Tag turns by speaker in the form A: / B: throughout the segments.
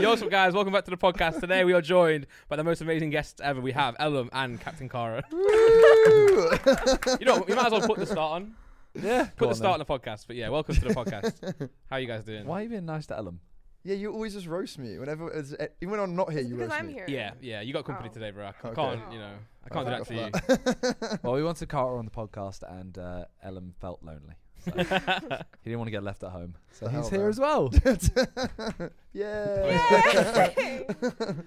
A: Yo, what's up, guys? Welcome back to the podcast. Today we are joined by the most amazing guests ever. We have Ellum and Captain Cara. you know, we might as well put the start on.
B: yeah.
A: Put the start on the podcast. But yeah, welcome to the podcast. How are you guys doing?
B: Why are you being nice to Ellum?
C: Yeah, you always just roast me. Whenever, it's- eh, even when I'm not here, you
D: because
C: roast
D: I'm
C: me.
D: here.
A: Yeah, yeah, you got company
D: Oh.
A: today, bro. I c-
C: Okay.
A: can't, you know, I can't
C: Fuck
A: do that
C: off
A: to
B: well, we wanted Carter on the podcast, and uh, Ellum felt lonely. So he didn't want to get left at home, so
C: The
B: he's
C: hell,
B: here
C: man.
B: as well.
C: yeah.
A: you.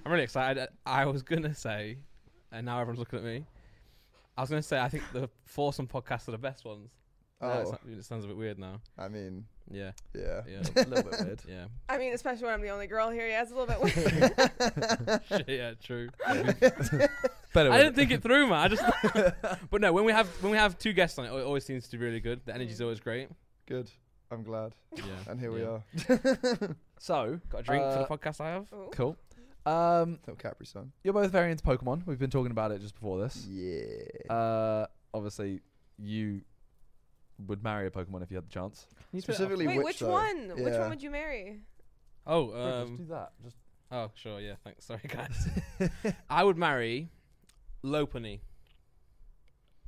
A: I'm really excited. I was gonna say, and now everyone's looking at me. I was gonna say, I think the foursome podcasts are the best ones. No, it's
C: oh,
A: not- it sounds a bit weird now.
C: I mean,
A: Yeah,
C: yeah.
A: yeah,
B: a little bit weird.
A: yeah.
D: I mean, especially when I'm the only girl here. Yeah, it's a little bit weird.
A: Shit, yeah, true.
B: Better
A: I
B: with
A: didn't think it through, man. I just, but no, when we have when we have two guests on it, it always seems to be really good. The energy's always great.
C: Good. I'm glad.
A: Yeah,
C: And here we
A: yeah.
C: are.
B: So
A: Got a drink for
B: Uh,
A: the podcast I have.
D: Ooh.
B: cool. Um,
C: Little Capri Sun.
B: you're both very into Pokemon. We've been talking about it just before this.
C: Yeah.
B: Uh, obviously, you would marry a Pokemon if you had the chance.
C: Specifically,
D: Wait,
C: which,
D: which
C: though?
D: one? Which
C: Yeah.
D: one would you marry?
A: Oh,
B: Bro,
A: um,
B: just do that. Just
A: Oh, sure, yeah, thanks. Sorry, guys. I would marry Lopunny.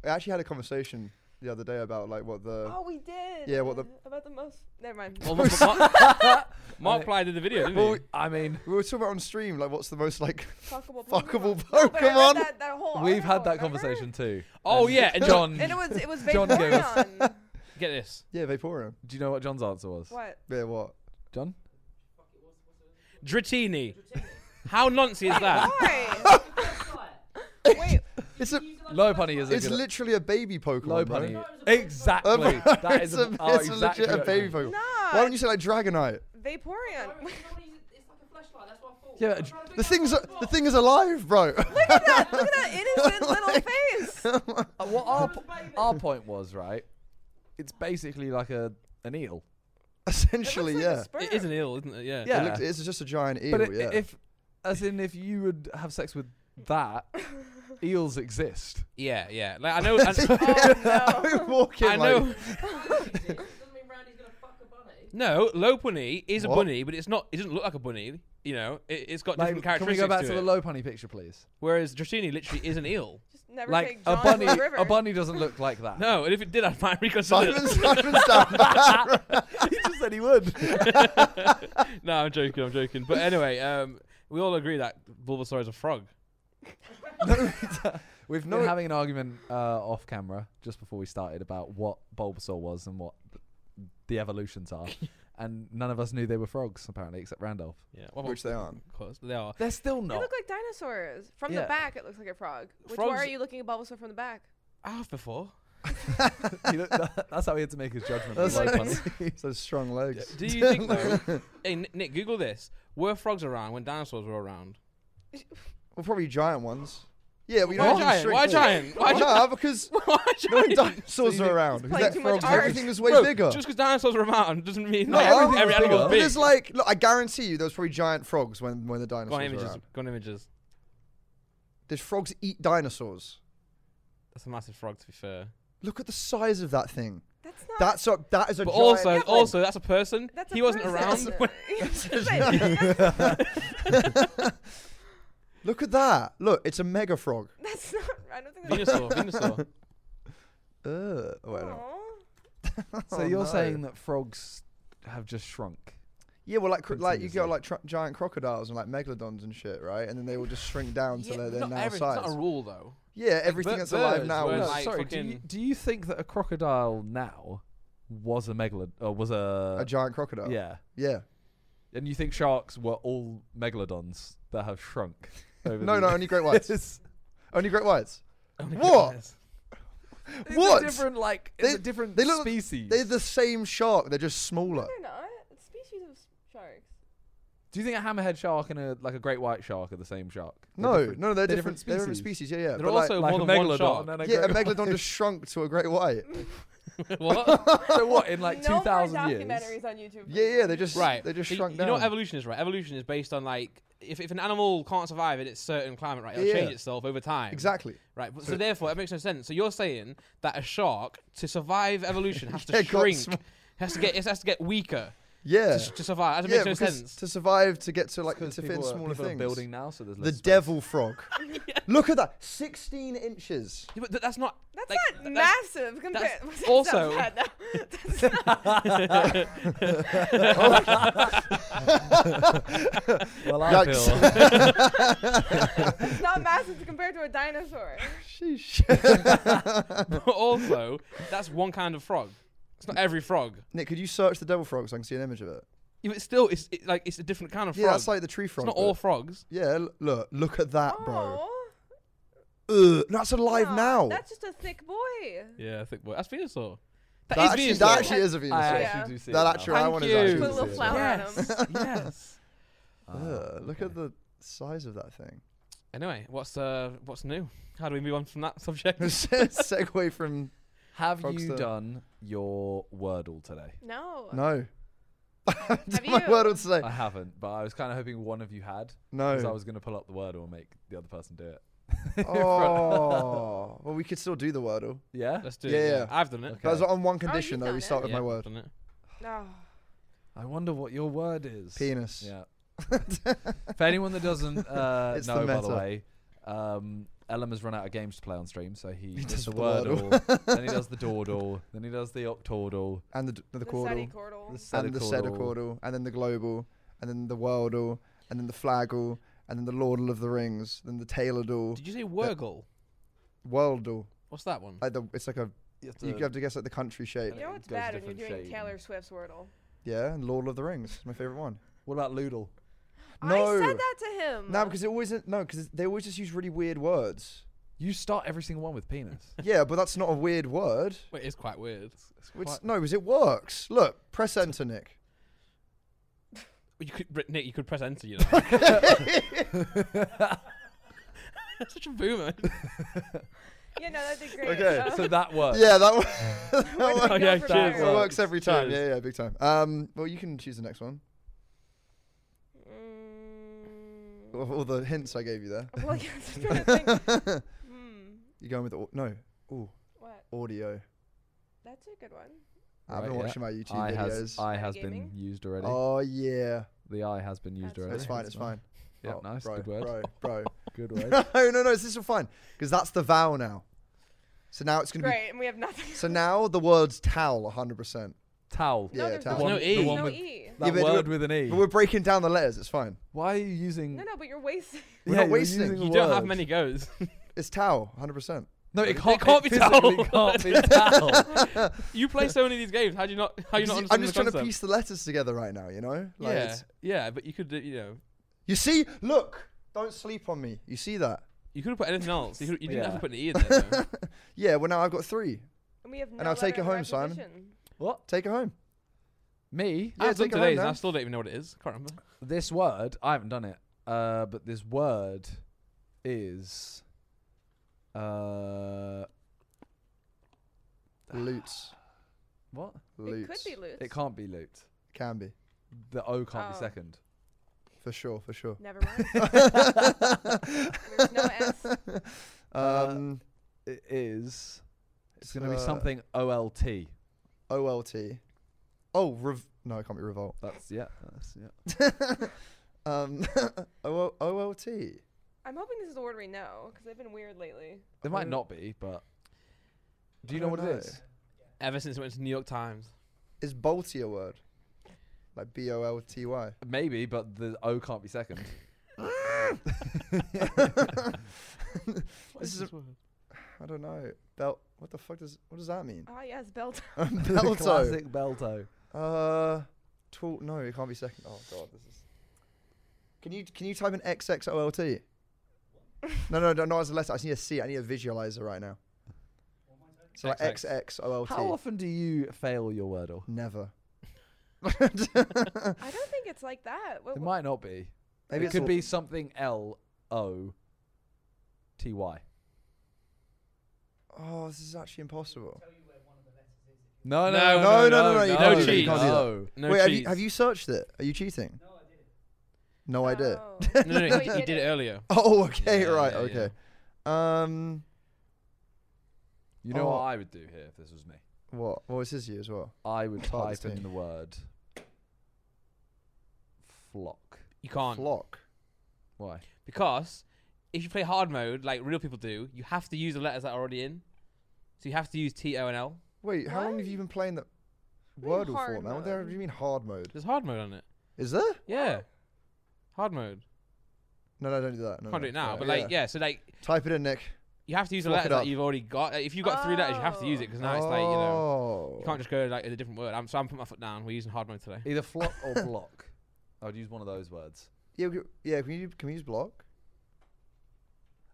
C: I actually had a conversation the other day about like what the.
D: Oh, we did.
C: Uh, Yeah, what the-
D: about the most? Never mind.
A: Well, but- but Mark, Mark Ply did the video, didn't
B: well,
A: he?
B: I mean,
C: We were talking about on stream, like what's the most like
D: Fuckable Pokemon.
C: fuckable
D: No, but Oh, I read
C: Pokemon?
D: that, that whole
B: we've had
D: article,
B: that
D: remember?
B: conversation too.
A: Oh,
B: And
A: yeah, and John.
B: John.
D: And it was it was
B: John gave us-
D: Vaporeon.
A: Get this.
C: yeah, Vaporeon.
B: do you know what John's answer was?
D: what?
C: Yeah, what?
B: John.
A: Dratini. How noncy is that?
D: Why? Wait,
C: It's a.
B: Lopunny is a
C: It's
B: good
C: literally a baby Pokemon. bro.
B: Lopunny. Exactly.
C: Oh,
B: that is
C: it's a,
B: oh,
C: it's a
B: exactly
C: legit a
B: what
C: baby
B: you-
C: Pokemon.
D: nah.
C: Why don't you say like Dragonite?
D: Vaporeon?
B: Yeah,
C: The thing's a- the thing is alive, bro.
D: Look at that! Look at that innocent little face.
B: uh, what our, po- our point was, right? It's basically like a an eel.
C: Essentially,
D: it looks like
C: yeah.
D: A sperm.
A: It is an ill, isn't it? Yeah.
B: Yeah.
C: It looks, it's just a giant eel.
B: but it,
C: yeah.
B: if, as in, if you would have sex with that, eels exist.
A: Yeah, yeah. Like, I know. I,
D: Oh no.
C: I walk in
A: I
C: like,
A: know. No, Lopunny is a
C: What?
A: bunny, but it's not. It doesn't look like a bunny. You know, it, it's got
B: Like,
A: different
B: can we
A: characteristics
B: go back to,
A: to,
B: the
A: it.
B: Lopunny picture, please?
A: Whereas Dratini literally is an eel.
D: Just never
B: like
D: take
B: a
D: John to
B: bunny,
D: the river.
B: a bunny doesn't look like that.
A: No, and if it did, I'd might reconsider.
C: Simon, Simon's down bad.
B: he just said he would.
A: no, I'm joking. I'm joking. But anyway, um, we all agree that Bulbasaur is a frog.
B: We've
C: No,
B: been
C: it-
B: having an argument uh, off camera just before we started about what Bulbasaur was and what th- the evolutions are, and none of us knew they were frogs apparently, except Randolph.
A: Yeah, well,
C: Which they aren't.
A: Of course, they are.
B: They're still
D: They
B: not.
D: look like dinosaurs. From
B: Yeah.
D: the back, it looks like a frog. Which
A: Frogs-
D: why are you looking at Bulbasaur from the back?
A: I have before.
B: He looked- that's how he had to make his judgment.
C: That's
B: on
D: like-
B: Lopunny.
C: It's those strong legs.
A: Do you think though? hey, Ni- Nick, Google this. Were frogs around when dinosaurs were around?
C: Well, probably giant ones. Yeah, we
A: Why
C: don't
A: giant? Why giant? Why
C: No, because
A: Why should
C: no
A: I-
C: dinosaurs
B: So
C: are
B: you-
C: around. Because
D: playing
C: that
D: too much
C: frogs-
D: art.
C: everything was way
A: Bro,
C: bigger.
A: Just because dinosaurs were around doesn't mean
C: No,
A: like,
C: everything
A: every
B: was
A: animal's
B: bigger.
A: big.
C: There's like, look, I guarantee you, there was probably giant frogs when, when the
A: go on
C: dinosaurs were
A: images.
C: around.
A: Go on images.
C: There's frogs eat dinosaurs.
A: That's a massive frog, to be fair.
C: Look at the size of that thing.
D: That's not.
C: That's a that is a
A: But
C: giant
A: also,
C: frog.
A: also that's a person.
D: that's a
A: he wasn't
D: person.
A: around. when-
D: It's like- that's,
C: Look at that. Look, it's a mega frog.
D: that's not. I don't think that's.
A: Venusaur, Venusaur.
C: Ugh. Oh, wait, no.
D: Aw.
B: so
C: Oh,
B: you're
C: no.
B: saying that frogs have just shrunk?
C: Yeah, well, like cr- like you
B: Continuously.
C: got like tr- giant crocodiles and like megalodons and shit, right? And then they will just shrink down to their,
A: but
C: their
A: not
C: now
A: every- it's
C: size.
A: not a rule though.
C: yeah, everything
A: bir-
C: that's alive
A: birds
C: now.
A: were
C: Is,
A: like-
B: sorry. Do you,
A: fucking-
B: do you think that a crocodile now was a megalod? Uh, was a,
C: a giant crocodile.
B: yeah?
C: yeah.
B: And you think sharks were all megalodons that have shrunk? Over
C: No,
B: the
C: no, only great whites.
B: It's-
C: Only great whites.
A: Only
C: What?
A: Oh goodness.
B: it's a
C: What?
B: different like it's
C: They-
B: a different
C: they look-
B: species.
C: They're the same shark. They're just smaller.
D: They're not. It's species of s- sharks.
B: Do you think a hammerhead shark and a like a great white shark are the same shark? They're
C: No,
B: different-
C: no, no, they're,
B: they're
C: different.
B: different
C: They're different species. Yeah, yeah.
A: They're
C: but, like-
A: also
B: like
A: more
B: a
A: than one
B: megalodon
A: shark.
B: and a
C: yeah, a
B: great white.
C: megalodon just shrunk to a great white.
A: what?
B: so what in like two
D: no
B: thousand
D: more
B: years?
D: documentaries on YouTube.
C: Yeah, yeah. They just
A: right.
C: They just
A: So you-
C: shrunk
A: you,
C: down.
A: know what evolution is, right? Evolution is based on like if, if an animal can't survive in its certain climate, right, it'll
C: Yeah.
A: change itself over time.
C: exactly.
A: Right. But, so, therefore, it makes no sense. So you're saying that a shark to survive evolution has to
C: Yeah, got
A: shrink,
C: small.
A: has to get it has to get weaker. To,
C: Yeah.
A: s- to survive. That
C: yeah,
A: makes no
C: because
A: sense.
C: to survive, to get to like to
B: Because
C: fit in
B: people are-
C: smaller
B: people are
C: things.
B: building now, so there's
C: the
B: less space.
C: devil frog. Look at that, 16 inches.
A: Yeah, but th- that's not.
D: That's
A: like,
D: not
A: th-
D: massive compared. That's
A: also-
D: bad now. That's not-
B: Well, I
C: Yikes.
B: feel
D: it's not massive compared to a dinosaur.
C: Sheesh.
A: But also, that's one kind of frog. It's not every frog.
C: Nick, could you search the devil frog so I can see an image of it?
A: Yeah, but still, it's it, like it's a different kind of frog.
C: Yeah, that's like the tree
A: it's
C: frog.
A: not
C: but-
A: all frogs.
C: yeah, l- look, look at that, bro.
D: Oh,
C: Ugh, that's alive
D: aw,
C: now.
D: That's just a thick boy.
A: Yeah, I think well, that's Venusaur.
C: That,
A: is
C: actually,
A: Venusaur.
C: that actually is a Venus.
B: I
D: Yeah.
B: actually do see
C: That
B: it now.
C: actually, I
A: Thank
C: want
A: you.
C: to
D: Put a little flower on him.
A: yes, yes.
B: Ah,
C: Ugh, look at
B: okay.
C: the size of that thing.
A: Anyway, what's uh, what's new? How do we move on from that subject?
C: Segue from
B: Have
C: Frog's
B: you
C: the-
B: done your Wordle today?
D: No.
C: no. Have my
D: you?
C: word today.
B: I haven't, but I was kind of hoping one of you had, because I
C: No.
B: was going to pull up the Wordle and make the other person do it.
C: Oh, well, we could still do the wordle.
B: Yeah,
A: Let's do
C: Yeah,
A: it.
C: yeah.
A: I've done it.
B: Okay.
C: But it's on one condition
D: you've
C: though. We
D: done
C: start
D: it.
C: with
A: Yeah,
C: my
A: I've
C: word.
A: done it.
D: No.
B: I wonder what your word is.
C: Penis.
B: Yeah. For anyone that doesn't uh,
C: It's the
B: know, by the
C: meta.
B: way, um, Elem has run out of games to play on stream, so he,
C: He
B: does
C: does
B: the
C: the Wordle.
B: Wordle, then he does the Dordle, then he does the Octordle,
C: And the d- the,
D: The,
C: the
D: Sadi
C: chordal,
D: Cordal.
C: and the sedicordal, and then the global, and then the worldle, and then the flagle, and then the lordle of the rings, then the tailordle,
A: Did you say Wurgle?
C: worldle.
A: What's that one?
C: Like the, it's like a
B: You have
C: you
B: to-
C: have to guess like the country shape.
D: You
B: it
D: know what's
B: goes
D: bad when you're
B: different
D: doing
B: shade.
D: Taylor Swift's Wordle?
C: Yeah, and Lord of the Rings, my favorite one.
B: What about Loodle?
D: I
C: No.
D: said that to him.
C: No, because it always no, because they always just use really weird words.
B: You start every single one with penis.
C: yeah, but that's not a weird word.
A: Wait, it's quite weird.
C: Which,
B: Quite-
C: no, because it works. Look, press enter, Nick.
A: You could, Brit- Nick, you could press enter. You know, such a boomer.
D: yeah, no, that'd be great.
C: Okay,
D: no.
B: so that works.
C: yeah, that,
D: Where
C: that
D: do we
C: works.
A: Okay,
D: go from
A: Oh, cheers.
C: It
D: there?
A: Well,
C: works every time.
A: Cheers.
C: Yeah, yeah, big time. Um, well, you can choose the next one.
D: Mm,
C: All all the hints I gave you there.
D: well, yeah, I'm just trying to think. Hmm.
C: You're going with au- no, ooh,
D: What?
C: audio.
D: That's a good one.
C: I've been
B: Right, yeah.
C: watching my YouTube
B: I
C: videos.
B: has I
D: Kinda
B: has been
D: gaming.
B: used already.
C: oh yeah,
B: The I has been used
D: That's
B: already.
C: it's fine. It's fine.
B: Yeah,
C: Oh,
B: nice.
C: Bro,
B: good word.
C: bro, bro.
B: Good word.
C: no, no, no. It's this is fine because that's the vowel now. So now it's gonna
D: Great, and we have nothing.
C: be. So now the word's towel, 100%.
B: Towel.
C: Yeah,
D: no, there's
C: towel.
D: no,
A: There's no E.
D: There's
A: The
B: one
D: no
B: with-
D: E.
B: That
C: but-
B: word with an E.
C: But we're breaking down the letters. It's fine.
B: Why are you using?
D: No, no, but you're wasting.
C: We're
B: Yeah,
C: not
B: you're
C: wasting.
B: using a
A: You don't have
B: word.
A: many goes.
C: It's towel, 100%.
B: No, it
A: It
B: can't,
A: can't
B: it
A: be towel.
B: physically can't be towel.
A: you play so many of these games. How do you not? How you not?
C: Because I'm
A: understand the
C: just trying to
A: concept?
C: piece the letters together right now. You know. Like,
A: yeah,
C: it's-
A: yeah, but you could, do- you know,
C: You see? Look. Don't sleep on me. You see that?
A: you could have put anything else. You, could, you didn't have
B: Yeah.
A: to put an e in there. Though.
C: Yeah. Well, now I've got three.
D: And we have no
C: I'll take it
D: letter of
C: home, Simon.
D: repetition.
B: What?
C: Take it home.
B: Me?
C: Yeah,
A: I've done
C: take it home
A: today's, and
C: now.
A: I still don't even know what it is. Can't remember.
B: This word, I haven't done it. Uh, but this word is uh
C: Loots.
B: what?
C: Loots.
D: It could be loose.
B: It can't be loot.
C: Can be.
B: The O can't be
D: Oh.
B: second.
C: For sure. For sure.
D: Never mind.
C: There's
D: no S.
C: Um,
B: It is. It's
C: It's,
B: gonna be
C: uh,
B: something O L T.
C: OLT. Oh, rev- no, it can't be revolt.
B: That's yeah. That's yeah.
C: um, O- OLT.
D: I'm hoping this is the word we know because they've been weird lately.
B: There might
C: Oh.
B: not be, but do you
C: I
B: know what
C: don't
B: it
C: know.
B: is?
A: Ever since I went to New York Times,
C: Is bolty a word? Like B O L T Y.
B: Maybe, but the O can't be second.
C: This is. A, I don't know. Belt. What the fuck does? What does that mean?
D: Ah, yes, belt.
C: Belto.
B: Classic Belto.
C: Uh, tw- no, it can't be second. Oh god, this is. Can you can you type in XXOLT? no, no, no, not as a letter. I just need a C. I need a visualizer right now. So like
A: XX.
C: XXOLT.
B: How often do you fail your Wordle?
C: Never.
D: I don't think it's like that. What,
B: It
D: what-
B: might not be.
C: Maybe
B: it
C: it's
B: could
C: all-
B: be something L O T Y.
C: Oh, this is actually impossible.
B: No,
A: No,
B: no,
C: no,
B: no,
C: no, no,
B: no,
C: you
A: can't do
B: no,
A: that, you can't do
B: no.
A: no
C: Wait, have you,
A: cheese.
C: have you searched it? Are you cheating? No, I did.
D: Oh.
A: No, no,
D: No,
A: no
D: you
A: you, you did
D: didn't.
A: it earlier.
C: Oh, okay,
A: Yeah,
C: right,
A: yeah,
C: okay. Um,
B: You know
C: Oh.
B: what I would do here if this was me?
C: what? What was his you as well?
B: I would
C: Part
B: type
C: of the
B: in
C: team.
B: the word
A: You can't
C: Flock.
B: Why?
A: because if you play hard mode like real people do, you have to use the letters that are already in. So you have to use T O and L.
C: Wait, how long
D: What?
C: have you been playing that
D: What do you mean
C: Wordle for,
D: hard
C: man? What the hell
D: mode?
C: do you mean hard mode?
A: There's hard mode on it.
C: Is there?
A: Yeah, hard mode.
C: No, no, don't do that. No,
A: Can't
C: no.
A: do it now,
C: Yeah.
A: but like yeah. So like
C: Type it in, Nick.
A: you have to use the
C: Swap
A: letters
C: it
A: that
C: up.
A: you've already got. Like, if you've got three letters, you have to use it because now it's like you know you
C: Oh.
A: can't just go like in a different word. I'm so I'm putting my foot down. We're using hard mode today.
B: Either flock or block. I would use one of those words.
C: Yeah, we- yeah. Can we, can we use block?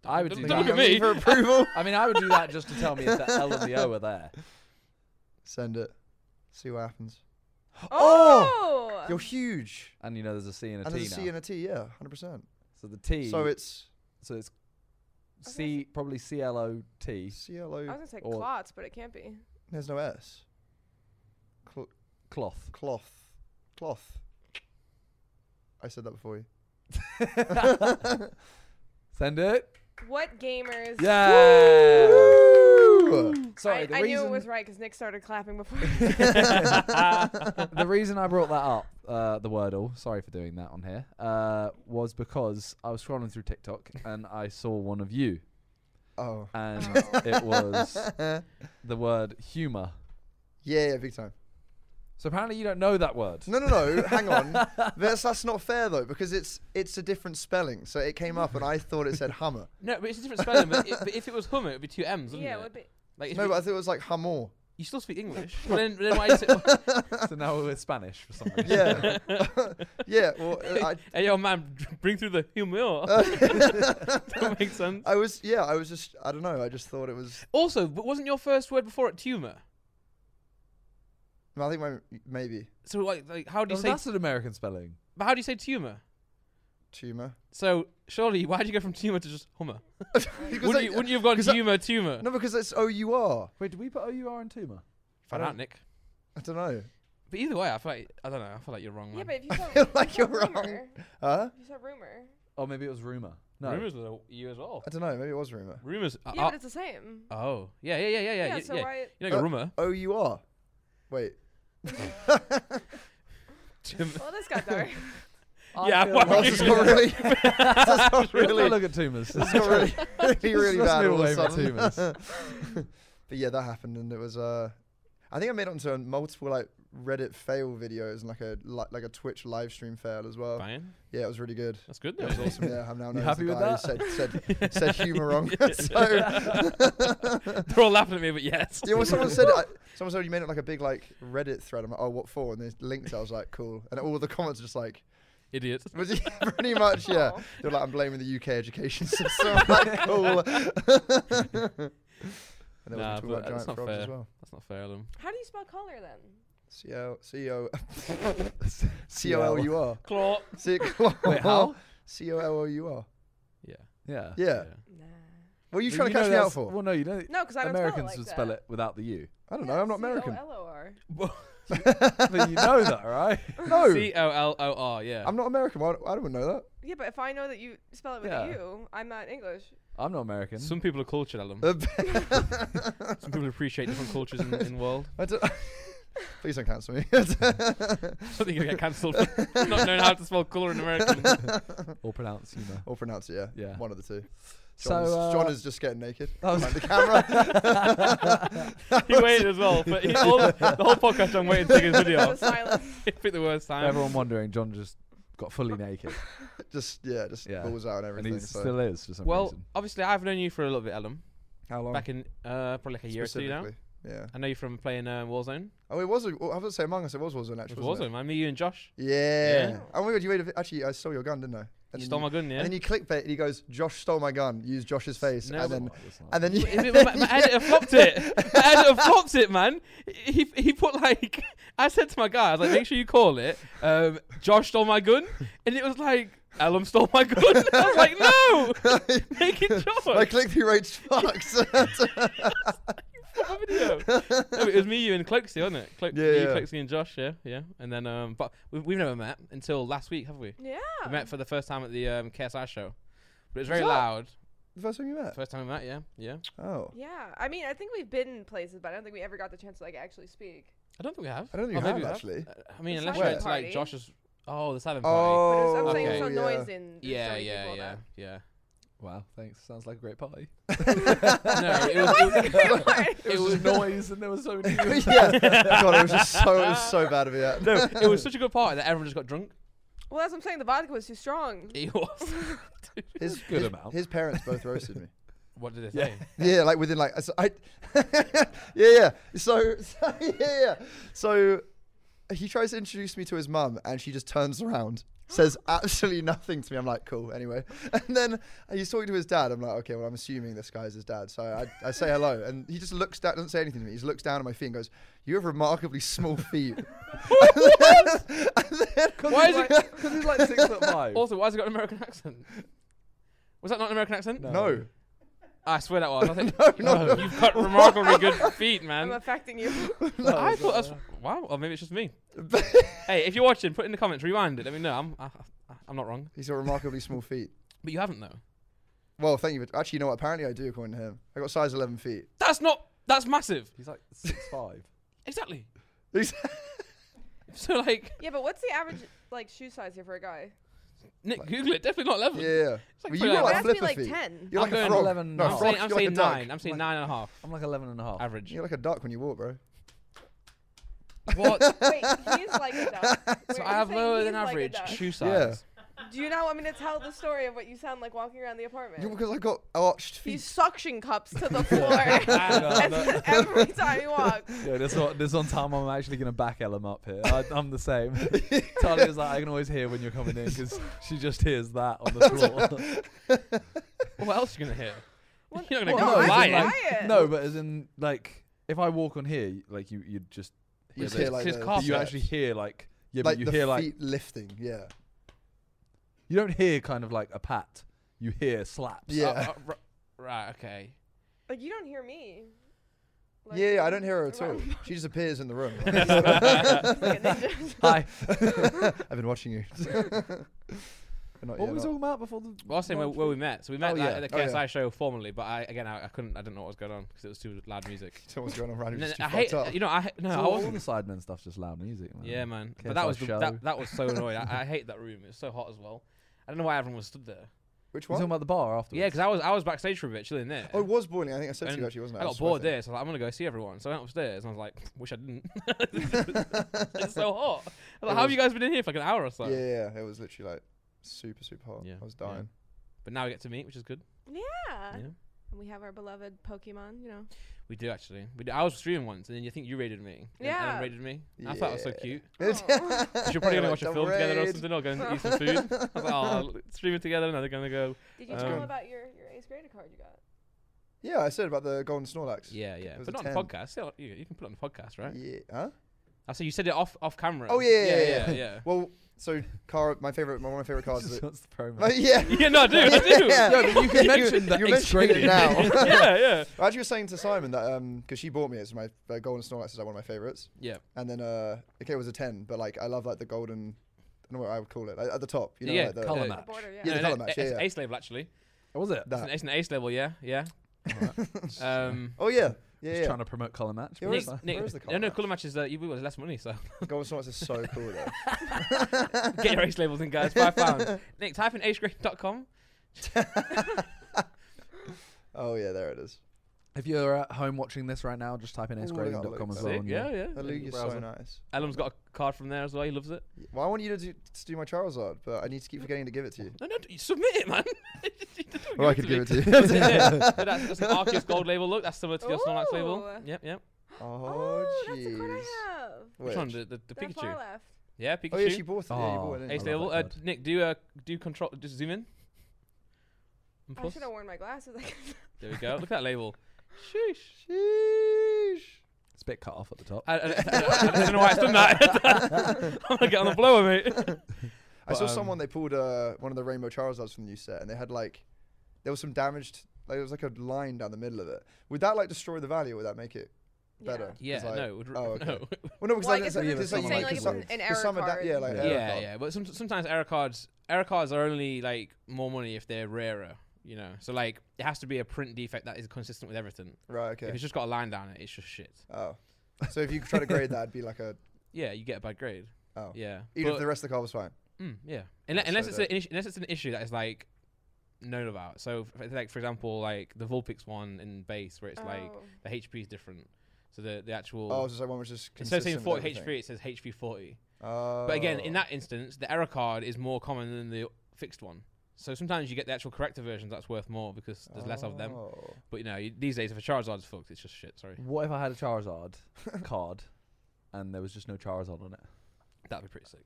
B: I would
A: Don't-
B: do
A: don't
B: that.
A: look at me.
C: for approval.
B: I mean, I would do that just to tell me if the L and the O are there.
C: Send it. See what happens.
D: Oh!
C: You're huge.
B: And you know, there's a C and a
C: And
B: T
C: there's a C
B: now.
C: and a T. Yeah, hundred percent.
B: so the T.
C: So it's
B: so it's
D: was gonna
B: C probably C L O T
C: C L
D: I was
C: O.
D: gonna say
B: Or-
D: clots, but it can't be.
C: There's no S. Cl-
B: cloth.
C: cloth. Cloth. I said that before you.
B: Send it.
D: What gamers?
B: Yeah. Sorry,
D: I,
B: the
D: I
B: reason
D: knew it was right because Nick started clapping before.
B: the reason I brought that up, uh, the Wordle, sorry for doing that on here, uh, was because I was scrolling through TikTok and I saw one of you,
C: Oh.
B: and
D: Oh.
B: it was the word humour.
C: Yeah, yeah, big time.
B: So apparently you don't know that word.
C: No, no, no. hang on. That's that's not fair though because it's it's a different spelling. So it came up and I thought it said hammer.
A: No, but it's a different spelling. but, it, but if it was Hummer, it'd be two M's, wouldn't
D: yeah, it
A: it?
D: would be.
A: Like if
C: No,
A: you-
C: but I thought it was like hamor.
A: you still speak English. but then, then why is it?
B: so now we're Spanish for some reason.
C: Yeah, yeah. Well, I,
A: Hey, yo, man, bring through the humor. Don't make sense.
C: I was yeah. I was just I don't know. I just thought it was.
A: Also, but wasn't your first word before it tumor?
C: I think my, maybe
A: So like, like how do
B: No,
A: you say?
B: that's an American spelling.
A: But how do you say tumor?
C: tumor.
A: So surely, why would you go from tumor to just hummer?
C: Because
A: Wouldn't
C: I-
A: you, wouldn't you have gone
C: 'cause I-
A: tumor, tumor?
C: no, because it's O U R.
B: Wait, did we put O-U-R in tumor?
A: Find
C: I
A: out,
C: don't-
A: Nick.
C: I don't know.
A: But either way, I feel like I don't know. I feel like you're wrong. Man.
D: Yeah, but if you saw,
C: feel
D: if
C: like
D: you saw
C: you're wrong.
D: rumor,
C: Huh?
D: if You saw rumor.
B: Or maybe it was rumour. No.
A: rumors with a you as well.
C: I don't know. Maybe it was rumor.
A: Rumors. uh,
D: yeah,
A: uh,
D: but it's the same.
A: oh, yeah, yeah, yeah, yeah, yeah.
D: yeah,
A: yeah,
D: so
A: yeah.
D: why?
A: You know, a
C: Uh,
A: rumor.
C: O U R. Wait.
D: Well, this got dark.
B: I
A: Yeah,
B: feel
A: why
B: like-
C: That's just got really. That's got
B: Let's not
C: really.
B: look at tumours.
C: That's got really, really, really
B: Let's
C: bad
B: move
C: all of
B: away
C: a
B: from
C: sudden.
B: tumours.
C: But yeah, that happened, and it was. Uh, I think I made it onto multiple like Reddit fail videos and like a li- like a Twitch live stream fail as well.
A: Fine.
C: Yeah, it was really good.
A: That's good.
C: It was
A: though.
C: awesome. Yeah, I'm now
B: You
C: known
B: happy
C: as
B: with
C: the guy
B: that?
C: who said said said humor wrong. so
A: They're all laughing at me, but yes.
C: yeah, when someone said I, someone said you made it like a big like Reddit thread. I'm like, oh, what for? And they linked it. I was like, cool. And all the comments are just like,
A: Idiot.
C: was it pretty much yeah.
D: Aw.
C: They're like, I'm blaming the UK education system. I'm like, cool. and they
A: Nah,
C: nah, talking
A: but
C: about
A: that's
C: giant
A: not
C: frogs
A: fair.
C: as well.
A: That's not fair of them.
D: How do you spell color then?
C: C O C O C O L U R.
A: Claw.
C: C
B: Wait, how?
C: O L O U R.
A: Yeah.
B: Yeah.
C: Yeah.
D: Nah.
C: What are you
B: Well,
C: trying to
B: know
C: catch me out
B: that's-
C: for?
B: Well, no, you don't.
D: No, because I don't
B: Americans
D: spell it like
B: would
D: that.
B: spell it without the U.
C: I don't know. I'm not American.
D: C-O-L-O-R.
B: but you know that, right?
C: No.
A: C O L O R. Yeah.
C: I'm not American. Why, I don't know
D: Yeah, but if I know that you spell it with
B: Yeah.
D: a U, I'm not English.
B: I'm not American.
A: Some people are cultured, Alan.
C: Uh, that.
A: Some people appreciate different cultures in, in the world.
C: I don't, please don't cancel me.
A: I don't think you'll get cancelled for not knowing how to spell colour in American.
B: or pronounce humor.
C: or pronounce it, yeah.
B: Yeah.
C: One of the two.
B: So,
C: John, is,
B: uh,
C: John is just getting naked.
B: was-
C: behind the camera.
A: He waited as well, but he, all, the the whole podcast I'm waiting to take his video.
D: The silence.
A: He picked the worst
B: For
A: time.
B: everyone wondering, John just got fully naked,
C: just, yeah, just
B: Yeah.
C: balls out and
B: and
C: everything.
B: he
C: so.
B: still is for some
A: well,
B: reason.
A: obviously, I've known you for a little bit, Alan.
C: How long?
A: Back in uh, probably like a year or two now.
C: Oh. specifically? Yeah.
A: I know you from playing uh, Warzone.
C: Oh, it was. a- oh, I was gonna say Among Us. It was Warzone
A: It
C: actually.
A: was
C: wasn't
A: Warzone, man. Me, you, and Josh.
C: It? Yeah.
A: Yeah.
C: Oh my god, you made. A, vi- actually, I stole your gun, didn't I?
A: You
C: And
A: stole my gun, yeah.
C: And then you clickbait, and he goes, "Josh stole my gun. Use Josh's face."
A: No,
C: and
A: but-
C: then,
B: Oh, it's not.
C: and then you.
A: If it- my, my editor flopped it. My editor flopped it, man. He he put like I said to my guy, I was like, make sure you call it. Um, Josh stole my gun, and it was like Alum stole my gun. I was like, no, make it Josh.
C: My click-through rate's fucked.
A: What video? no, it was me, you, and Cloaksy, wasn't it? Clo-
C: Yeah,
A: me,
C: yeah.
A: Cloaksy, and Josh. Yeah, yeah. And then, um, but we've, we've never met until last week, have we?
D: Yeah.
A: We met for the first time at the um, KSI show, but it was very
C: that?
A: loud.
C: the first time you met.
A: First time we met, yeah, yeah.
C: Oh,
D: Yeah. I mean, I think we've been places, but I don't think we ever got the chance to like actually speak.
A: I don't think we have.
C: I don't think
A: Oh,
C: you
A: maybe
C: have
A: we
C: actually.
A: Uh, I mean,
D: It's
A: unless
D: not
A: you
D: a
A: went to like
D: party.
A: Josh's Oh, the silent party.
D: But it's,
C: Oh,
D: I'm saying
A: Okay.
D: it's not
C: yeah.
D: noise in. there's so
A: yeah,
D: many
A: yeah,
D: people
A: yeah,
D: that-
A: yeah.
B: Wow, thanks. Sounds like a great party.
A: no, it was,
B: It was noise, and there was so many. people.
C: yeah. God, it was just so it was so bad of it.
A: no, it was such a good party that everyone just got drunk.
D: Well, that's what I'm saying. The vodka was too strong.
A: It was.
C: His,
B: Good
C: his,
B: amount.
C: his parents both roasted me.
A: What did they
B: Yeah.
A: say?
C: Yeah, like within like so I, yeah, yeah. So, so yeah, yeah. So he tries to introduce me to his mum, and she just turns around, says absolutely nothing to me. I'm like, cool. Anyway, and then he's talking to his dad. I'm like, okay, well, I'm assuming this guy's his dad. So I, I say hello, and he just looks down, doesn't say anything to me. He just looks down at my feet and goes, "You have remarkably small feet."
A: Why is it?
B: Because he's like six foot five.
A: Also, why has it got an American accent? Was that not an American accent?
C: no,
A: I swear that was. I think,
C: no,
A: Oh,
C: no.
A: You've got remarkably good feet,
D: I'm
A: man.
D: affecting you.
B: No,
A: I thought
B: it's not
C: uh,
A: that's wow. Or maybe it's just me. hey, if you're watching, put in the comments. Rewind it. Let me know. I'm I, I- I'm not wrong.
C: he's got remarkably small feet.
A: But you haven't though.
C: Well, thank you. But actually, you know what? Apparently, I do, according to him. I got size 11 feet.
A: That's not. That's massive.
B: He's like six five.
A: Exactly.
C: He's-
A: So like,
D: Yeah, but what's the average like shoe size here for a guy?
A: Nick, Google it. Definitely not eleven.
C: yeah.
A: It's like
C: Well, you
A: pretty
C: got
D: It
A: like-
C: like
D: has to be
C: flipper
D: like
C: feet.
D: ten.
C: You're
A: I'm
C: like a
A: going
C: frog.
B: 11 and a
C: no,
A: I'm
B: half.
C: frog,
A: saying, I'm
C: you're like
A: saying
C: a duck.
A: nine. I'm saying nine and a half
B: I'm like 11 and a half.
A: average.
C: You're like a duck when you walk, bro.
A: What?
D: Wait, he's like a duck. Wait,
A: so
D: you're
A: I have
D: saying
A: lower
D: he's
A: than
D: like a
A: average
D: duck.
A: shoe size.
D: Do you not want me to tell the story of what you sound like walking around the apartment?
C: You- because I got arched feet.
D: He's suction cups to the floor
A: Ah, no,
D: as- every time he walks.
B: Yeah, this one, this one time I'm actually gonna back Ellen up here. I, I'm the same. Talia was like, I can always hear when you're coming in because she just hears that on the floor.
A: no. What else are you gonna hear?
D: Well,
A: You're not gonna
D: no,
A: go
D: I'm
A: lying.
D: quiet.
B: no, but as in like, if I walk on here, y- like you, you'd just,
C: You just
A: Yeah,
C: hear
A: but
C: like
A: it's
C: the,
A: carpet.
B: but you
A: Yeah.
B: actually hear like, yeah,
C: like
B: but you
C: the
B: hear like,
C: feet lifting. Yeah.
B: you don't hear kind of like a pat. You hear slaps.
C: Yeah.
A: Uh, uh, r- right. Okay.
D: Like you don't hear me. Like,
C: yeah, yeah, I don't hear her at all.
D: around-
C: She just appears in the room.
D: like a ninja.
B: Hi.
C: I've been watching you. But
B: What
C: not yet,
B: were we
C: not-
B: talking about before the?
A: Well, I was saying where, where we met. So we met
C: Oh,
A: like,
C: yeah.
A: at the
C: Oh, yeah.
A: KSI show formally, but I again I, I couldn't I didn't know what was going on because it was too loud music.
C: Tell what's going on around you,
A: And then
C: just too
A: I hate uh,
C: fucked up.
A: you know I ha- no
B: No,
A: I
B: all the
A: wasn't.
B: Sidemen stuff's just loud music, man.
A: Yeah, man.
B: KSI
A: But that was the,
B: show.
A: that, that was so annoying. I, I hate that room. It was so hot as well. I don't know why everyone was stood there.
C: Which
B: We're
C: one?
B: talking about the bar afterwards.
A: Yeah, because I was I was backstage for a bit chilling there.
C: Oh, it was boiling. I think I said to you
A: And
C: actually, wasn't it?
A: I got
C: was sweating.
A: bored there, so I was like, I'm gonna go see everyone. So I went upstairs and I was like, wish I didn't. it's so hot. I was like,
C: It
A: how have
C: was-
A: you guys been in here for like an hour or so?
C: Yeah, yeah, yeah, it was literally like super, super hot.
A: Yeah,
C: I was
A: yeah.
C: dying.
A: But now we get to meet, which is good.
D: yeah.
A: Yeah.
D: And we have our beloved Pokemon. You know.
A: We do actually. We do. I was streaming once, and then you think you raided me. and then Ellen
D: Yeah.
A: raided me. I thought that was so
C: Yeah.
A: cute.
D: Aw.
A: She's probably gonna
C: Like,
A: watch a
C: double
A: film together or
C: raid.
A: something, or go and eat some food. I was like, oh, look, streaming together, and they're gonna go.
D: Did you tell him
A: Um,
D: about your your eighth grader card you got?
C: Yeah, I said about the golden Snorlax.
A: Yeah, yeah.
C: was
A: But
C: a
A: not on
C: 10.
A: the podcast. Yeah, You, you can put it on the podcast, right?
C: Yeah. Huh?
A: I said you said it off off camera.
C: Oh, yeah, yeah,
A: yeah,
C: yeah,
A: yeah. yeah.
C: Well, so car, my favorite, one of my favorite cards. is
B: Just
C: the-
B: wants the promo.
C: Like, yeah.
A: Yeah, no, I do, I do.
C: Yeah.
B: No, but you can mention that
C: you're
B: eighth
C: mentioning it
B: grade.
C: now.
A: yeah, yeah,
C: I actually was saying to Simon that um, because she bought me it's my uh, golden Snorlax is like one of my favorites,
A: yeah.
C: and then uh, okay, it was a ten, but like I love like the golden, I don't know what I would call it, like, at the top, you know,
A: Yeah,
C: like the,
B: colour
A: uh,
D: The
B: match.
D: border, yeah.
C: Yeah, the colour match, yeah,
A: it's
C: yeah.
A: ace level actually.
B: Oh, Was it?
C: that.
A: It's an, it's an ace level, yeah, yeah. um,
C: Oh yeah,
B: Just
C: yeah, yeah.
B: trying to promote color match. but
C: Yeah, where
A: Nick,
B: it's
C: is-
B: fine.
A: Nick,
C: where is the
A: no,
C: colour
A: no,
C: match?
A: color matches. Uh, you was less money, so
C: golden Snorlax is so cool though.
A: get your ace labels in, guys. Five pounds. Nick, type in acegrade.com.
C: Oh yeah, there it is.
B: If you're at home watching this right now, just type in
C: Ooh, I got
B: sgrading.com as
C: loads.
A: Sick,
B: well.
C: Sick,
B: and
A: Yeah, yeah.
C: That Luke is so
A: Browser.
C: nice.
A: Ellen's got a card from there as well. He loves it.
C: Well, I want you to do, to do my Charizard, but I need to keep forgetting to give it to you.
A: No, no, you submit it, man.
C: Or I could give it to you.
A: yeah, but that's, that's an Arceus gold label. Look, that's similar to your Snorlax label.
D: Ooh.
A: Yep, yep.
C: Oh
D: Oh, that's the card
C: jeez.
D: I have.
A: Which one?
C: Which?
A: The, the, the
D: Down
A: Pikachu.
D: far left.
A: Yeah, Pikachu.
C: Oh yeah, she bought it. Yeah, you
B: Oh,
C: bought it.
B: I
A: Ace
B: love
C: didn't
B: that
C: you?
A: level. Uh,
B: card.
A: Nick, do uh, do control. Just zoom in. And
D: I
A: plus.
D: should have worn my glasses. I guess.
A: There we go. Look at that label. Sheesh.
C: Sheesh.
B: It's a bit cut off at the top.
A: I, I, I, I- I don't know why I've done that. I'm gonna get on the blower, mate.
C: I
A: But,
C: saw
A: um,
C: someone they pulled uh, one of the Rainbow Charizards from the new set, and they had like there was some damaged. Like, there was like a line down the middle of it. Would that like destroy the value? Or would that make it? Better.
A: Yeah,
C: It's like-
A: no, it would,
C: oh, okay.
A: no.
C: Well, no, because
D: Well, I
C: like, it's
D: guess
C: like,
B: it's
C: it's like,
B: something
C: you
B: like
C: might
B: it's
C: get
B: an-
C: some-
D: an
C: there's
D: error
C: some adapt-
D: card.
C: yeah, like
B: Yeah.
A: Yeah,
C: error
A: yeah,
C: card.
A: but some, sometimes error cards error cards are only like more money if they're rarer. You know, so like it has to be a print defect that is consistent with everything.
C: Right.
A: If
C: Okay.
A: it's just got a line down it, it's just shit.
C: Oh. So if you try to grade that, it'd be like a
A: Yeah, you get a bad grade.
C: Oh.
A: Yeah.
C: Even
A: But-
C: if the rest of the car was fine.
A: Mm, yeah. Unless, unless it's
C: so the-
A: an issue, unless it's an issue that is like known about. So, f- like for example, like the Vulpix one in base, where it's like
D: Oh.
A: the HP is different. So the the actual
C: Oh, so one was just
A: instead of
C: consistent
A: saying
C: with
A: 40
C: everything.
A: HP, it says HP 40.
C: Oh.
A: But again, in that instance, the error card is more common than the fixed one. So sometimes you get the actual corrector version that's worth more because there's less of them.
C: Oh.
A: But you know, you, these days if a Charizard's fucked, it's just shit. Sorry,
B: What if I had a Charizard card and there was just no Charizard on it?
A: that'd be pretty sick.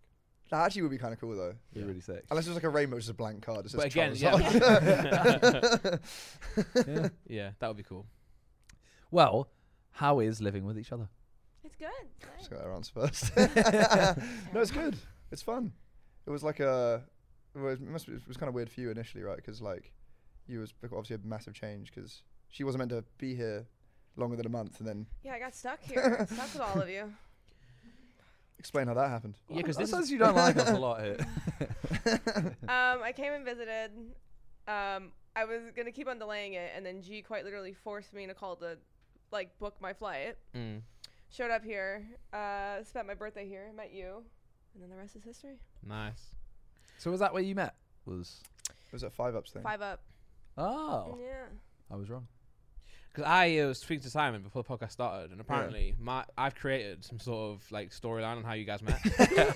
C: That actually would be kind of cool though.
B: It'd be
A: Yeah.
B: really sick.
C: Unless it was like a rainbow, just a blank card. It says
A: But again,
C: Charizard.
B: Yeah.
A: Yeah, that would be cool.
B: Well, how is living with each other?
D: It's good.
C: Just got our answer first. no, it's good. It's fun. It was like a. It was, it must be, it was kind of weird for you initially, right? Because like, you was obviously a massive change because she wasn't meant to be here longer than a month, and then
D: Yeah, I got stuck here. stuck with all of you.
C: explain how that happened.
A: Yeah, because this is
B: says you don't like us a lot here.
D: Um, I came and visited. Um, I was gonna keep on delaying it, and then G quite literally forced me to call to, like, book my flight.
A: mm,
D: Showed up here. Uh, spent my birthday here. Met you, and then the rest is history.
A: nice.
B: so was that where you met? Was
C: It was a five ups thing.
D: Five up.
B: oh,
D: Yeah.
B: I was wrong.
A: Because I uh, was speaking to Simon before the podcast started, and apparently my I've created some sort of like storyline on how you guys met.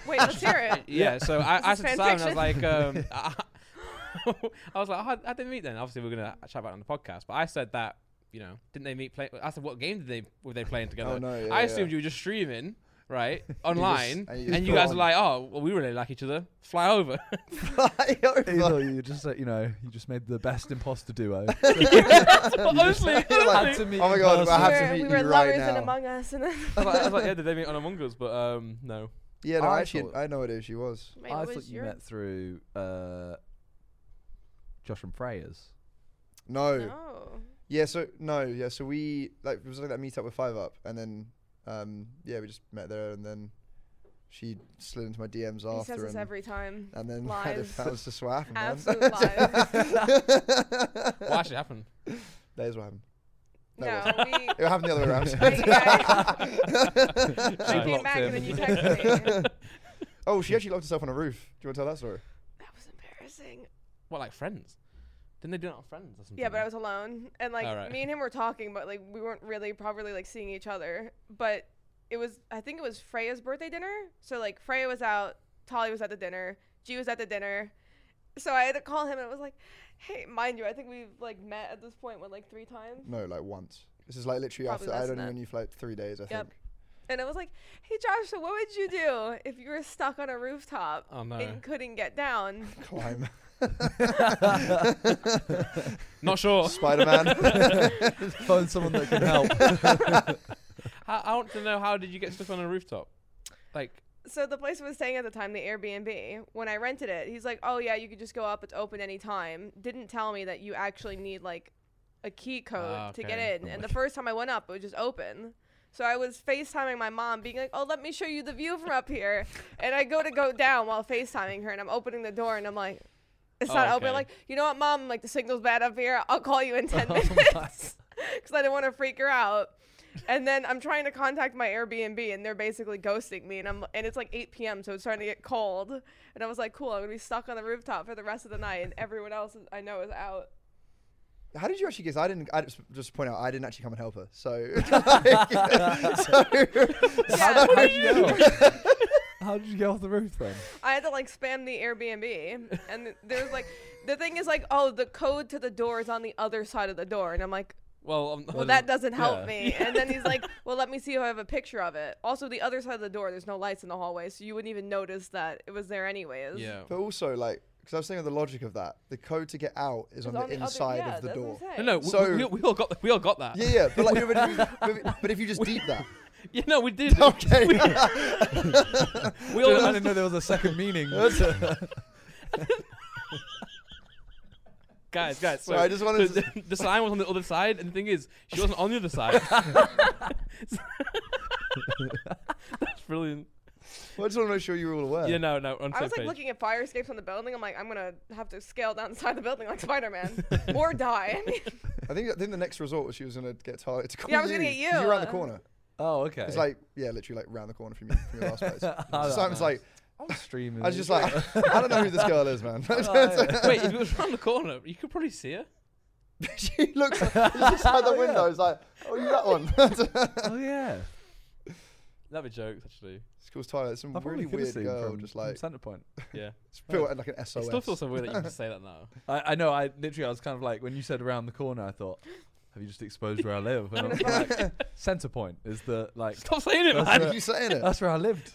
D: Wait, let's hear it.
A: yeah, so I, I
D: This is
A: said to
D: fan
A: Simon, I was like, um, I, I was like, oh, how, how did they meet then? Obviously, we're gonna chat about it on the podcast, but I said that you know, didn't they meet? Play? I said, what game did they were they playing together?
C: Oh no! Yeah,
A: I
C: yeah.
A: assumed you were just streaming. Right online,
C: and you
A: and
C: just
A: you
C: put
A: guys
C: on.
A: were like, "Oh, well, we really like each other. Fly over."
C: Fly over.
B: you just uh, you know you just made the best imposter duo.
A: But honestly,
C: You're like,
A: honestly,
B: to meet
C: Oh my
B: in
C: God, I
D: We
C: have
B: person.
C: to
D: were,
C: meet
D: we were
C: you right
D: lovers and
C: now.
D: Among Us, and then
A: I was like, I was like, "Yeah, did they meet on Among Us?" But um, no.
C: Yeah, no,
B: I
C: I actually,
B: thought-
C: I had no idea who she was.
D: Wait,
B: Oh, I
D: what
B: thought
D: was
B: you
D: your-
B: met through uh, Josh from Freya's.
C: No.
D: No.
C: Yeah. So no. Yeah. So we like it was like that meetup with Five Up, and then um yeah we just met there, and then she slid into my DMs
D: He
C: after.
D: says this
C: and-
D: every time.
C: And then
D: Lies.
C: that was just what happened. man.
D: Absolute lies.
A: What actually happened?
C: That is what happened. No, it
D: No, we.
C: It happened the other way around.
D: Wait, you guys-
A: She
D: I came
B: blocked
D: back
B: him.
D: and then you texted me.
C: oh, she actually locked herself on a roof. Do you want to tell that story?
D: That was embarrassing.
A: What, like friends? Didn't they do it on Friends or something?
D: Yeah, but I was alone, and like
A: Alright.
D: me and him were talking, but like we weren't really properly like seeing each other. But it was, I think it was Freya's birthday dinner. So like Freya was out, Tolly was at the dinner, G was at the dinner. So I had to call him, and it was like, hey, mind you, I think we've like met at this point, what like three times.
C: No, like once. This is like literally
D: Probably
C: after I
D: less
C: don't
D: than
C: even you for like three days. I
D: Yep.
C: think.
D: And I was like, hey, Joshua, what would you do if you were stuck on a rooftop
A: Oh no,
D: and couldn't get down?
C: Climb.
A: not sure.
C: Spider Man.
B: Phone someone that can help.
A: I, I want to know how did you get stuck on a rooftop? Like,
D: so the place I was staying at the time, the Airbnb, when I rented it, he's like, "Oh yeah, you could just go up. It's open anytime." Didn't tell me that you actually need like a key code
A: Ah,
D: to get
A: okay.
D: in. And the first time I went up, it was just open. So I was FaceTiming my mom, being like, "Oh, let me show you the view from up here." and I go to go down while FaceTiming her, and I'm opening the door, and I'm like, "It's
A: Oh,
D: not open."
A: okay.
D: like, you know what, mom? Like the signal's bad up here. I'll call you in ten
B: Oh my
D: minutes because I didn't want to freak her out. And then I'm trying to contact my Airbnb, and they're basically ghosting me. And I'm and it's like 8 p.m., so it's starting to get cold. And I was like, cool, I'm gonna be stuck on the rooftop for the rest of the night, and everyone else is- I know is out.
C: How did you actually guess? I didn't. I just, just to point out, I didn't actually come and help her. So, like, so
D: Yeah,
B: How did you get off? How did you get off the roof then?
D: I had to like spam the Airbnb, and there's like the thing is like, oh, the code to the door is on the other side of the door, and I'm like,
A: well, um,
D: well, that doesn't help
B: yeah.
D: me. And then he's like, well, let me see if I have a picture of it. Also, the other side of the door, there's no lights in the hallway, so you wouldn't even notice that it was there anyways.
A: Yeah.
C: but also like, because I was thinking of the logic of that. The code to get out is
D: It's
C: on, the
D: other-
C: inside
D: yeah,
C: of the
D: that's what I'm
C: door.
A: No,
D: saying.
A: no, we,
C: So-
A: we, we all got that. We all got that.
C: Yeah, yeah. But like, we already- but- but if you just deep that,
A: Yeah, no, we did.
C: okay.
A: We all
B: I didn't know there was a second meaning.
A: guys, guys. So,
C: Well, I just wanted
A: so the, the sign was on the other side, and the thing is, she wasn't on the other side. That's brilliant.
C: I just want to make sure you were all aware.
A: Yeah, no, no, on
D: I
A: same
D: was like
A: page.
D: looking at fire escapes on the building. I'm like, I'm gonna have to scale down inside the building like Spider-Man or die. I mean,
C: I think I think the next resort was she was gonna get Tyler to call
D: Yeah, I was gonna
C: you,
D: get
C: 'cause You were around the
D: you.
C: corner.
B: Oh, okay.
C: It's like yeah, literally like round the corner from, you, from your last place. Simon's like,
B: I'm streaming. Oh,
C: I was just like, I don't know who this girl is, man.
A: Wait, if it was round the corner, you could probably see her.
C: she looks she's just out the
B: Oh, yeah.
C: window. It's like, oh, you that one?
B: oh yeah.
A: That'd be jokes, actually.
C: It's called Twilight. Some
B: I
C: really
B: probably could have
C: weird
B: seen
C: girl,
B: from,
C: just like
B: Center Point.
A: Yeah.
C: it's built like an SOS.
A: It still feels so weird that you can say that now.
B: I, I know. I literally, I was kind of like when you said around the corner, I thought, have you just exposed where I live? And I was like, Center Point is the like.
A: Stop saying it,
C: Why
A: man.
C: did you say in it?
B: That's where I lived.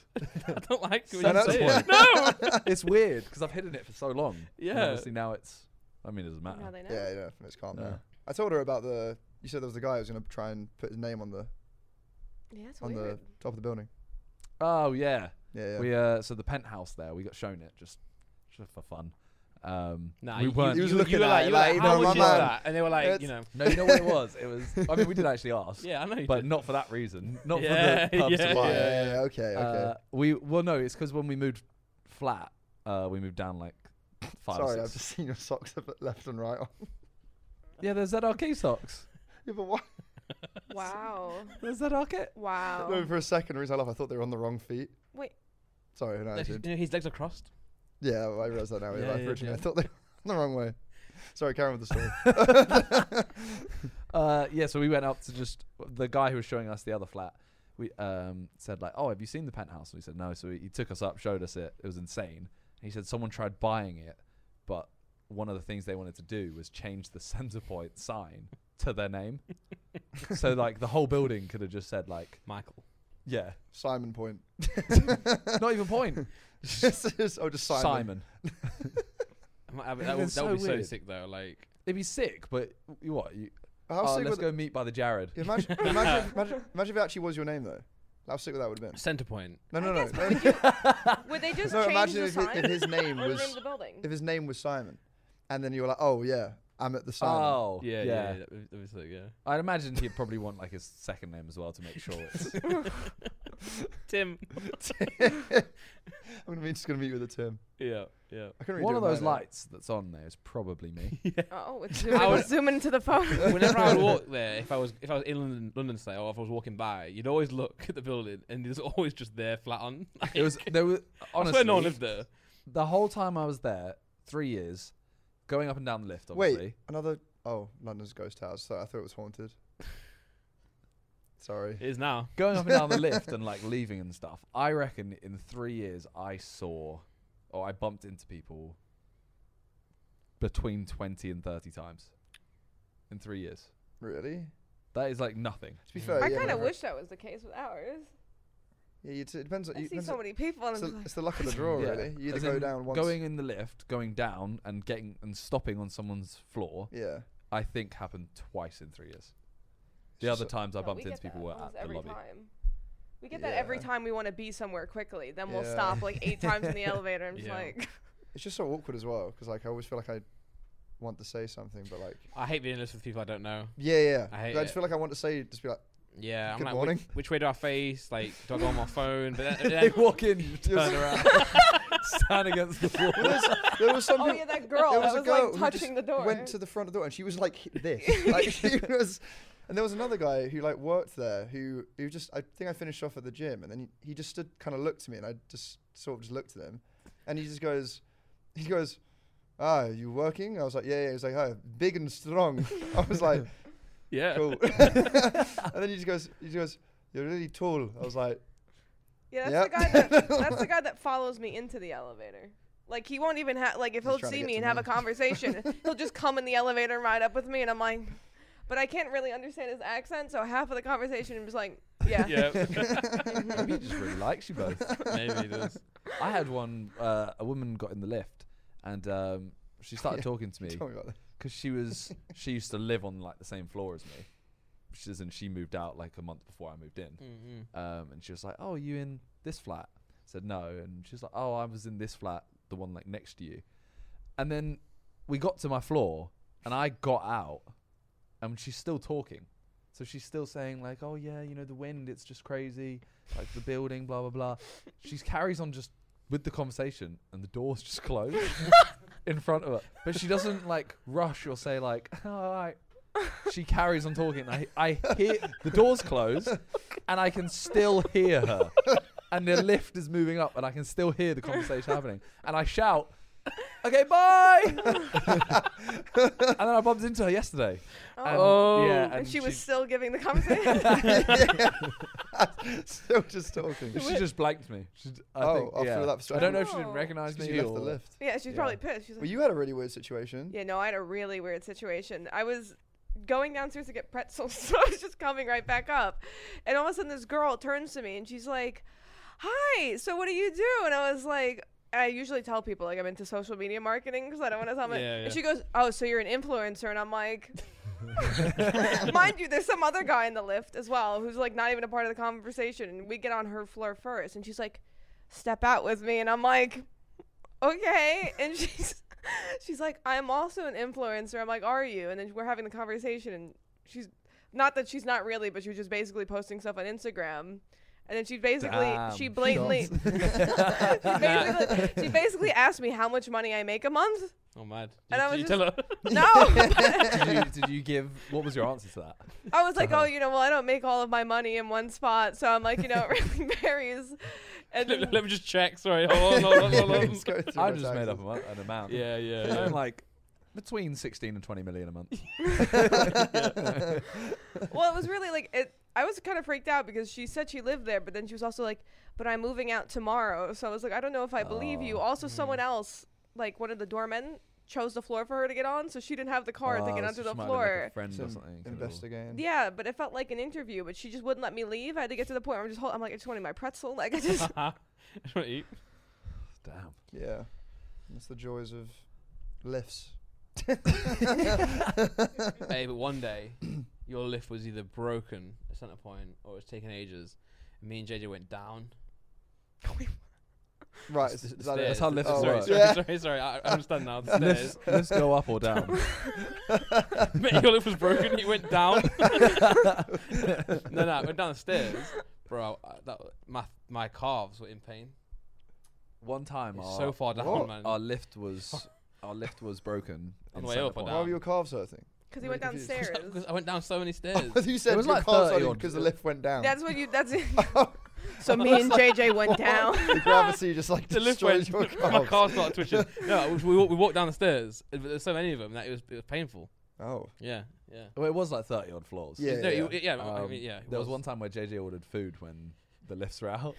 A: I don't like it
C: I
A: when you
C: know.
A: say
B: That's
A: it. No.
B: It's weird because I've hidden it for so long. and
A: Yeah.
B: obviously now it's. I mean, it doesn't
D: Now
B: matter.
D: they know.
C: Yeah, yeah, it's calm
B: No.
C: now. I told her about the. You said there was the guy who was gonna try and put his name on the
D: Yeah, it's
C: on
D: weird.
C: the top of the building.
B: Oh yeah.
C: Yeah, yeah.
B: We uh, so the penthouse there, we got shown it just, just for fun. Um,
A: Nah,
B: we
A: you,
B: weren't.
A: you,
C: He was
A: you,
C: looking
A: you were
C: at
A: like,
C: it
A: you were like,
C: like,
A: how
C: "No,
A: much
C: my
A: is
C: man,
A: that? And they were like, you know,
B: no, you know what it was. It was. I mean, we did actually ask.
A: yeah, I know. You
B: but
A: did.
B: not for that reason. Not
A: Yeah,
B: for the purpose
A: yeah,
B: of
C: Right,
B: why.
A: yeah,
C: yeah,
A: yeah.
C: yeah, Okay, okay.
B: Uh, we well no, it's because when we moved flat, uh, we moved down like five.
C: Sorry,
B: or
C: I've
B: six.
C: just seen your socks up at left and right. On.
B: Yeah, there's ZRK socks.
C: Yeah, but why?
D: Wow.
B: There's ZRK.
D: Wow.
B: Oh.
C: No, for a second, reason I laugh, I thought they were on the wrong feet.
D: Wait.
C: Sorry, no, I
A: Like, you
C: did.
A: know, his legs are crossed.
C: Yeah, I realised that now.
A: Yeah,
C: Yeah,
A: yeah,
C: originally, I
A: yeah.
C: thought they were on the wrong way. Sorry, carry on with the story.
B: Uh, yeah, so we went up to just the guy who was showing us the other flat. We um, said like, "Oh, have you seen the penthouse?" And we said no. So he, he took us up, showed us it. It was insane. He said someone tried buying it, but one of the things they wanted to do was change the center point sign to their name. so like the whole building could have just said like,
A: Michael.
B: yeah,
C: Simon Point.
B: not even point.
C: It's just- oh, just Simon.
B: Simon.
A: I might have-
B: It
A: That would,
B: is
A: that would be
B: so
A: so
B: weird.
A: sick, though. Like,
B: It'd be sick, but you what? You,
C: How
B: oh,
C: sick
B: let's
C: would-
B: go meet by the Jared.
C: Imagine, imagine, imagine, imagine if it actually was your name though. How sick would that would have been?
A: center point.
C: No, no,
D: I
C: no.
D: guess
C: no.
D: would you- Would they just
C: No,
D: change
C: imagine
D: the
C: if his,
D: sign?
C: if his name
D: Or the name of
C: was
D: the building?
C: if his name was Simon, and then you were like, oh yeah, I'm at the Simon.
B: Oh,
A: Yeah, yeah, yeah. that would- that would be sick, yeah.
B: I'd imagine he'd probably want like his second name as well to make sure it's.
A: Tim.
C: I'm gonna be, just gonna meet you with a Tim.
A: Yeah, yeah.
C: I couldn't really
B: One
C: do
B: of
C: it
B: those
C: my name.
B: lights that's on there is probably me.
D: oh, it's zooming,
A: I would-
D: zooming into the phone.
A: Whenever I would walk there, if I was if I was in London, London say, or if I was walking by, you'd always look at the building, and it was always just there, flat on.
B: it was there was
A: I
B: honestly
A: swear no one lived there.
B: the whole time I was there, three years, going up and down the lift. Obviously,
C: Wait, another. Oh, London's ghost house. So I thought it was haunted. Sorry.
A: It is now.
B: going up and down the lift and like leaving and stuff. I reckon in three years I saw, or I bumped into people between twenty and thirty times in three years.
C: Really?
B: That is like nothing.
C: To be fair,
D: I
C: yeah,
D: kind of
C: whatever.
D: wish that was the case with ours.
C: Yeah, you t- it depends. On,
D: I
C: you,
D: see
C: depends
D: so
C: on-
D: many people, and
C: it's,
D: I'm
C: the,
D: like,
C: it's the luck of the draw,
B: Yeah.
C: really. You either
B: As
C: go
B: in
C: down once.
B: Going in the lift, going down, and getting and stopping on someone's floor,
C: yeah.
B: I think happened twice in three years. The
C: It's
B: other
C: just-
B: times I
D: "Oh, we
B: bumped into
D: get
B: people
D: that
B: were
D: almost
B: at the
D: every
B: lobby.
D: time." We get that every
C: Yeah.
D: time we want to be somewhere quickly. Then we'll
C: Yeah.
D: stop like eight times in the elevator. I'm just
A: Yeah.
D: like,
C: It's just so awkward as well because like I always feel like I want to say something, but like
A: I hate being in lists with people I don't know.
C: yeah, yeah.
A: I hate
C: But I just
A: it.
C: feel like I want to say just be like
A: Yeah, I'm
C: Good
A: like,
C: morning.
A: Which, which way do I face? Like, do I go on my phone? But then,
B: they
A: then
B: walk in, you turn around, stand against the wall.
C: Well, there's, there was some
D: oh
C: people
D: yeah, that girl
C: there was
D: that was,
C: a girl who
D: like touching the
C: just
D: door.
C: went to the front of the door and she was like hit this. like she was, and there was another guy who like worked there who who just I think I finished off at the gym and then he, he just stood kind of looked at me and I just sort of just looked at him, and he just goes, he goes, ah, are you working? I was like, yeah, yeah. He was like, oh, big and strong. I was like,
A: yeah,
C: cool. and then he just goes, he just goes, you're really tall. I was like,
D: yeah,
C: Yep.
D: that's the guy that that's the guy that follows me into the elevator. Like he won't even have like if
C: He's
D: he'll
C: trying to
D: see
C: get
D: me
C: to
D: and have
C: me.
D: a conversation, he'll just come in the elevator and ride up with me, and I'm like, but I can't really understand his accent, so half of the conversation I'm just like, yeah,
A: yeah.
B: Maybe he just really likes you both.
A: Maybe it is.
B: I had one. Uh, a woman got in the lift, and um, she started
C: Yeah,
B: talking to me
C: tell me about that.
B: because she was she used to live on like the same floor as me. She's and she moved out like a month before I moved in.
A: Mm-hmm.
B: Um, and she was like, "Oh, are you in this flat?" I said no, and she was like, "Oh, I was in this flat, the one like next to you." And then we got to my floor, and I got out, and she's still talking. So she's still saying like, "Oh yeah, you know the wind, it's just crazy, like the building, blah blah blah." She carries on just with the conversation, and the doors just close in front of her. But she doesn't like rush or say "Oh, like, "All right." She carries on talking. and I, I hear the doors close, and I can still hear her. and the lift is moving up, and I can still hear the conversation happening. And I shout, "Okay, bye!" and then I bumped into her yesterday. And,
D: Oh.
B: yeah,
A: Oh.
D: and, she was still giving the conversation.
C: Still just talking.
B: She just blanked me. She, I
C: Oh,
B: think,
C: after
B: yeah.
C: that
B: I don't know if she
D: struggle.
B: didn't
D: Oh.
B: recognize me.
C: you left
B: or-
C: the lift.
D: yeah, she's
B: Yeah.
D: probably pissed. She's
C: Well,
D: like,
C: you had a really weird situation.
D: yeah, no, I had a really weird situation. I was going downstairs to get pretzels, so I was just coming right back up, and all of a sudden this girl turns to me and she's like, "Hi, so what do you do?" And I was like. I usually tell people like I'm into social media marketing because I don't want to tell them.
A: Yeah, yeah.
D: And she goes, "Oh, so you're an influencer?" And I'm like, Mind you, there's some other guy in the lift as well who's like not even a part of the conversation. And we get on her floor first, and she's like, "Step out with me," and I'm like, "Okay." And she's she's like, "I'm also an influencer." I'm like, "Are you?" And then we're having the conversation, and she's not that she's not really, but she was just basically posting stuff on Instagram. And then she basically
B: Damn,
D: she blatantly
B: shots.
D: she basically, she basically asked me how much money I make a month.
A: Oh, mad. Did,
D: And I
A: did
D: was
A: you tell her?
D: No,
B: did, you, did you give? What was your answer to that?
D: I was like, oh,
B: Uh-huh.
D: you know, well, I don't make all of my money in one spot, so I'm like, you know, it really varies. And
A: let,
D: then,
A: me- let me just check. Sorry. Hold on, hold on, hold on.
C: Let's go through
B: I
C: my
B: just made up
C: taxes.
B: a mo- an amount.
A: yeah, yeah,
B: I'm
A: yeah.
B: like between 16 and 20 million a month.
D: well, it was really like it. I was kind of freaked out because she said she lived there, but then she was also like, but I'm moving out tomorrow, so I was like, I don't know if I believe you.
B: Oh,
D: Also, someone else, like one of the doormen, chose the floor for her to get on, so she didn't have the card to
B: Oh,
D: get
B: so
D: onto
B: she
D: the
B: might have been, like, a
D: floor.
B: friend or
C: Some
B: something. kind of little-
C: Investigating.
D: Yeah, but it felt like an interview, but she just wouldn't let me leave. I had to get to the point where I'm just, hold- I'm like, I just wanted my pretzel, like I just.
A: I just wanna eat.
B: Damn.
C: Yeah. That's the joys of lifts.
A: Hey, but one day, your lift was either broken at center point or it was taking ages. And me and JJ went down.
C: Right.
A: S-
C: Is,
A: the
C: is that it?
A: stairs.
B: That's how lifts
C: Oh,
A: sorry,
C: right.
A: sorry,
C: Yeah.
A: sorry, sorry. I I understand now. The
B: Let's,
A: stairs.
B: let's go up or down.
A: Mate, your lift was broken. It went down. no, no, it went down the stairs, bro. I, that, my my calves were in pain.
B: One time,
A: It's
B: our,
A: so far down,
C: What?
A: man.
B: our lift was our lift was broken.
A: On
B: in
A: the way up
B: Centrepoint.
A: or
C: Why were
A: down?
C: your calves hurting?
D: Because he
C: Really
D: went
C: confused.
D: downstairs.
A: Because I went down so many stairs.
C: you said
B: was
C: your
B: like
C: calves
B: 30
C: hurting
B: odd.
C: because the lift went down.
D: That's what you. That's it. so me and JJ went down.
C: the gravity just like
A: the lift
C: destroyed
A: went.
C: your
A: my
C: calves.
A: calves started twitching. No, we, we walked- we walked down the stairs. uh, but There's so many of them that it was it was painful.
C: Oh.
A: Yeah, yeah.
B: Well, it was like 30 odd floors.
C: Yeah,
A: no,
C: yeah.
A: you- yeah. I
B: Um,
A: mean, yeah. it
B: there was. one time where JJ ordered food when the lifts were out.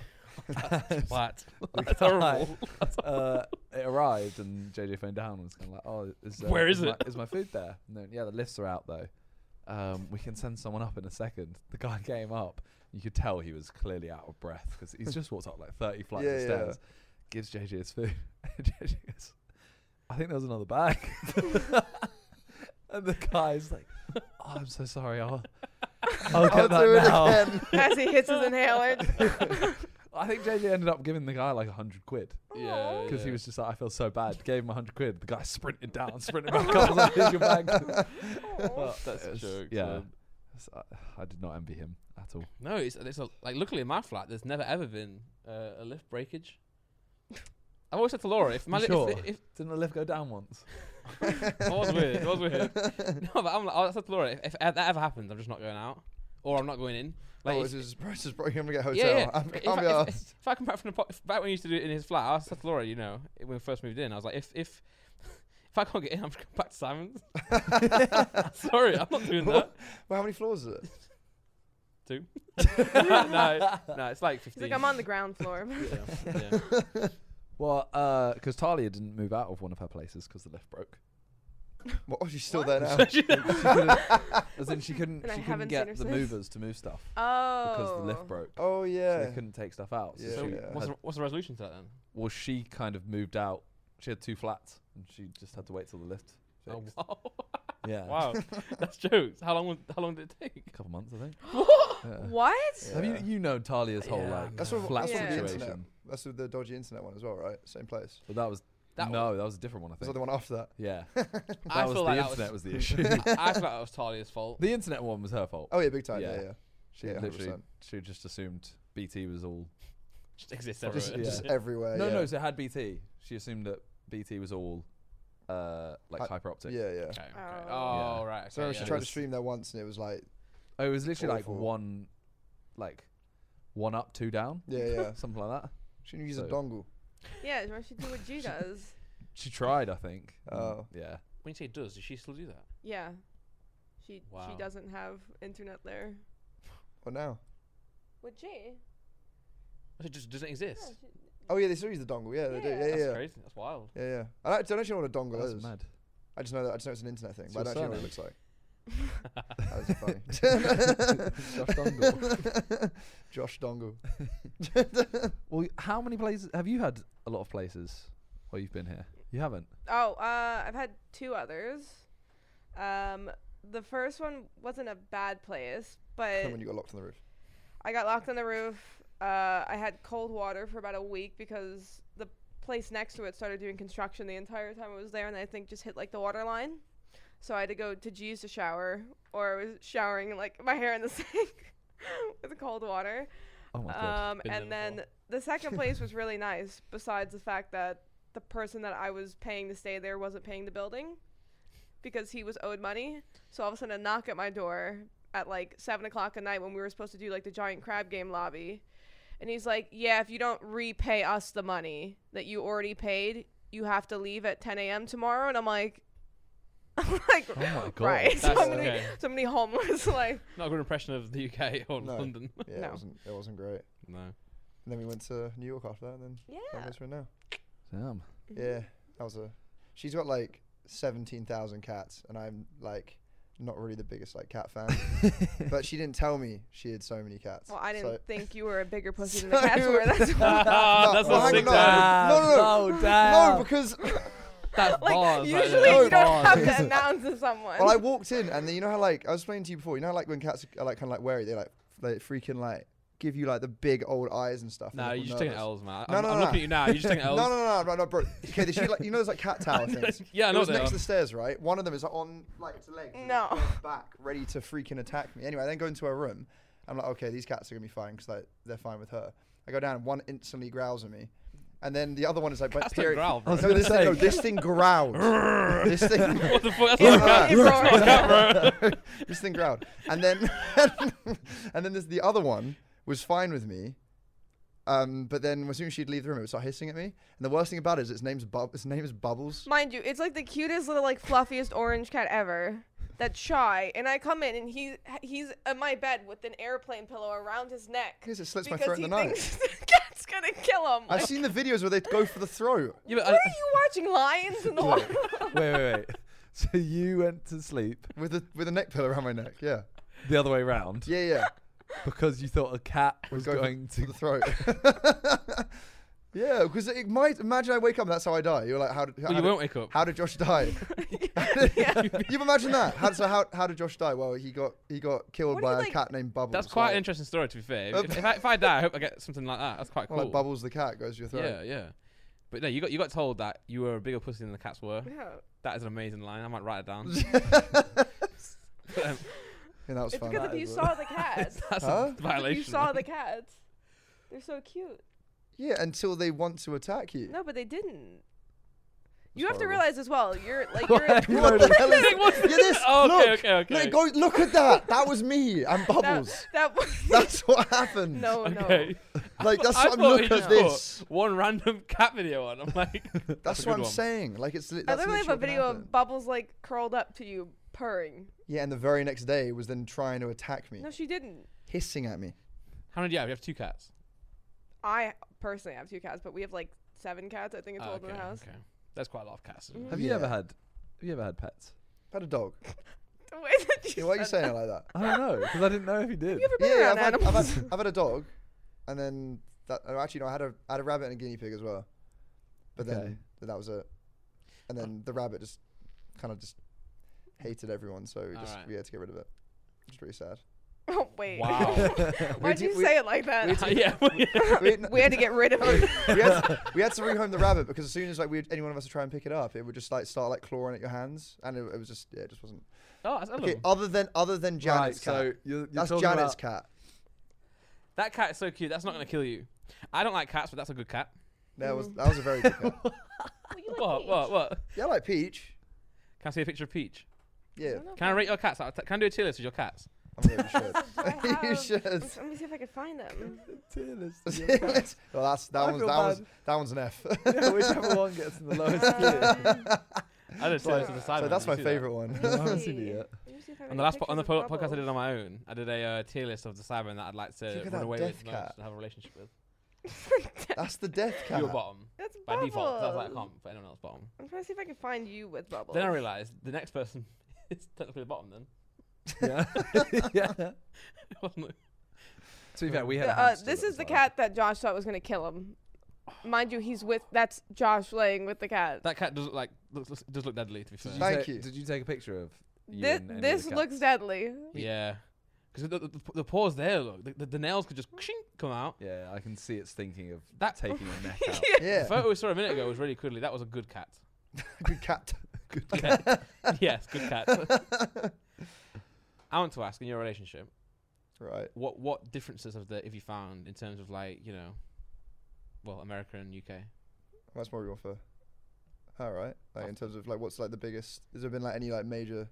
A: What?
B: We
A: That's
B: got,
A: horrible.
B: like, uh, it arrived and JJ phoned down and was kind of like, "Oh, is uh,
A: Where is
B: my-
A: it?"
B: is my food there?" And then, yeah, the lifts are out though. Um, we can send someone up in a second. The guy came up. You could tell he was clearly out of breath because he's just walked up like thirty flights
C: Yeah,
B: of
C: yeah.
B: stairs. Gives JJ his food. And JJ goes, "I think there was another bag." and the guy's like, "Oh, I'm so sorry. I'll, I'll get
C: do it
B: that now."
C: again.
D: as he hits his inhaler.
B: I think JJ ended up giving the guy like a hundred quid.
A: Yeah,
B: Because he
A: yeah.
B: was just like, I feel so bad. Gave him a hundred quid. The guy sprinted down, sprinted back up. I was like, "Here's your bag."
D: Aw.
A: That's
B: It
A: a
B: was-
A: joke,
B: Yeah.
A: man.
B: It's- uh, I, I did not envy him at all.
A: No, it's, it's a, like luckily in my flat, there's never ever been uh, a lift breakage. I've always said to Laura, if my li-
B: You sure?
A: if, if,
B: Didn't the lift go down once?
A: that was weird, that was weird. no, but I'm like, I said to Laura, if, if that ever happens, I'm just not going out, or I'm not going in. Like,
C: oh,
A: it's-
C: this is this is probably gonna get a hotel.
A: yeah, yeah.
C: I'm,
A: If,
C: can't
A: I,
C: be
A: if,
C: arsed.
A: if- if I come back from the po- if back when we used to do it in his flat, I said to Laura, you know, when we first moved in, I was like, if if if I can't get in, I'm just going back to Simon's. Sorry, I'm not doing that.
C: Well, how many floors is it?
A: no, no, it's like
D: He's
A: 15.
D: like, I'm on the ground floor.
A: Yeah, yeah.
B: Well, because Talia didn't move out of one of her places because the lift broke.
C: What? Oh, she's still there now.
B: She couldn't, as in, she couldn't,
D: And I
B: she couldn't
D: haven't
B: get
D: seen her
B: the
D: since.
B: movers to move stuff
D: Oh.
B: because the lift broke.
C: Oh
B: So
C: yeah.
B: they couldn't take stuff out. So
C: Yeah.
A: So
B: she
C: Yeah.
A: what's,
B: had-
A: the, what's the resolution to that then?
B: well, she kind of moved out. She had two flats and she just had to wait till the lift.
A: Oh,
B: fixed.
A: wow.
C: Uh.
B: Yeah.
A: wow, that's jokes. How long? was- How long did it take?
B: A couple months, I think. Yeah.
D: What?
B: Have you
C: Yeah.
B: you know Talia's whole
A: Yeah,
B: like
A: That's
C: what-
B: flat
D: that's what the
C: internet-
B: situation?
C: That's with the dodgy internet one as well, right? Same place.
B: But that was
A: That
B: no, that was a different one. I
C: Was
B: think.
C: that the one after that?
B: Yeah, that
A: I
B: was
A: feel
B: the
A: like
B: internet
A: that was.
B: was, the issue.
A: I feel like that was Talia's fault.
B: the internet one was her fault.
C: Oh yeah, big time. Yeah,
B: Yeah.
C: yeah.
B: she
C: yeah,
B: literally
C: 100%.
B: she just assumed BT was all.
A: Just exists
B: Sorry.
A: everywhere.
C: Just,
B: Yeah.
C: just everywhere.
B: no,
C: Uh, yeah.
B: no. So it had BT. She assumed that BT was all, uh, like
C: Hi-
B: hyperoptic.
C: Yeah, yeah.
A: Okay, okay.
D: Oh.
A: Oh right.
C: So
A: okay,
C: she
A: yeah.
C: tried
B: It
C: to
B: was-
C: stream there once, and it was like,
B: Oh, it was literally like
C: Awful.
B: one, like one up, two down,
C: Yeah, yeah.
B: something like that.
C: Shouldn't you use a
B: So-
C: dongle?
D: Yeah, I should do what G does.
B: She tried, I think. and
C: Oh.
B: yeah.
A: When you say does, does she still do that?
D: Yeah. She she
A: Wow.
D: doesn't have internet there.
C: Or now?
D: With G?
A: It just doesn't
D: Yeah,
A: exist.
D: she,
C: Oh yeah, they still use the dongle. Yeah, they do.
D: Yeah.
C: Yeah,
A: That's
C: yeah.
A: crazy. That's wild.
C: Yeah, yeah. I don't, I don't actually know what a dongle
B: That's
C: is.
B: mad.
C: I just know that I just know it's an internet thing,
B: It's
C: but
B: your
C: I don't actually know what it looks like. that was
B: Josh
C: funny.
B: Dongle.
C: Josh Dongle.
B: Well, how many places have you had? A lot of places where you've been here. You haven't.
D: Oh, uh, I've had two others. Um, the first one wasn't a bad place, but
C: when you got locked on the roof.
D: I got locked on the roof. Uh, I had cold water for about a week because the place next to it started doing construction the entire time I was there, and I think just hit like the water line. So I had to go to G's to shower, or I was showering like my hair in the sink with cold water.
B: Oh my god.
D: Um,
A: Been there
D: and then
A: before.
D: the second place was really nice, besides the fact that the person that I was paying to stay there wasn't paying the building because he was owed money. So all of a sudden, a knock at my door at like seven o'clock at night when we were supposed to do like the giant crab game lobby. And he's like, Yeah, if you don't repay us the money that you already paid, you have to leave at 10 a.m. tomorrow. And I'm like, I'm like,
B: Oh my god.
D: right. So
A: That's
D: I'm, gonna be,
A: okay.
D: so I'm gonna be homeless. Like,
A: Not a good impression of the UK or
C: No.
A: London.
C: Yeah,
D: No.
C: it wasn't. It wasn't great.
A: No.
C: And then we went to New York after that, and then that
D: yeah.
C: was right now.
B: Damn.
C: Yeah, that was a. She's got like seventeen thousand cats, and I'm like not really the biggest like cat fan. but she didn't tell me she had so many cats.
D: Well, I didn't
C: So-
D: think you were a bigger pussy than the
C: So-
D: cats were. That's why.
A: That's
C: well,
A: a
C: hang
A: sick
C: on,
A: dad.
C: no, no, no,
B: No,
C: no,
A: Ah.
B: damn.
C: because
A: That's
D: Oh, like
A: bars right
D: usually
A: there.
D: you don't have
C: Bars.
D: to announce to someone.
C: well, I walked in, and then, you know how like I was explaining to you before, you know like when cats are like kind of like wary, they like they freaking like give you like the big old eyes and stuff. and
A: No,
C: look
A: you're
C: all
A: just taking
C: nervous.
A: L's, man.
C: No,
A: I'm,
C: no,
A: I'm
C: no.
A: looking at you now. You're just taking
C: No,
A: L's.
C: no, no, no, no, bro. Okay, they shoot, like, you know those like cat tower things.
A: Yeah, I
C: it
A: know
C: was
A: they
C: next
A: are.
C: to the stairs, right? One of them is like, on like its legs, and
D: No.
C: it's bent back, ready to freaking attack me. Anyway, I then go into her room. I'm like, okay, these cats are gonna be fine because like they're fine with her. I go down, and one instantly growls at me, and then the other one is like, but
A: That's not growl, bro.
C: No, this thing, no, this thing growled. this thing.
A: What the fuck? That's not a cat.
D: It
A: That's not a cat, bro.
C: this thing growled, and then and then this, the other one was fine with me. Um, but then as soon as she'd leave the room, it would start hissing at me. And the worst thing about it is its name's Bub- its name is Bubbles.
D: Mind you, it's like the cutest little like fluffiest orange cat ever. That's shy, and I come in and he he's at my bed with an airplane pillow around his neck
C: Because it slits my
D: because
C: throat
D: he
C: in the night.
D: thinks the cat's gonna kill him.
C: I've
D: Like,
C: seen the videos where they go for the throat.
A: Yeah, but
D: what
A: I-
D: are you watching? Lions in the
B: Wait,
D: water.
B: wait, wait, wait. So you went to sleep
C: With a with a neck pillow around my neck, yeah,
B: the other way round
C: yeah, yeah,
B: because you thought a cat was
C: go for-
B: going
C: to
B: to.
C: the throat. yeah, because it might imagine I wake up and that's how I die. You're like, how did how,
A: Well, you
C: did-
A: won't wake up.
C: how did Josh die? You've imagined that. How, so how how did Josh die? Well, he got he got killed
D: What do
C: by
D: you
C: a
D: like-
C: cat named Bubbles.
A: That's quite
C: like,
A: an interesting story, to be fair.
C: Uh,
A: If, if I, if I die, I hope I get something like that. That's quite cool.
C: Like Bubbles the cat goes to your throat.
A: yeah, yeah. But no, you got you got told that you were a bigger pussy than the cats were.
D: No,
A: That is an amazing line. I might write it down. Um,
C: Yeah, that was
D: it's
C: fun.
D: because
B: That
D: if you
B: is-
D: saw the cats,
A: That's
C: Huh?
A: a
D: if you
A: violation.
D: saw the cats, they're so cute.
C: Yeah, until they want to attack you.
D: No, but they didn't. You have to
C: horrible.
D: realize as well. You're like
B: Why
D: you're.
B: are you
C: What the hell is
A: Like, what's
C: Yeah, this.
A: Oh,
C: look,
A: okay, okay, okay.
C: Look, go, look at that. That was me. I'm Bubbles.
D: That, that was
C: That's what happened.
D: no,
A: okay.
C: Like that's
A: I
C: what I'm
A: thought
C: look
A: he
C: at
A: just
C: this.
A: put one random cat video on. I'm like,
C: That's
A: a good
C: what I'm
A: one.
C: saying. Like it's. Li-
D: no. I
C: that's
D: literally have a
C: literally
D: video
C: what
D: of
C: happened.
D: Bubbles like curled up to you, purring.
C: Yeah, and the very next day was then trying to attack me,
D: No, she didn't.
C: hissing at me.
A: how many do you have? You have two cats.
D: I personally have two cats, but we have like seven cats. I think it's
A: Oh,
D: all
C: Ah,
A: okay,
D: in the house.
A: okay. That's quite a lot of cats. isn't it?
B: Have you ever
C: Yeah.
B: had? Have you ever had pets?
C: Had a dog.
D: The way that
C: Yeah, why are you
D: said
C: saying
D: that.
C: it like that?
B: I don't know because I didn't know if you did.
D: You ever been
C: Yeah,
D: around
C: I've had,
D: animals?
C: I've, had, I've had a dog, and then that. Oh, actually, no, I had a I had a rabbit and a guinea pig as well, but
B: Okay.
C: then that was it. And then the rabbit just kind of just hated everyone, so we just
A: Alright.
C: we had to get rid of it. It's really sad.
D: oh wait.
A: Wow.
D: Why'd you
C: we-
D: say it like that?
A: yeah.
C: We had,
D: We had to get rid of it.
C: we had to, we had to rehome the rabbit because as soon as like we any one of us would try and pick it up, it would just like start like clawing at your hands, and it, it was just yeah, it just wasn't.
A: oh, that's
C: Okay,
A: okay,
C: other than other than
B: right,
C: Janet's
B: so
C: cat,
B: you're, you're
C: that's
B: talking
C: Janet's
B: about-
C: cat.
A: That cat is so cute. That's not gonna kill you. I don't like cats, but that's a good cat.
C: That
B: Mm.
C: was that was a very good cat.
A: What? What? What?
C: Yeah, I like Peach.
A: Can I see a picture of Peach?
C: Yeah,
A: Can I rate your cats? out of te- Can I do a tier list with your cats?
C: I mean, you should.
D: I
C: you
D: have-
C: should.
D: Let me see if I can find them.
B: Tier list.
C: well, that's that
B: I
C: one's that
B: feel
C: one's
B: bad.
C: that one's an F.
B: yeah, whichever one gets in the
C: Oh,
B: lowest tier.
D: Um,
A: I just
C: So-
A: to the side.
C: so
A: man,
C: that's
A: you
C: my
A: see that.
C: favorite one.
B: I haven't seen
D: see.
B: it yet.
D: Let me see if I have
A: On
D: any
A: the last po-
D: pictures
A: on the
D: of
A: po- podcast I
D: Rubble.
A: did on my own, I did a uh, tier list of the Cybermen that I'd like to
C: Look at
A: run
C: that
A: away
C: death
A: with and not
C: cat.
A: just have a relationship with.
C: that's the death cat.
A: You were bottom
D: That's
A: by
D: Bubble.
A: default. 'cause I was like, I can't put anyone else bottom.
D: I'm trying to see if I can find you with Bubble.
A: Then I realised the next person is technically the bottom. Then
B: Yeah. yeah.
A: Wasn't it?
B: To be fair, we had
D: The,
B: a
D: uh,
B: hamster
D: this
B: that
D: is the
B: was like-
D: cat that Josh thought was gonna kill him. Mind you, he's with that's Josh laying with the cat.
A: that cat does look like looks, looks, does look deadly. To be
B: Did
A: fair,
B: you
C: Thank
B: take-
C: you.
B: Did you take a picture of? you
D: This,
B: and any of the
D: this looks
B: cats?
D: deadly.
A: yeah, because the, the, the, the paws there look the, the, the nails could just come out.
B: Yeah, I can see it's thinking of
A: That-
B: taking a neck out.
A: The
C: Yeah,
A: photo we saw a minute ago was really cuddly. That was a good cat.
C: good cat.
A: Good cat. yes, good cat. I want to ask in your relationship,
C: Right.
A: what what differences have there if you found in terms of like you know, well America and UK?
C: That's probably one for her, right? Like in terms of like what's like the biggest has there been like any like major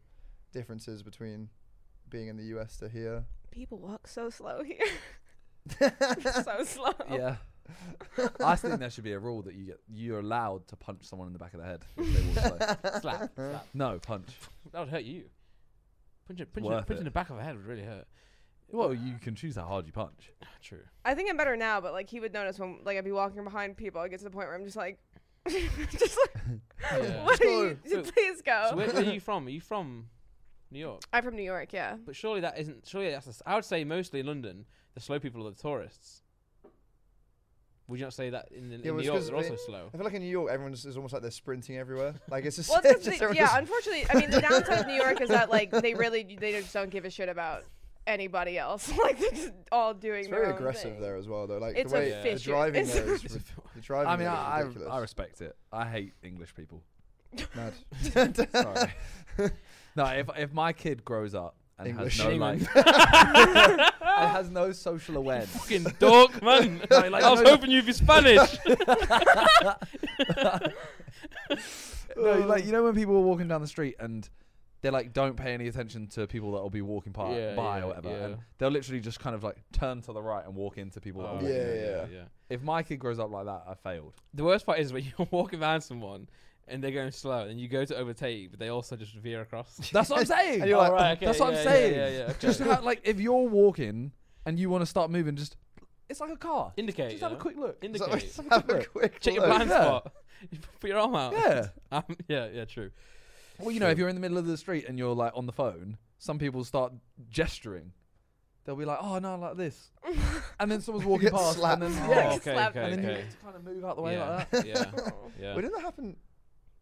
C: differences between being in the US to here?
D: People walk so slow here. so slow.
B: Yeah. I think there should be a rule that you get you're allowed to punch someone in the back of the head. if they walk slow.
A: Slap, slap.
B: no punch.
A: That would hurt you. Punch it, punch,
B: Worth
A: it, punch
B: it.
A: in the back of the head would really hurt.
B: Well, you can choose how hard you punch.
A: True.
D: I think I'm better now, but like he would notice when like I'd be walking behind people. I get to the point where I'm just like, just like,
A: Yeah.
D: what are you?
A: go.
D: please go.
A: so where, where are you from? Are you from New York?
D: I'm from New York. Yeah.
A: But surely that isn't. Surely that's. a s- I would say mostly in London, the slow people are the tourists. Would you not say that in, in,
C: Yeah,
A: in
C: well,
A: New
C: it's
A: York
C: 'cause
A: they're
C: they-
A: also slow?
C: I feel like in New York everyone's is almost like they're sprinting everywhere. Like it's just,
D: Well, it's 'cause
C: just
D: they,
C: everyone
D: yeah.
C: just-
D: Unfortunately, I mean, the downside of New York is that like they really they just don't give a shit about anybody else. like they're just all doing.
C: it's
D: their
C: very
D: own
C: aggressive
D: thing.
C: there as well though. Like
D: It's
C: the way the
A: efficient.
C: driving there is
A: It's
C: ri-
A: a-
C: the driving
B: I mean,
C: there is
B: I, I,
C: ridiculous.
B: I respect it. I hate English people.
C: Mad.
B: Sorry. no, if if my kid grows up and
C: English.
B: has no like,
A: England.
B: and has no social awareness,
A: Fucking dork, man.
B: No, like,
A: I was
B: no, no.
A: hoping you'd be Spanish.
B: no, like
C: Uh.
B: you know when people are walking down the street and they like don't pay any attention to people that will be walking by,
A: Yeah,
B: by
A: yeah,
B: or whatever,
A: yeah.
B: and they'll literally just kind of like turn to the right and walk into people. that are
A: Oh,
B: walking
C: Yeah,
B: in.
C: yeah.
B: If my kid grows up like that, I failed.
A: The worst part is when you're walking behind someone and they're going slow, and you go to overtake, but they also just veer across.
B: That's what I'm saying.
C: And you're like,
A: Alright, okay,
B: That's what
A: yeah,
B: I'm
A: yeah,
B: saying.
A: yeah, yeah, okay.
B: Just how, like if you're walking and you want to start moving, just it's like a car.
A: Indicate.
B: just
A: you
B: have a
A: know?
B: quick look.
C: So
A: Indicate.
C: let's have a
B: look.
C: quick
A: Check your
C: look.
A: blind
B: Yeah.
A: spot. You Put your arm out.
B: Yeah.
A: Um, yeah, yeah, true.
B: Well, you know, if you're in the middle of the street and you're like on the phone, some people start gesturing. They'll be like, "Oh no, like this," and then someone's walking
C: get
B: past,
C: slapped.
B: and then
D: Oh,
B: yeah,
D: okay, slapped.
B: and then you
D: okay.
B: have to kind of move out the way
A: yeah,
B: like that.
A: yeah,
D: Oh.
A: yeah.
C: Well, didn't that happen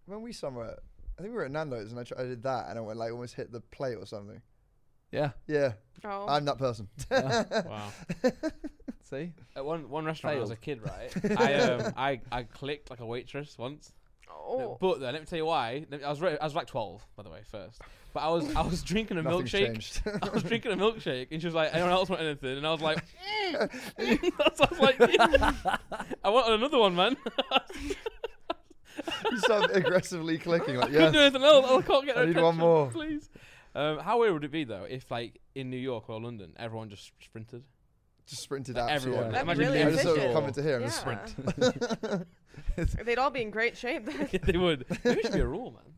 C: when we somewhere? I think we were at Nando's and I, tr- I did that and I went like almost hit the plate or something.
B: Yeah.
C: Yeah,
D: Oh.
C: I'm that person.
A: Wow.
B: See,
A: At one one restaurant when I was a
B: Failed.
A: kid, right? I um I, I clicked like a waitress once.
D: oh.
A: But then let me tell you why. Let me- I was re- I was like twelve, by the way, first. But I was I was drinking a
C: Nothing's
A: milkshake.
C: changed.
A: I was drinking a milkshake, and she was like, "Anyone else want anything?" And I was like, "Mm." so I was like, "I want another one, man.
C: you start aggressively clicking like
A: Couldn't do
C: yeah.
A: anything else. I can't get
C: I
A: her
C: need one
A: attention,
C: more.
A: please." Um, how weird would it be though if, like, in New York or London, everyone just sprinted?
C: Just sprinted
A: Like,
C: out.
A: everyone.
C: Yeah.
D: That'd
A: Imagine
D: really
A: being
C: I
A: in
C: just
D: efficient.
C: sort
A: the
C: of
A: store.
C: come into here and
D: yeah.
C: just
D: They'd all be in great shape. then.
A: they would. Maybe it should be a rule, man.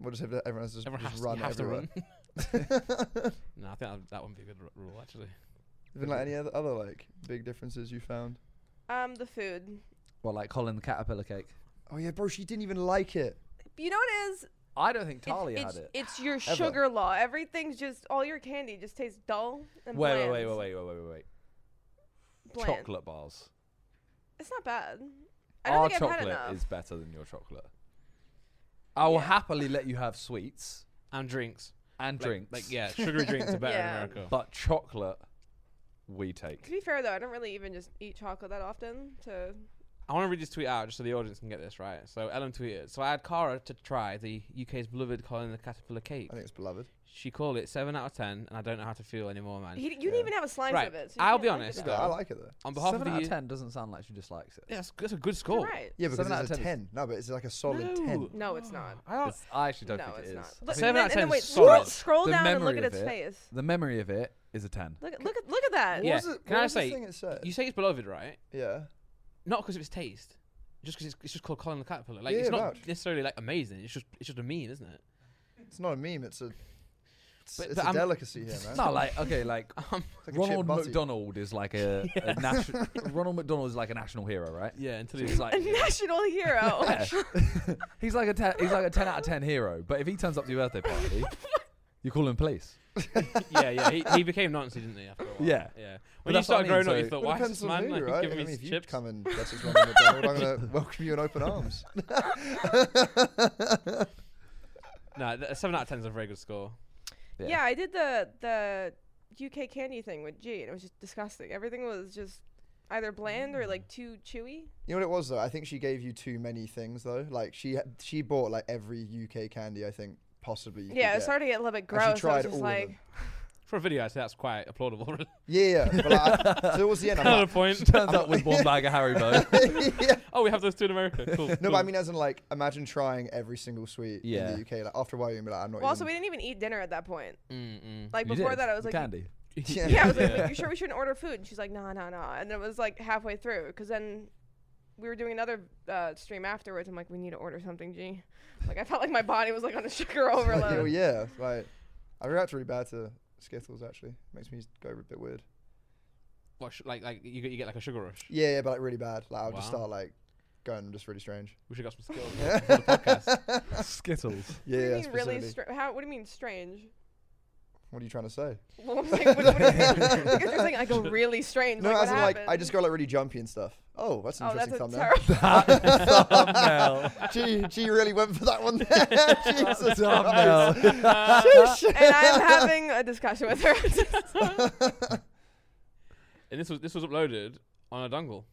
C: We'll just have to, everyone has to just,
A: Everyone has,
C: just run
A: to, you have to
C: everywhere.
A: run. no, I think that, that wouldn't be a good r- rule actually.
C: Have been like any other, other like big differences you found?
D: Um, the food.
B: well, like Colin the caterpillar cake.
C: Oh yeah, bro, she didn't even like it.
D: You know what it is?
B: I don't think
D: It's-
B: Talia
D: it's,
B: had it.
D: It's your sugar law. Everything's just all your candy just tastes dull and
B: Wait, wait,
D: bland.
B: wait, wait, wait, wait, wait, wait.
D: Bland.
B: Chocolate bars.
D: It's not bad. I don't
B: Our
D: think I've had
B: chocolate
D: enough.
B: is better than your chocolate. I will
D: Yeah.
B: happily let you have sweets
A: And drinks.
B: and
A: Like-
B: drinks.
A: Like, yeah, sugary drinks are better
D: Yeah.
A: in America.
B: But chocolate, we
D: To
B: take.
D: be fair though, I don't really even just eat chocolate that often. To
A: I want to read this tweet out just so the audience can get this right. So Ellen tweeted, "So I had Cara to try the UK's beloved Colin the Caterpillar cake.
C: I think it's beloved.
A: She called it seven out of ten, and I don't know how to feel anymore, man.
D: he, you didn't even have a slice
A: Right.
D: of it. So
A: I'll
D: you
A: be
D: can't look
A: honest,
D: at
C: Yeah,
A: though.
C: I
D: that.
C: like it though.
A: On behalf
B: Seven
A: of
B: out
A: the
B: of
A: U- yeah,
B: ten doesn't sound like she dislikes it.
A: that's, that's a good
D: You're
A: score.
D: right.
C: Yeah, because
B: Seven out
C: it's
B: of
C: a
B: ten is-
C: ten. No, but it's like a solid ten.
D: No, it's not.
A: I don't-
B: It's- I actually don't
D: no,
B: think
D: it's
B: it is.
D: not.
B: I
D: Look,
B: think
A: Seven
D: and then,
A: out of
D: and then
A: 10
D: wait,
A: is solid.
D: scroll
B: The
D: down and look
B: memory
D: at
B: of
D: its
B: it-
D: face.
B: the memory of it is a 10.
D: Look, at- look at look at that.
A: Yeah.
C: What was it,
A: Can
C: what
A: I
C: was the
A: say,
C: thing it said?
A: You say it's beloved, right?
C: yeah.
A: Not because of its taste, just because it's, it's just called Colin the Caterpillar. Like
C: Yeah,
A: it's not
C: vouch.
A: necessarily like amazing. It's just it's just a meme, isn't it?
C: It's not a meme. It's a. It's,
A: But-
C: it's
A: but
C: a
A: I'm-
C: delicacy here, man.
B: No, like, okay, like,
A: Um,
C: It's like a chip
B: Ronald
C: butty.
B: McDonald is like a, a national. Ronald McDonald is like a national hero, right?
A: yeah, until
B: So
A: it's
B: he's
A: like
B: like,
D: A national hero.
B: Yeah. he's like a ten, he's like a ten out of ten hero. But if he turns up to your birthday party, you call him police.
A: yeah, yeah. He, he became Nancy, didn't he? After a while.
B: Yeah.
A: yeah.
B: But
A: When you
B: that's what I
A: started growing
B: mean,
A: up,
B: so-
A: you thought,
C: Well,
A: why
C: it
A: is this
C: depends on
A: man
C: who,
A: like,
C: right?
A: giving
C: I
A: me
C: mean,
A: his
C: if you
A: chips?
C: come and guess it's Ronald McDonald, I'm gonna welcome you in open arms.
A: Nah, th- seven out of ten is a very good score.
D: yeah. I did the the UK candy thing with G, and it was just disgusting. Everything was just either bland or like too chewy.
C: You know what it was though? I think she gave you too many things though. Like she she bought like every UK candy I think possibly. you could
D: Yeah, it
C: get.
D: started to get a little bit
C: And she
D: gross. I
C: tried
D: was just
C: all of
D: like,
C: them.
A: For a video, I say that's quite applaudable. really.
C: Yeah, yeah. But like, I, towards the end, I'm
A: Another
C: like,
A: point.
B: Turns up with one bag of Haribo.
C: yeah.
A: oh, we have those two in America. Cool.
C: No, but I mean, as in like, imagine trying every single sweet
B: Yeah.
C: in the UK. Like after a while, you'd be like, I'm not.
D: well, also
C: even,
D: we didn't even eat dinner at that point.
A: mm
D: Like
B: You
D: before
B: did,
D: that, I was
B: the
D: like,
B: candy.
C: Yeah.
D: yeah, I was like,
A: Yeah.
D: you sure we shouldn't order food? And she's like, nah, nah, nah. And it was like halfway through, because then we were doing another uh, stream afterwards. I'm like, we need to order something, G. Like I felt like my body was like on a sugar
C: like, oh
D: overload.
C: yeah, like I react really bad to Skittles. Actually, makes me go a bit weird.
A: What, sh- like like you get, you get like a sugar rush.
C: Yeah, yeah, but like really bad. Like I'll just
A: Wow.
C: start like going just really strange.
A: We should got some skills for the podcast.
B: Skittles.
C: Yeah,
D: what do
C: yeah.
D: you mean really?
C: specifically.
D: Stra- how? What do you mean strange?
C: what are you trying to say?
D: Well, I'm like, what, what do you mean? Because you're saying I go really strange.
C: No,
D: like,
C: as
D: what
C: in like I
D: happened?
C: just go like really jumpy and stuff. Oh, that's an
D: Oh, that's
C: interesting
D: a
C: thumbnail.
D: terrible.
B: thumbnail.
C: Gee, gee, really went for that one there. Jesus
B: Thumbnail.
C: Christ.
D: and I'm having a discussion with her.
A: and this was this was uploaded on a dongle.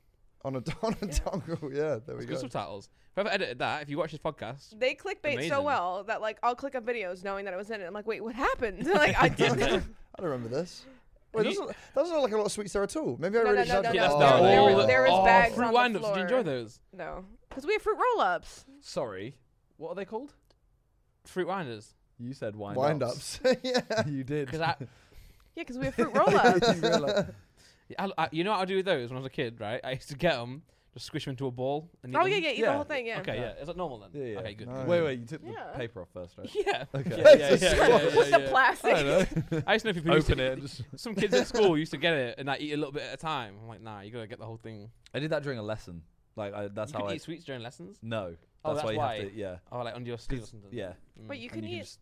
C: on a on a dongle, yeah, there we
A: It's good
C: go.
A: subtitles. Whoever edited that, if you watch this podcast,
D: they clickbait so
A: Amazing.
D: well that like I'll click on videos knowing that it was in it. I'm like, wait, what happened? like I did.
C: I don't remember this. Wait,
A: you-
C: doesn't doesn't look like a lot of sweets there at all. Maybe I
D: No,
C: really
D: no, no,
C: jumped.
A: yeah,
D: no,
A: that's
D: no,
A: terrible.
D: there
C: Oh.
D: was- there was
A: oh,
D: bags
A: fruit
D: on the
A: wind-ups. Did you enjoy
D: floor.
A: those
D: No, because we have fruit roll-ups.
B: Sorry, what are they called?
A: fruit winders?
B: You said wind,
C: Wind
B: ups.
C: ups. yeah.
B: you did.
A: Because I,
D: Yeah, because we have fruit roll-ups.
B: You realize-
A: I, I- you know what I do with those when I was a kid, right? I used to get them, just squish them into a ball. And eat
D: oh
A: them.
D: yeah, yeah, eat
B: Yeah.
D: the whole thing. Yeah.
A: Okay, yeah. Is that normal then?
B: Yeah, yeah.
A: Okay, good.
C: No.
B: wait, wait, you took
D: Yeah.
B: the paper off first, right?
A: Yeah.
B: Okay.
A: Yeah, yeah,
C: Jesus
A: yeah, yeah,
C: Christ.
A: yeah,
D: With the
A: yeah.
D: plastic.
A: I used to know people used to-
B: Open it. and just-
A: Some kids at school used to get it and like eat a little bit at a time. I'm like, nah, you gotta get the whole thing.
B: I did that during a lesson. Like I, that's
A: you
B: how
A: could
B: I.
A: eat sweets during lessons.
B: No, that's,
A: Oh,
B: why
A: that's
B: you
A: why.
B: have to. Yeah.
A: Oh, like under your sleeve or something.
B: Yeah.
A: Mm.
D: Wait, you
B: And
D: can
B: can
D: eat
B: just-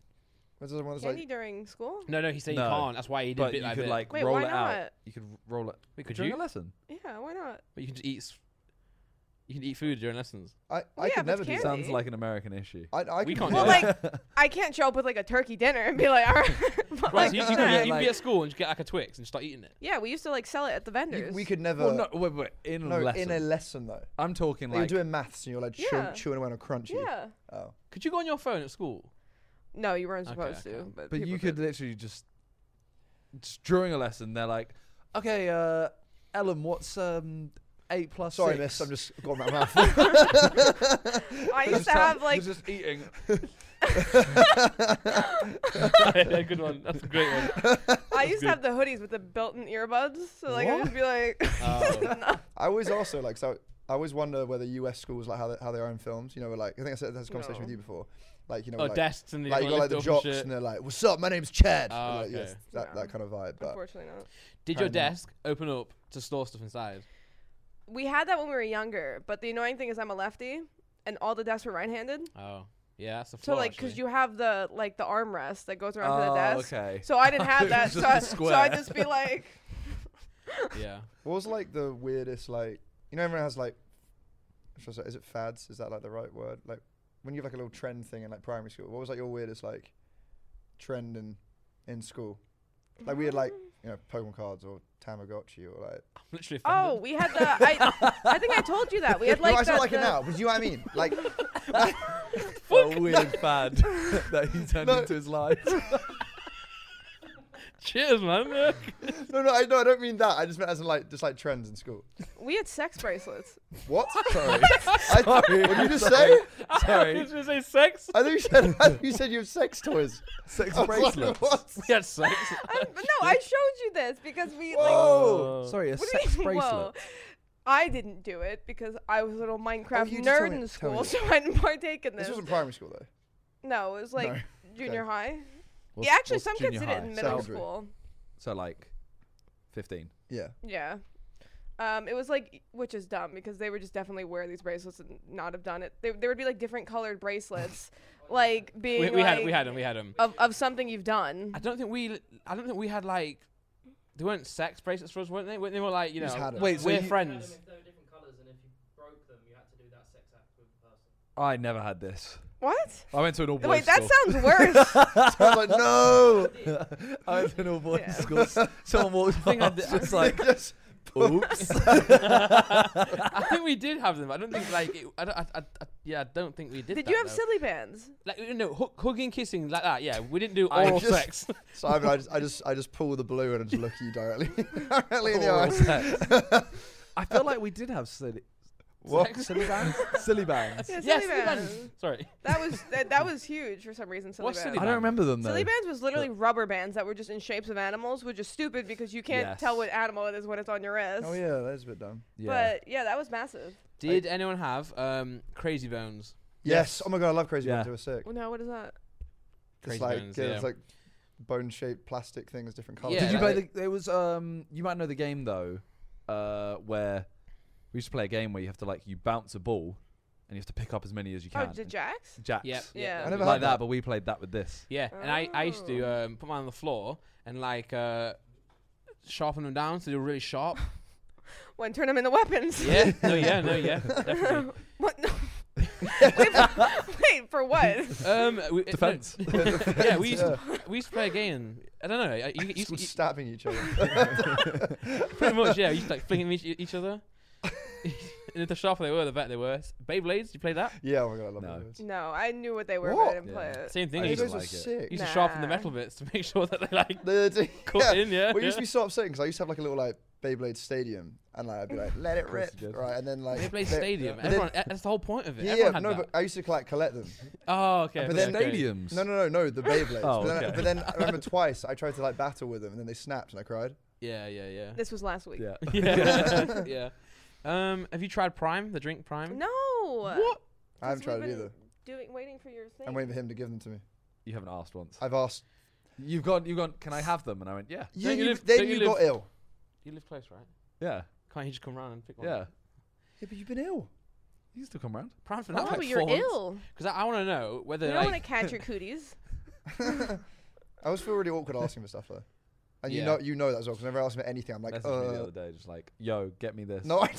C: What's the one that's
D: candy
C: like?
D: during school?
A: No, no, he said
B: No.
A: you can't. That's why he did
B: but
A: bit
B: you
A: like
B: could
A: bit.
B: like
D: Wait,
B: roll
D: why
B: it out.
D: not?
B: You could r- roll it.
A: Wait, could
B: during
A: you?
B: a lesson.
D: Yeah, why not?
A: But you can just eat. s- You can eat food during lessons.
C: I, I
D: Yeah,
C: could
D: but
C: never do that.
D: candy.
B: Sounds like an American issue.
C: I, I
A: We can't
C: could do
D: Well,
C: that.
D: like I can't show up with like a turkey dinner and be like, all right. but,
A: Right,
D: like,
A: so you, you could,
D: nah.
A: be,
B: Yeah,
A: you could be
B: like-
A: at school and just get like a Twix and start eating it.
D: yeah, we used to like sell it at the vendors.
C: You- we could never.
B: Well, no, wait, wait. In a
C: no,
B: lesson.
C: in a lesson though.
B: I'm talking
C: you're
B: like.
C: doing maths and you're like chew-
D: Yeah.
C: chewing away on a crunchy.
D: Yeah.
C: Oh.
A: Could you go on your phone at school?
D: No, you weren't
A: Okay,
D: supposed
A: okay.
D: to. But,
B: But
D: people
B: you could
D: did.
B: literally just, just during a lesson, they're like, "Okay, uh, Ellen, what's um eight plus
C: Sorry,
B: six?
C: miss. I'm just going my mouth.
D: I
B: You're
D: used to
B: just-
D: have like
B: you're just eating.
A: yeah, good one. That's a great one.
D: I
A: good.
D: used to have the hoodies with the built-in earbuds, so like I'd
C: What?
D: just be like,
A: Oh.
C: I always also like so. I always wonder whether U.S. schools like how they, how they own films. You know, like I think I said this conversation with
D: No.
C: you before. Like you know,
A: Oh,
C: like,
A: desks and
C: like you got like the jocks and they're like, "What's up? My name's Chad."
A: Ah,
C: And, like,
A: okay.
C: yes, that,
D: Yeah.
C: that kind of vibe. But
D: unfortunately not.
A: Did your
C: Apparently not.
A: desk open up to store stuff inside?
D: We had that when we were younger, but the annoying thing is I'm a lefty, and all the desks were right-handed.
A: Oh, yeah, that's the
D: So
A: floor.
D: like,
A: actually.
D: cause you have the like the armrest that goes around to the
B: Oh,
D: desk.
B: okay.
D: So I didn't have
B: It
D: that.
B: was
D: so,
B: just a
D: I, so I'd
B: square.
D: just be like,
A: yeah.
C: what was like the weirdest like you know everyone has like, I'm sure- is it fads? Is that like the right word? Like when you have like a little trend thing in like primary school. What was like your weirdest like trend in in school? Like we had like you know Pokemon cards or Tamagotchi or like.
A: I'm literally.
D: oh,
A: Offended.
D: we had the. I, I think I told you that we had like.
C: no, I
D: the,
C: still like
D: the,
C: it now. But you know what I mean? Like
B: a weird fad that he turned
C: No.
B: into his life.
A: Cheers, man. Look.
C: No, no, I, no, I don't mean that. I just meant as in like just like trends in school.
D: We had sex bracelets.
C: What? Sorry. I, what did you just say?
A: I
B: Sorry.
A: was gonna say sex.
C: I thought you said I thought you said you have sex toys.
B: Sex
D: Oh,
C: I was like,
B: bracelets.
C: what?
A: Yeah, sex.
D: I'm, but Um, no, I showed you this because we
C: Oh.
D: like.
C: Whoa.
A: Uh,
B: Sorry, a
D: What do you
B: sex
D: mean, whoa?
B: bracelet.
D: I didn't do it because I was a little Minecraft
C: you did tell
D: nerd
C: me-
D: in
C: tell me
D: school, so I didn't partake in this.
C: This wasn't primary school though.
D: no, it was like
C: No.
D: junior
C: Okay.
D: high.
B: What's-
D: yeah, actually,
B: what's
D: some kids
B: junior
D: did it
B: high?
D: in middle
C: Secondary.
D: school.
B: So like, fifteen.
C: Yeah.
D: Yeah. Um, it was like, which is dumb because they would just definitely wear these bracelets and not have done it. They, there would be like different colored bracelets, like being
A: We, we had we
D: like,
A: had them. We had them.
D: of, of something you've done.
A: I don't think we. I don't think we had like. They weren't sex bracelets for us, weren't they? Weren't they more like you
C: You
A: know?
C: just had 'em.
B: Wait, so
A: we're
B: you-
A: friends.
E: They were different colours, and if you broke them, you had to do that sex act with the person.
B: I never had this.
D: What?
B: I went to an all boys
D: Wait, that
B: school.
D: sounds worse.
C: I was like, no.
B: I went to an all boys
D: Yeah.
B: school. S- Someone walked
A: think I
B: past,
A: did- I
B: just like,
C: Yes.
B: oops.
A: I think we did have them. but I don't think like. It, I don't. I, I, I, yeah, I don't think we did.
D: Did
A: that,
D: you have
A: though.
D: silly bands?
A: like you know hu- hugging, kissing like that? Yeah, we didn't do
B: I
A: oral
C: just-
A: sex.
C: Simon, I just, I just I just pull the blue and I just look you directly directly in the
B: Oral
C: eyes.
B: sex. I feel like we did have silly,
C: What?
A: Sex.
B: silly bands. silly bands.
D: Yeah, silly
A: Yes, silly
D: bands.
A: Sorry.
D: That was that, that was huge for some reason. Silly
A: What's
D: bands.
A: silly
B: I don't remember them though.
D: Silly bands was literally rubber bands that were just in shapes of animals, which is stupid because you can't
B: Yes.
D: tell what animal it is when it's on your wrist.
C: Oh yeah, that's a bit dumb.
B: Yeah.
D: But yeah, that was massive.
A: Did anyone have um crazy bones?
C: Yes. Oh my god, I love crazy
B: Yeah.
C: ones. They were sick.
D: Well, no, what is that?
A: Crazy
C: It's like
A: bones.
C: yeah,
A: yeah.
C: it's like bone shaped plastic things, different colours.
A: Yeah,
B: Did you
A: that-
B: play the? It was um. You might know the game though, uh, where we used to play a game where you have to like you bounce a ball, and you have to pick up as many as you
D: Oh,
B: can.
D: the jacks.
B: Jacks.
A: Yep,
D: Yeah. Yeah.
A: that
C: I
A: was
C: never
A: it.
B: Like
C: had
B: that,
C: that.
B: but we played that with this.
A: Yeah, and I, I used to um, put mine on the floor and like uh, sharpen them down so they were really sharp.
D: When turn them into weapons.
A: Yeah, no, yeah, no, yeah, definitely.
D: What? No. wait, for, wait, for what?
A: Um, we, it- no,
B: Defense.
A: yeah, we used, to, we used to play a game. I don't know. uh, You, you, used
C: Just
A: to-
C: stabbing each other.
A: you- pretty much, yeah. We used to like flinging each, each other. and the sharper they were, the better they were. S- Beyblades, you play that?
C: yeah, oh my god, I love
B: No.
C: those.
D: No, I knew what they were, but I
C: What?
D: didn't play
B: Yeah.
D: it.
A: Same thing.
B: I
A: You used,
C: Those
B: didn't
C: are
A: to-
B: like it.
A: you
C: sick.
A: used to sharpen the
D: Nah.
A: metal bits to make sure that they like
C: They're d-
A: cut
C: yeah.
A: in. Yeah.
C: Well, it
A: yeah.
C: used to be so upsetting because I used to have like a little like Beyblade Stadium, and like I'd be like, let it
B: Of course
C: rip,
B: you did.
C: right? And then like
A: Beyblade
C: they-
A: Stadium.
C: but then-
A: Everyone, e, that's the whole point of it.
C: Yeah,
A: Everyone had
C: no,
A: that.
C: but I used to like collect them.
A: oh, okay.
C: But
A: okay,
C: then-
A: okay.
B: Stadiums.
C: No, no, no, no, the Beyblades.
B: Oh,
C: but, then,
B: okay.
C: but then I remember twice I tried to like battle with them, and then they snapped, and I cried.
A: Yeah, yeah, yeah.
D: This was last week.
B: Yeah.
A: yeah. yeah. Um, have you tried Prime, the drink Prime?
D: No.
A: What?
C: I haven't tried it either.
D: Doing, waiting for your thing.
C: I'm waiting for him to give them to me.
B: You haven't asked once.
C: I've asked.
B: You've gone. You've gone. Can I have them? And I went. Yeah.
C: You,
A: Don't you
C: you-
A: live-
C: then
A: don't you
C: you, got ill.
A: You live close, right?
B: Yeah.
A: Can't you just come round and pick one?
B: Yeah.
C: Yeah, but you've been ill.
B: You used to come round.
A: Prime for
D: Oh,
A: that.
D: but you're ill.
A: Because I, I want to know whether
D: You don't want to
A: like
D: catch your cooties.
C: I always feel really awkward asking for stuff though, and you
A: Yeah.
C: know you know that as well. Because whenever I ask him anything, I'm like,
B: Messaged me the
C: uh,
B: other day, just like, yo, get me this.
C: no, I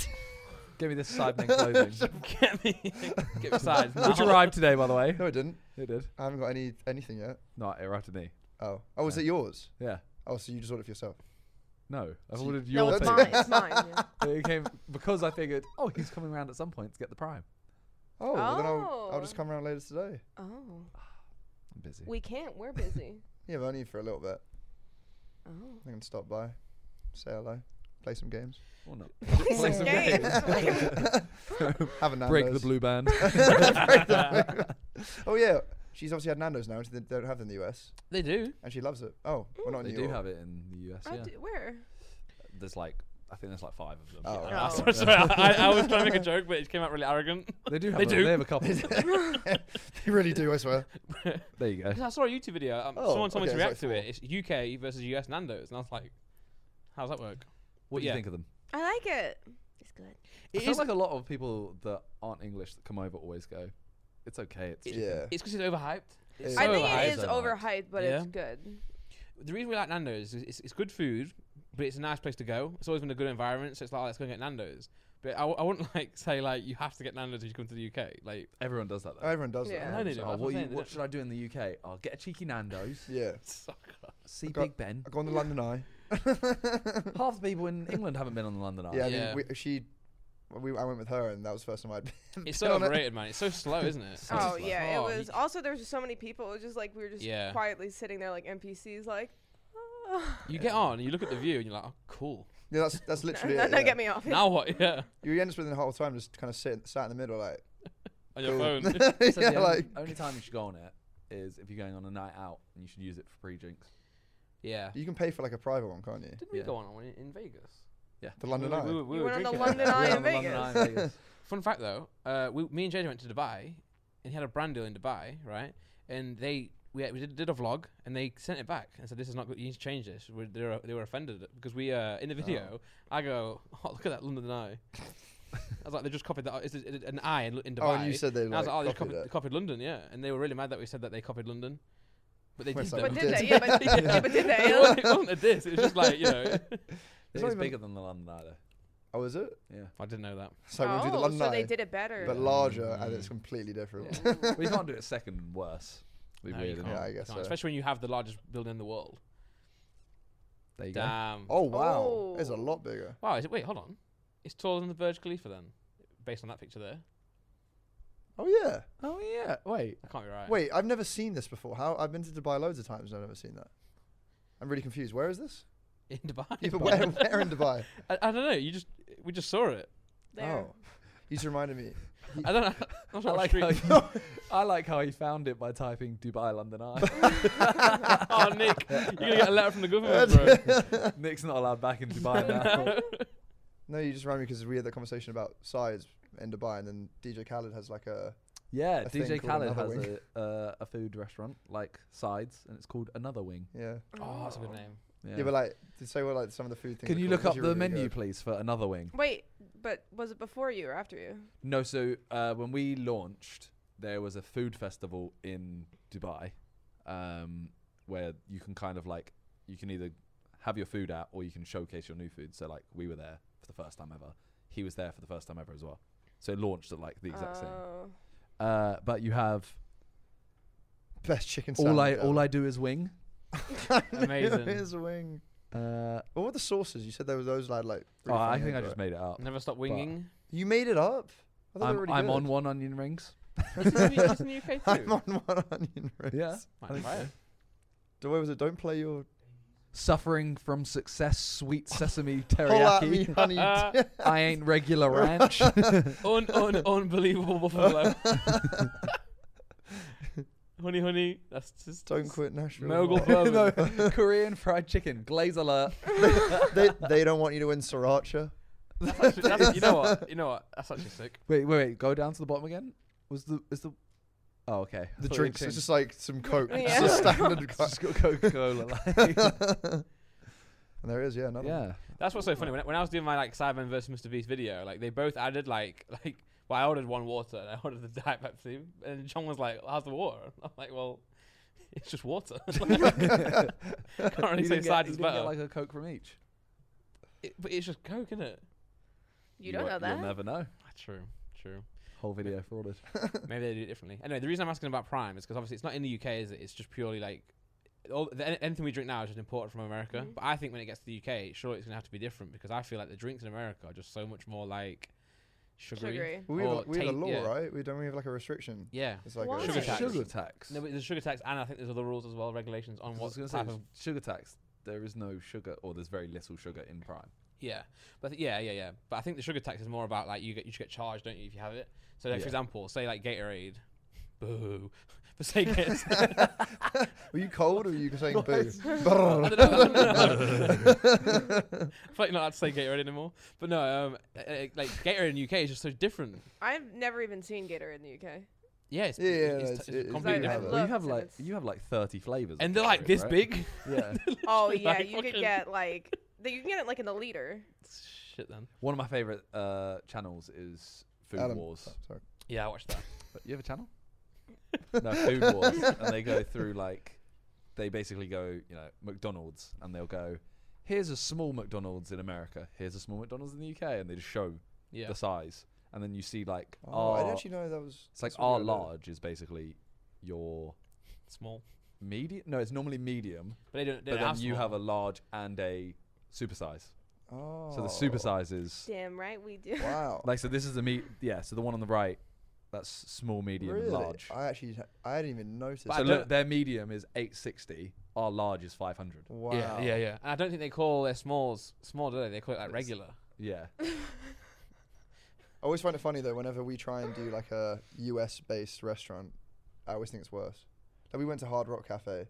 B: Give me this side neck clothing.
A: get me get me sides.
B: Which
A: now.
B: arrived today, by the way.
C: no, I didn't.
B: It did.
C: I haven't got any anything yet.
B: No, it arrived to me.
C: Oh, oh, was
B: Yeah.
C: it yours?
B: Yeah.
C: Oh, so you just ordered it for yourself?
B: No, I've
C: So you-
B: ordered
D: no,
B: your
D: it's
B: thing.
D: mine. It's mine. yeah.
B: But it came because I figured, oh, he's coming around at some point to get the prime.
C: Oh, well, then I'll, I'll just
D: Oh.
C: come around later today.
D: Oh,
B: I'm busy.
D: we can't. We're busy.
C: Yeah, but only for a little bit.
D: Oh.
C: I can stop by, say hello, play some games,
B: Or not.
D: Play
B: Play some
D: some games.
C: have a Nando's.
B: Break the blue band.
C: Break the blue. oh yeah, she's obviously had Nando's now. and They don't have them in the US,
A: They do.
C: and she loves it. Oh, we're not in
B: they
C: New
B: do
C: York.
B: have it in the US.
D: I
B: yeah.
D: d- where?
B: There's like, I think there's like five of them.
C: Oh.
A: Ah,
D: Oh.
A: sorry, sorry, I, I was trying to make a joke, but it came out really arrogant.
B: They do have.
A: They
B: a,
A: do.
B: They have a couple.
C: they really do, I swear.
B: there you go.
A: 'Cause I saw a YouTube video. Um,
C: Oh,
A: someone told me
C: okay,
A: to react
C: it's
A: to
C: like
A: it. It's UK versus US Nando's, and I was like, "How's that work?"
B: What do you
A: Yeah.
B: think of them?
D: I like it. It's good.
B: It
A: It
B: I feel
A: is-
B: like a lot of people that aren't English that come over always go. It's okay. It's chicken."
C: Yeah.
A: It's because it's overhyped. It's
C: Yeah.
D: I
C: So
D: think
A: overhyped.
D: it is
B: overhyped.
D: overhyped, but it's
A: Yeah.
D: good.
A: the reason we like Nando's is it's, it's good food, but it's a nice place to go. It's always been a good environment, so it's like oh, let's go and get Nando's. But I, w- I wouldn't like say like you have to get Nando's if you come to the UK. Like
B: Everyone does that. Though.
C: Everyone does
D: Yeah.
C: that.
A: No, they
B: So,
A: do.
B: "Oh,
A: that's what
B: what,
A: I'm
B: you-
A: saying,
B: what
A: that-
B: should I do in the UK? I'll get a cheeky Nando's.
C: Yeah,
B: See
C: got-
B: Big Ben.
C: I go on the London Eye.
B: Half the people in England haven't been on the London Eye.
C: Yeah, I
A: Yeah.
C: mean, we, she, we, I went with her, and that was the first time I'd.
A: it's
C: been
A: so
C: on it.
A: overrated, man. It's so slow, isn't it?
B: So
D: Oh
B: it's like-
D: yeah,
A: Oh,
D: it was.
A: you-
D: Also, there was just so many people. It was just like we were just
A: Yeah.
D: quietly sitting there like NPCs, like. "Ah."
A: You get on and you look at the view and you're like, oh, cool.
C: Yeah, that's that's literally
D: no,
C: it.
D: no,
C: yeah.
D: get me off.
A: Now what? Yeah.
C: You end up spending the whole time just kind of sitting, sat in the middle, like.
A: On your
C: cool.
A: phone.
B: So
C: yeah,
B: the only,
C: like.
B: only time you should go on it is if you're going on a night out and you should use it for pre-drinks.
A: yeah.
C: You can pay for like a private one, can't you?
A: Didn't we
B: we Yeah. go
A: go on one in Vegas?
C: The London Eye.
A: We, were- we
D: You
A: were
D: went on the
A: drinking.
D: London Eye
B: Yeah,
D: in
B: on the London
D: Vegas.
B: Eye in Vegas.
A: Fun fact though, uh, we, me and JJ went to Dubai, and he had a brand deal in Dubai, right? And they we, had- we did, did a vlog, and they sent it back and said, "This is not good. You need to change this." we they, were, they were offended because we uh, in the video, I go, "Oh, look at that London Eye." I was like, "They just copied that. It's it's an eye in, Lu- in Dubai."
C: Oh, and you said they
A: And I
C: like,
A: was like, "Oh, they
C: copied
A: copied, they
C: it.
A: copied London, yeah." And they were really mad that we said that they copied London, but they
C: Well,
A: did.
C: it's
A: though.
C: like
D: But
C: we
D: did
C: did.
D: they? Yeah, but,
A: Yeah.
D: yeah, but did they?
A: it,
D: Yeah.
A: wasn't, it wasn't a diss. It was just like you know.
B: It's
C: not even-
B: bigger than the London Eye though.
C: Oh, is it?
B: Yeah.
A: I didn't know that.
C: So we'll do the
D: Oh,
C: London
D: so
C: Eye,
D: they did it better.
C: but
B: Yeah.
C: larger, and
B: Mm.
C: it's completely different.
B: we can't do it second and worse. It'd
A: No,
B: be
A: you
B: weird.
A: can't.
B: innit?
C: Yeah, I
A: You
C: guess
A: can't,
C: so.
A: Especially when you have the largest building in the world.
B: There you go.
A: Damn.
C: Oh wow, it's a
D: Oh.
C: lot bigger.
A: Wow, is it? Wait, hold on. It's taller than the Burj Khalifa then, based on that picture there.
C: Oh yeah.
B: Oh yeah. Wait.
A: I can't be right.
C: Wait, I've never seen this before. How I've been to Dubai loads of times, and I've never seen that. I'm really confused. Where is this?
A: in Dubai.
C: Yeah, but where, where in Dubai?
A: I, I don't know. You just we just saw it.
D: There.
C: Oh, you just reminded me.
A: I don't know. I'm not
B: I
A: sure what
B: like
A: street-
B: how you, I like how he found it by typing Dubai London Eye.
A: oh, Nick, you're gonna get a letter from the government, bro.
B: Nick's not allowed back in Dubai now.
C: No, you just reminded me because we had that conversation about sides in Dubai, and then DJ Khaled has like a.
B: Yeah,
C: A thing
B: DJ
C: called
B: Khaled
C: Another
B: has a, uh, a food restaurant like Sides, and it's called Another Wing.
C: Yeah.
A: Oh, that's a good name.
C: Yeah, but like, to say what like some of the food things.
B: Can
C: are
B: you
C: called,
B: look
C: it's
B: up
C: actually
B: the
C: really
B: menu,
C: good.
B: please, for Another Wing?
D: Wait, but was it before you or after you?
B: No, so uh, when we launched, there was a food festival in Dubai um, where you can kind of like, you can either have your food out or you can showcase your new food. So, like, we were there for the first time ever. He was there for the first time ever as well. So, it launched at like the exact same.
D: Oh.
B: Uh, but you have
C: Best chicken sandwich.
B: all I all I do is wing.
C: I.
A: Amazing.
C: Here's a wing.
B: Uh,
C: What were the sauces? You said there were those like like.
B: oh,
C: really
B: I
C: funny
B: think I
C: names,
B: just
C: right?
B: made it up.
A: Never stop winging.
C: You made it up. I thought they
B: I'm,
C: were really
B: I'm
C: good.
B: on one onion rings.
A: That's in the- that's in the UK too.
C: I'm on one onion ring.
B: Yeah.
A: Might try it.
C: The way was it? Don't play your
B: Suffering from success, sweet sesame
C: pull at me,
B: teriyaki.
C: honey.
B: I ain't regular ranch.
A: Uh, Un, un, unbelievable buffalo. honey, honey, that's just
C: Don't quit Nashville.
A: Mogul bourbon.
B: no, Korean fried chicken, glaze alert.
C: they they don't want you to win sriracha.
A: That's actually, that's, you know what? You know what? That's actually sick.
B: Wait, wait, wait. Go down to the bottom again. Was the is the? Oh, okay. I
C: The
B: thought you
C: drinks. It's
B: changed.
C: just like some coke. It's
D: Yeah.
C: just a standard
B: It's
C: coke.
B: just got Coca-Cola. like.
C: And there is yeah another. one.
B: yeah.
A: That's what's so funny. When, when I was doing my like Cyberman versus Mr Beast video, like they both added like like well, I ordered one water and I ordered the Diet Pepsi, and John was like, "How's the water?" I'm like, "Well, it's just water." Can't really
B: You
A: say
B: didn't get-
A: side
B: you
A: is
B: didn't get
A: better,
B: like a coke from each.
A: It- but it's just Coke, is it?
D: You don't
B: won't-
D: know that.
B: You'll never know.
A: Ah, True, true.
B: Whole video frauded.
A: Maybe they do it differently. Anyway, the reason I'm asking about Prime is because obviously it's not in the UK, is it? It's just purely like all, the, any- anything we drink now is just imported from America.
B: Mm-hmm.
D: Mhm.
A: But I think when it gets to the UK, surely it's gonna have to be different because I feel like the drinks in America are just so much more like sugary.
D: Sugary.
C: Well, we have,
A: Or
C: like- we have a
A: tape,
C: law,
A: yeah.
C: right? We don't we have like a restriction.
A: Yeah.
C: It's like
D: Why?
C: a
A: Sugar tax.
B: Sugar tax.
A: No, but there's sugar tax, and I think there's other rules as well, regulations on
B: I
A: what
B: was going
A: type
B: to say
A: of.
B: s- sugar tax. There is no sugar, or there's very little sugar in Prime.
A: Yeah, but th- yeah, yeah, yeah. But I think the sugar tax is more about like you get you should get charged, don't you, if you have it? So, like,
B: Yeah.
A: for example, say like Gatorade, boo, but say Gatorade.
C: Were you cold or were you saying boo?
A: I don't know. I don't know. I feel like not allowed to say Gatorade anymore. But no, um, uh, uh, like Gatorade in the UK is just so different.
D: I've never even seen Gatorade in the UK.
A: Yeah, it's, it's,
C: Yeah, yeah, no,
A: it's,
C: it's-
A: it's,
C: it- it's
A: completely
D: like-
A: different.
D: Look,
B: well, you have
D: so
B: like
D: it's-
B: you have like thirty flavors,
A: And they're like this big.
B: Yeah.
D: Oh
A: Literally,
D: yeah,
A: like,
D: you could
A: fucking-
D: get like th- you can get it like in a liter.
A: Shit, then.
B: One of my favorite uh, channels is Food
C: Adam.
B: Wars.
C: Sorry.
A: Yeah, I watched that.
B: But you have a channel? no, Food Wars, and they go through like they basically go, you know, McDonald's, and they'll go, here's a small McDonald's in America, here's a small McDonald's in the UK, and they just show
A: Yeah.
B: the size, and then you see like,
C: Oh,
B: oh,
C: I didn't actually know that was.
B: it's like
C: that's what
B: our
C: we were doing.
B: large is basically your
A: Small.
B: medium. No, it's normally medium,
A: But they don't. They
B: but
A: don't
B: then
A: have
B: you
A: small.
B: have a large and a supersize.
C: Oh.
B: So the supersize is
D: Damn right we do.
C: Wow.
B: like so. This is the meat. Yeah. So the one on the right, that's small, medium,
C: really?
B: and large.
C: I actually, I didn't even notice.
A: But I
B: so
A: don't-
B: look, their medium is 860. our large is 500.
C: Wow.
A: Yeah, yeah, yeah. And I don't think they call their smalls small, do they? They call it like
B: It's-
A: regular.
B: Yeah.
C: I always find it funny though. Whenever we try and do like a US-based restaurant, I always think it's worse. Like we went to Hard Rock Cafe,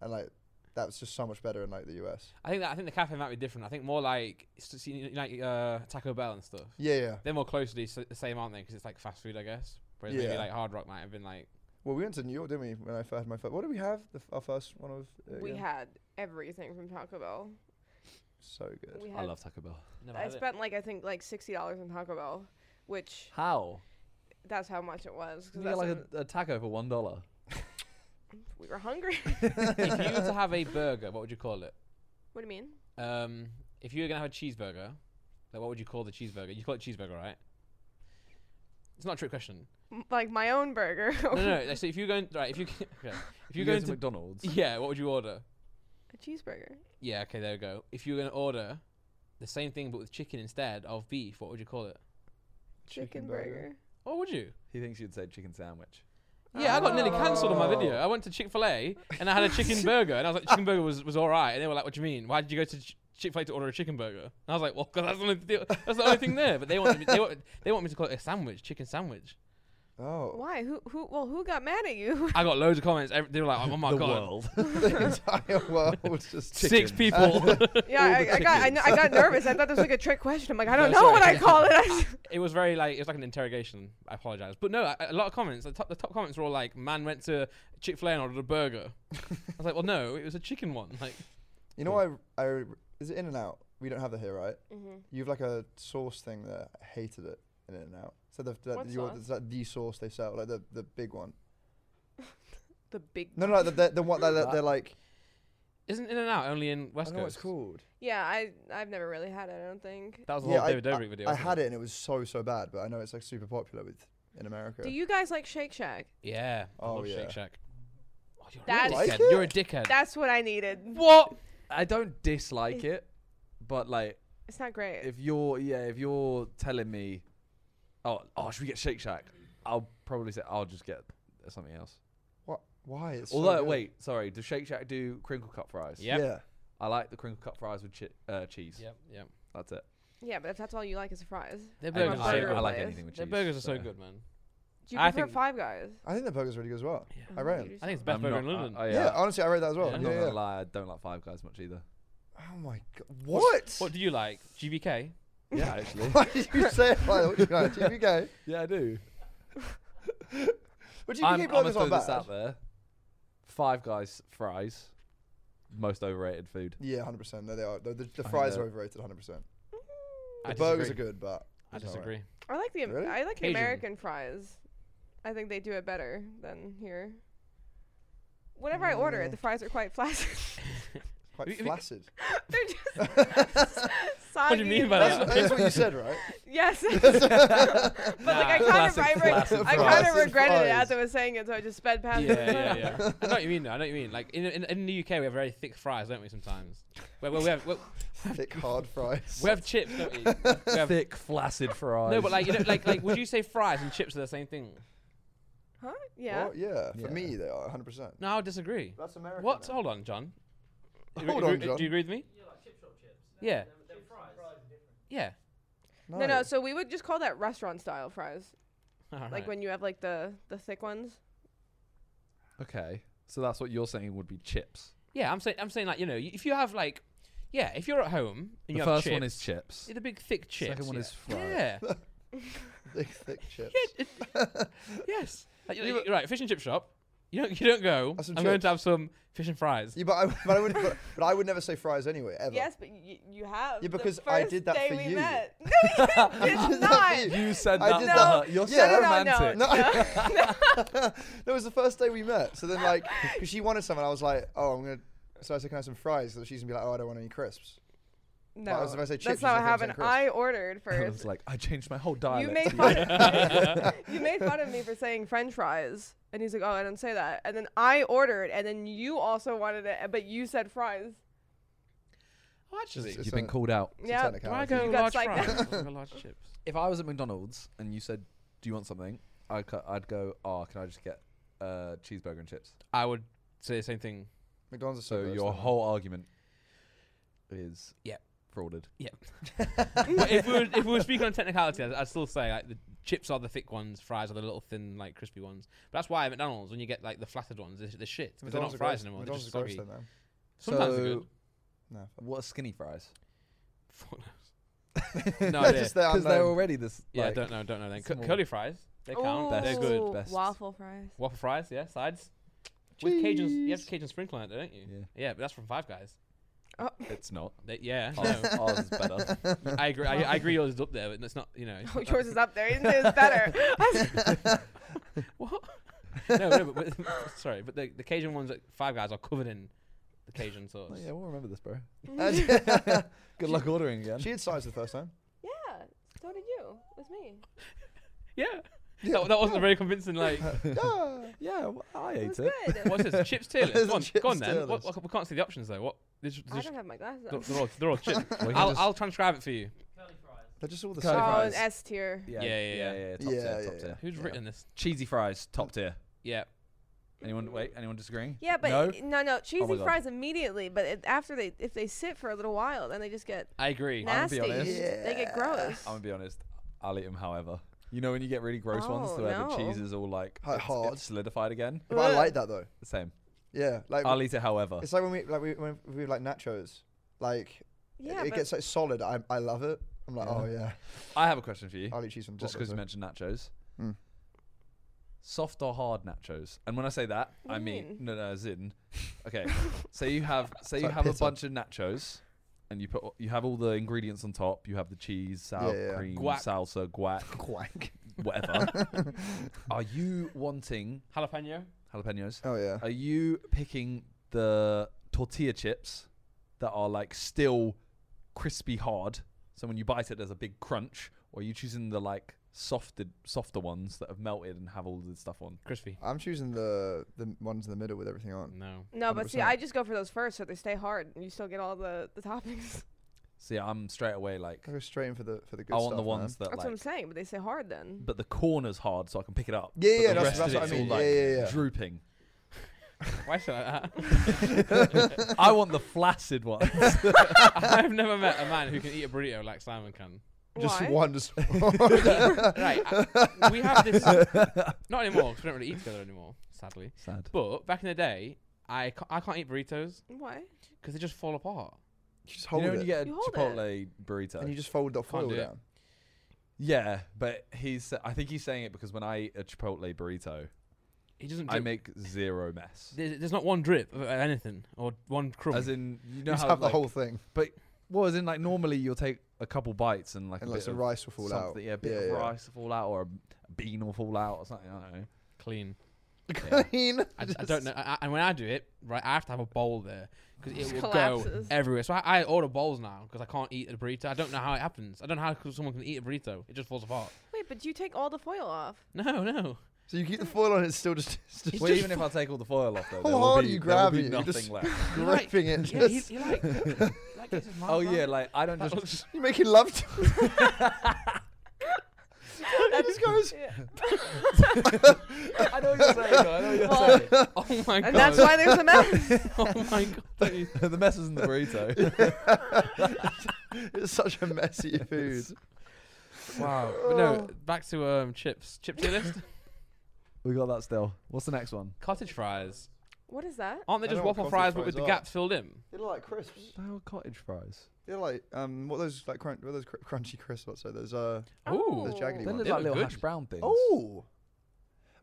C: and like that was just so much better in like the US.
A: I think that, I think the cafe might be different. I think more like s- s- you know, like uh, Taco Bell and stuff.
C: Yeah, yeah.
A: They're more closely s- the same, aren't they? Because it's like fast food, I guess. Whereas maybe
C: Yeah.
A: like Hard Rock might have been like
C: Well, we went to New York, didn't we? When I f- had my first, what did we have? The, f- our first one of uh, it
D: We
C: again?
D: had everything from Taco Bell.
C: so good.
D: We had,
B: I love Taco Bell.
A: never
D: I
A: had it.
D: spent like I think like sixty dollars on Taco Bell, which
B: How?
D: that's how much it was. 'cause
B: You
D: that's
B: get like
D: when
B: a, a taco for one dollar.
D: we were hungry.
A: if you were to have a burger, what would you call it?
D: what do you mean?
A: Um, if you were gonna have a cheeseburger, like what would you call the cheeseburger? You call it cheeseburger, right? It's not a trick question.
D: M- Like my own burger.
A: No, no. no. So if you're going right, if you okay. if
B: You
A: you're
B: go
A: going
B: to
A: to
B: McDonald's,
A: yeah, what would you order?
D: a cheeseburger.
A: Yeah, okay, there we go. If you were gonna order the same thing but with chicken instead of beef, what would you call it?
D: Chicken, burger.
A: Or Oh, would you?
B: he thinks you'd say chicken sandwich.
A: Yeah, I got nearly cancelled on my video.
C: Oh.
A: I went to Chick Fil A and I had a chicken burger, and I was like, chicken burger was, was all right, and they were like, what do you mean? Why did you go to Chick Fil A to order a chicken burger? And I was like, well, 'cause that's the only deal- that's the only thing there. But they want me, they want they want me to call it a sandwich, chicken sandwich.
C: Oh,
D: Why? Who? Who? Well, who got mad at you?
A: I got loads of comments. Every, they were like, oh my
B: the
A: god,
B: world.
C: the entire world was just
A: six
B: Chickens.
A: people.
D: yeah,
B: All
D: I,
B: the
D: I got. I, kn- I got nervous. I thought this was like a trick question. I'm like, I
A: No,
D: don't know what
A: sorry.
D: I call it.
A: it was very like it was like an interrogation. I apologize, but no, a, a lot of comments. The top, the top comments were all like, "Man went to Chick Fil A and ordered a burger." I was like, "Well, no, it was a chicken one." Like,
C: You know, I, I is it In and Out? We don't have that here, right?
D: mm-hmm.
C: You have like a sauce thing that I hated it in In and Out. So the, the,
D: What
C: your,
D: sauce?
C: it's like the sauce they sell, like the, the big one.
D: The big.
C: No, no, like the, the, the one that that they're like.
A: isn't In and Out only in
C: I
A: West
C: don't know what it's
A: Coast?
C: called.
D: Yeah, I. I've never really had it. I don't think.
A: That was the
C: Yeah,
A: whole
C: I-
A: David Dobrik video.
C: I
A: wasn't
C: had it and it was so so bad, but I know it's like super popular with in America.
D: Do you guys like Shake Shack?
A: Yeah. I
C: Oh,
A: love
C: yeah.
A: Shake Shack. Oh, you're,
D: That
A: a
D: is-
A: dickhead.
C: Like
A: you're a
C: it?
A: dickhead.
D: That's what I needed.
A: what?
B: I don't dislike it, but like
D: It's not great.
B: if you're yeah, if you're telling me, oh oh, should we get Shake Shack? I'll probably say I'll just get something else.
C: what? Why? It's so
B: Although
C: good.
B: wait, sorry, does Shake Shack do crinkle cut fries?
A: Yep.
C: Yeah.
B: I like the crinkle cut fries with chi- uh, cheese.
A: Yep. Yep.
B: That's it.
D: yeah, but if that's all you like is a fries.
A: Their
B: I,
A: burgers,
D: burgers
B: I,
A: are
D: are
A: so
D: so
A: good.
B: I like
D: good.
B: anything with cheese.
A: Their burgers are so good, man.
D: Do you
A: I
D: prefer
A: think-
D: Five Guys?
C: I think the burger's really good as well.
A: Yeah.
C: I rate 'em.
A: I think it's the
B: I'm
A: best burger
B: not-
A: in London.
B: I, I,
C: Yeah.
B: yeah,
C: honestly, I read that as well.
A: Yeah.
B: I'm
C: Yeah,
B: not
C: yeah.
B: gonna lie, I don't like Five Guys much either.
C: Oh my god! What?
A: what do you like? GVK.
B: Yeah, actually.
C: Why did you say it like what do you like? GBK?
B: yeah, I do.
C: But
B: I'm, I'm
C: GBK
B: gonna
C: burgers
B: throw
C: aren't
B: this out
C: bad.
B: there. Five Guys fries, most overrated food.
C: Yeah, hundred percent. No, they are. The, the, the
B: I
C: fries
B: know.
C: are overrated, hundred percent. The
A: I
C: burgers
A: disagree.
C: are good, but
A: I
C: it's alright.
A: disagree.
D: I like the Am-
C: Really?
D: I like the
A: Asian.
D: American fries. I think they do it better than here. Whenever I order
C: Yeah.
D: it, the fries are quite flaccid.
C: quite
A: We- we-
C: flaccid.
D: They're just soggy.
A: What do you mean by
C: That's,
A: that?
C: that's what you said, right?
D: Yes. but like I kind of
B: Classic
D: I,
B: flaccid
D: re- I kind
C: fries.
D: of regretted it
C: Fries.
D: as I was saying it, so I just sped
A: yeah,
D: past it.
A: yeah, yeah. I know what you mean. Though. I know what you mean. Like in, in in the UK, we have very thick fries, don't we? Sometimes, where, where we have we,
C: Thick hard fries.
A: we have chips, don't we? we have,
B: Thick, flaccid fries.
A: no, but like you know, like like would you say fries and chips are the same thing?
D: Huh? Yeah.
C: Well, yeah. For
B: Yeah.
C: me, they are hundred percent.
A: No, I would disagree.
C: That's American.
A: What? Hold on, John. Do you
C: Hold
A: agree-
C: on, John.
A: Do you agree with me?
E: You like chip shop chips?
A: Yeah.
E: They're, they're fries.
A: Yeah.
D: No, no. So we would just call that restaurant style fries,
A: All right.
D: like when you have like the the thick ones.
B: okay, so that's what you're saying would be chips.
A: yeah, I'm saying I'm saying like you know if you have like yeah if you're at home and
B: the
A: you have
B: first
A: chips,
B: one is chips.
A: the big thick chips.
B: Second one
A: yeah.
B: is fries.
A: Yeah.
C: thick, thick chips.
A: yes. Like, you- you're right. Fish and chip shop. You don't. You don't go. I'm
C: Have some
A: going
C: chips."
A: to have some fish and fries.
C: Yeah, but I, but I would but, but I would never say fries anyway ever.
D: Yes, but y- you have.
C: Yeah,
D: the
C: because I
D: first
C: did that
D: day
C: for
D: we
C: you.
D: Met. No, you
C: I
D: did
C: did that for
D: not.
B: You said
C: I
B: that.
C: did
B: to
D: that.
B: her. You're
D: No,
B: so
D: no, no, no.
B: romantic.
C: No, that was the first day we met. So then, like, because she wanted something, I was like, "Oh, I'm gonna." So I said, "Can I have some fries?" So she's gonna be like, "Oh, I don't want any crisps."
D: No,
C: was about to say chips,
D: that's
C: you said
D: not what
C: things
D: happened.
C: like crisps.
D: I ordered
B: I
D: first.
B: was like, I changed my whole dialect.
D: you made fun. Of, you made fun of me for saying French fries, and he's like, "Oh, I didn't say that." And then I ordered, and then you also wanted it, but you said fries.
A: Oh, actually,
C: It's
B: You've been
C: a-
B: called out.
C: It's a
D: Yeah.
A: do I
C: technicality.
A: go large
D: got psyched
A: fries? or do I go large chips.
B: If I was at McDonald's and you said, "Do you want something?" "Ah, I would go, "Oh, can I just get uh, cheeseburger and chips?"
A: I would say the same thing.
C: McDonald's are
B: So
C: so
B: your whole argument is
A: Yep.
B: frauded.
A: But if we were if we were speaking on technicality, I'd, I'd still say like the chips are the thick ones, fries are the little thin like crispy ones. But that's why at McDonald's when you get like the flattered ones, they're, they're shit 'cause they're not fries anymore. They're just soggy. Sometimes they're good.
C: No,
B: What are skinny fries?
A: Fuck knows. no idea.
C: just the
B: Because they're
C: unknown.
B: already this.
A: yeah,
B: like-
A: I don't know, don't know. Then Cu-
B: small-
A: curly fries, they count. They're
B: Ooh.
A: good.
B: Best.
D: Waffle fries.
A: Waffle fries, yeah, sides. With Cajun, you have
B: Cheese.
A: Cajun sprinkle on it, don't you?
B: Yeah.
A: Yeah, but that's from Five Guys.
B: It's not.
A: They, yeah,
B: Ours,
A: no.
B: ours is better.
A: I agree. I, I agree. Yours is up there, but it's not. You know, it's
D: Oh,
A: not-
D: yours is up there. Isn't it? It's better.
A: What? no, no, but, but sorry, but the, the Cajun ones at Five Guys are covered in the Cajun sauce.
B: Oh, yeah, we'll remember this, bro.
C: And-
B: Good luck ordering again.
C: she had size the first time.
D: yeah. So did you. It was me.
A: yeah. That, that wasn't a very convincing. Like,
C: Yeah.
B: yeah, well, I
D: It
B: ate
D: was
B: it.
D: good.
A: what's this? Chips tier list.
C: There's
A: Go
C: a
A: on,
C: chips
A: go on
C: tier
A: then. What,
C: list.
A: what- we can't see the options though. What? There's,
D: I
A: there's,
D: don't have my glasses
A: they're,
D: on.
A: they're all, they're all chips.
B: We can
A: I'll,
B: just-
A: I'll transcribe it for you.
E: Curly fries.
C: They're just all the
B: Curly
C: same.
D: Oh, an
B: fries.
D: S tier.
A: Yeah, yeah, yeah.
B: Top
C: Yeah,
B: tier,
C: yeah,
B: top
C: yeah.
B: tier.
A: Who's
C: Yeah.
A: written this?
B: Cheesy fries, top tier.
A: Yeah.
B: Anyone? Wait, anyone disagreeing?
D: Yeah, but
B: no. Oh
D: i- no, no, cheesy
B: God.
D: fries immediately. But it, after they, if they sit for a little while, then they just get
A: I agree.
B: gonna be
D: nasty.
B: honest.
D: They get
C: Yeah.
D: gross.
B: I'm gonna be honest. I'll eat them. However, you know when you get really gross ones,
D: Oh,
B: so where the
D: no.
B: cheese is all like
C: Hi-
B: it's-
C: hard.
B: it's solidified again.
C: But I like that though.
B: Same.
C: Yeah. Like
B: I'll eat it. However,
C: it's like when we like we when we have like nachos. Like
D: yeah,
C: it,
D: but
C: gets like solid. I I love it. I'm like,
B: Yeah.
C: oh yeah.
B: I have a question for you.
C: I'll eat cheese from
B: just because you mentioned nachos.
C: Mm.
B: Soft or hard nachos? And when I say that,
D: What
B: I
D: do you
B: mean,
D: mean?
B: no, no, as in, okay. so you have, say
C: It's
B: you
C: like
B: have a
C: pizza.
B: bunch of nachos, and you put, you have all the ingredients on top. You have the cheese, sour
C: Yeah, yeah.
B: cream,
A: Guac.
B: salsa, guac,
C: quank.
B: whatever. Are you wanting
A: Jalapeno.
B: jalapenos?
C: Oh yeah.
B: Are you picking the tortilla chips that are like still crispy hard? So when you bite it, there's a big crunch. Or are you choosing the like softer, softer ones that have melted and have all the stuff on?
A: Crispy.
C: I'm choosing the the ones in the middle with everything on.
A: No.
D: no, but see,
C: 100%.
D: I just go for those first, so they stay hard, and you still get all the the toppings.
B: See, I'm straight away like
C: I go straight in for the for the good
B: I
C: stuff.
B: want the
C: man.
B: ones that
D: That's what I'm
B: like,
D: saying. But they stay hard then.
B: but the corner's hard, so I can pick it up.
C: Yeah,
B: but
C: yeah,
B: the
C: that's-
B: rest of
C: that's what I
B: it's all,
C: mean.
B: like,
C: Yeah, yeah, yeah.
B: Drooping.
A: Why should I?
B: I want the flaccid one.
A: I've never met a man who can eat a burrito like Simon can.
C: Just
D: Why?
C: one. Just
A: Right. I- we have this. Not anymore 'cause we don't really eat together anymore, sadly.
B: Sad.
A: But back in the day, I ca- I can't eat burritos
D: Why?
A: because they just fall apart.
C: you just
B: You
C: hold
B: know when
C: it
B: you get a
D: You hold it.
B: Chipotle burrito
C: and you just fold the foil
A: do it.
C: down.
B: Yeah, but he's. I think he's saying it because when I eat a Chipotle burrito,
A: It doesn't.
B: I
A: drip.
B: make zero mess.
A: there's, there's not one drip of anything or one crumb.
B: As in, you
C: You
B: know
C: just
B: how
C: have
B: like,
C: the whole thing,
B: Well, as in, like normally you'll take a couple bites and like
C: and
B: a
C: like
B: bit
C: some
B: of
C: rice will fall out.
B: something- Yeah, a bit of rice will fall out, or a bean will fall out, or something. I don't know.
A: clean.
B: Yeah.
C: Clean.
A: I, I don't know. I, I- and when I do it, right, I have to have a bowl there because it
D: Just
A: will
D: collapses.
A: go everywhere. So I, I order bowls now because I can't eat a burrito. I don't know how it happens. I don't know how c- someone can eat a burrito. It just falls apart.
D: Wait, but you take all the foil off.
A: No, no.
C: So you keep the foil on, it's still just, it's just
A: It's
B: well,
A: just
B: even if I take all the foil off, though,
C: How
B: there will
C: hard
B: be,
C: are you
B: there will be
C: grabbing it? You
B: nothing
C: just-
B: left.
C: gripping it.
A: Yeah, he,
C: just-
A: he like, like gets his mouth
B: oh yeah,
A: around.
B: like I don't
A: That
B: just.
A: looks-
C: You're making love to
D: That
C: just goes-
B: I know what you're saying. Though, I know what you're
D: Well,
B: saying.
A: oh my god.
D: and that's why there's a mess.
A: oh my god. Don't you-
B: the mess is in the burrito.
C: It's such a messy food.
A: Wow. But no, back to um chips. Chip tier list.
B: we got that still. What's the next one?
A: Cottage fries.
D: What is that?
A: Aren't they
C: I
A: just
C: know what
A: waffle fries,
C: cottage
A: but with the
C: fries are.
A: gaps filled in?
C: They're like crisps.
B: They were cottage fries.
C: They're like um, what are those like crunch, what are those cr- crunchy crisps? What's so those uh.
D: Oh.
A: Ooh.
C: Those jaggedy
B: They
C: They
B: look
C: look
A: They look
B: like little
A: good.
B: hash brown things.
C: Oh.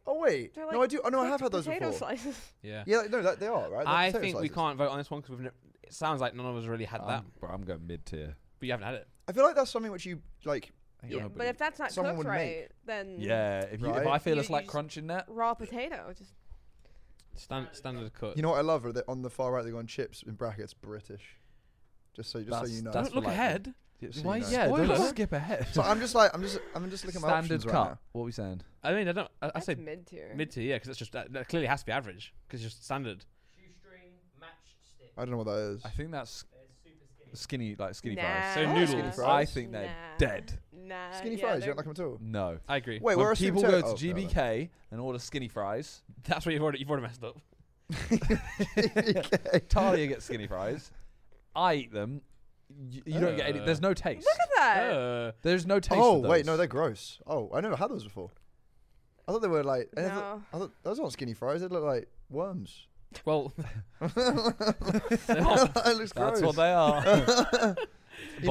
C: Oh wait.
D: They're
C: no,
D: like
C: I do. Oh no, I have had
D: cooked
C: those
D: potato
C: before.
D: slices.
A: Yeah.
C: Yeah, no, that, they are right. They're
A: I
C: potato
A: think we
C: slices.
A: can't vote on this one because we've. Ne- it sounds like none of us really had that,
B: I'm, bro, I'm going mid tier.
A: but you haven't had it.
C: I feel like that's something which you like.
D: Yeah, but if that's not
C: Someone
D: cooked
C: would make.
D: right, then
B: yeah, if, you, if
C: Right?
B: I feel
D: Mm. You-
B: a
D: you
B: slight
D: just-
B: crunch in that,
D: raw potato. Just
A: Stand, standard cut.
C: You know what I love? Are that on the far right they go on chips in brackets British. Just so, just so
B: That's-
C: you know.
B: that's
A: Don't look
B: for like the-
A: ahead.
C: Just so
B: why?
C: you know.
B: Yeah,
A: Spoiler.
B: don't skip ahead.
C: So I'm just like I'm just I'm just looking at my
B: Standard
C: options
B: cut.
C: right now.
B: What are we saying?
A: I mean, I don't. I, I
D: that's
A: say
D: mid tier.
A: mid tier, yeah, because that's just that, that clearly has to be average because it's just standard.
E: Shoestring matchstick.
C: I don't know what that
D: Uh,
C: is.
B: I think that's
E: They're super skinny.
B: skinny, like skinny
D: nah.
B: fries.
A: So
C: Skinny
A: noodles.
C: fries?
B: I think they're
D: Nah.
B: dead.
D: Nah.
C: Skinny
D: yeah,
C: fries, you
D: they're-
C: don't like them at all.
B: No.
A: I agree.
C: Wait,
B: Mm. when
C: where are oh, skinny
B: people go
C: potato-
B: to
C: oh, no, no.
B: GBK and order skinny fries,
A: That's what you've already you've already messed up.
B: Talia gets skinny fries. I eat them. You, you don't get any. There's no taste.
D: Look at that.
A: Uh,
B: There's no taste.
C: Uh.
B: of
C: oh wait, no,
B: those.
C: they're gross. Oh, I never had those before. I thought they were like. I never-
D: No.
C: I thought, those aren't skinny fries. They look like worms.
A: well,
C: it
A: not.
B: That's
C: looks gross.
B: what they are.
C: you know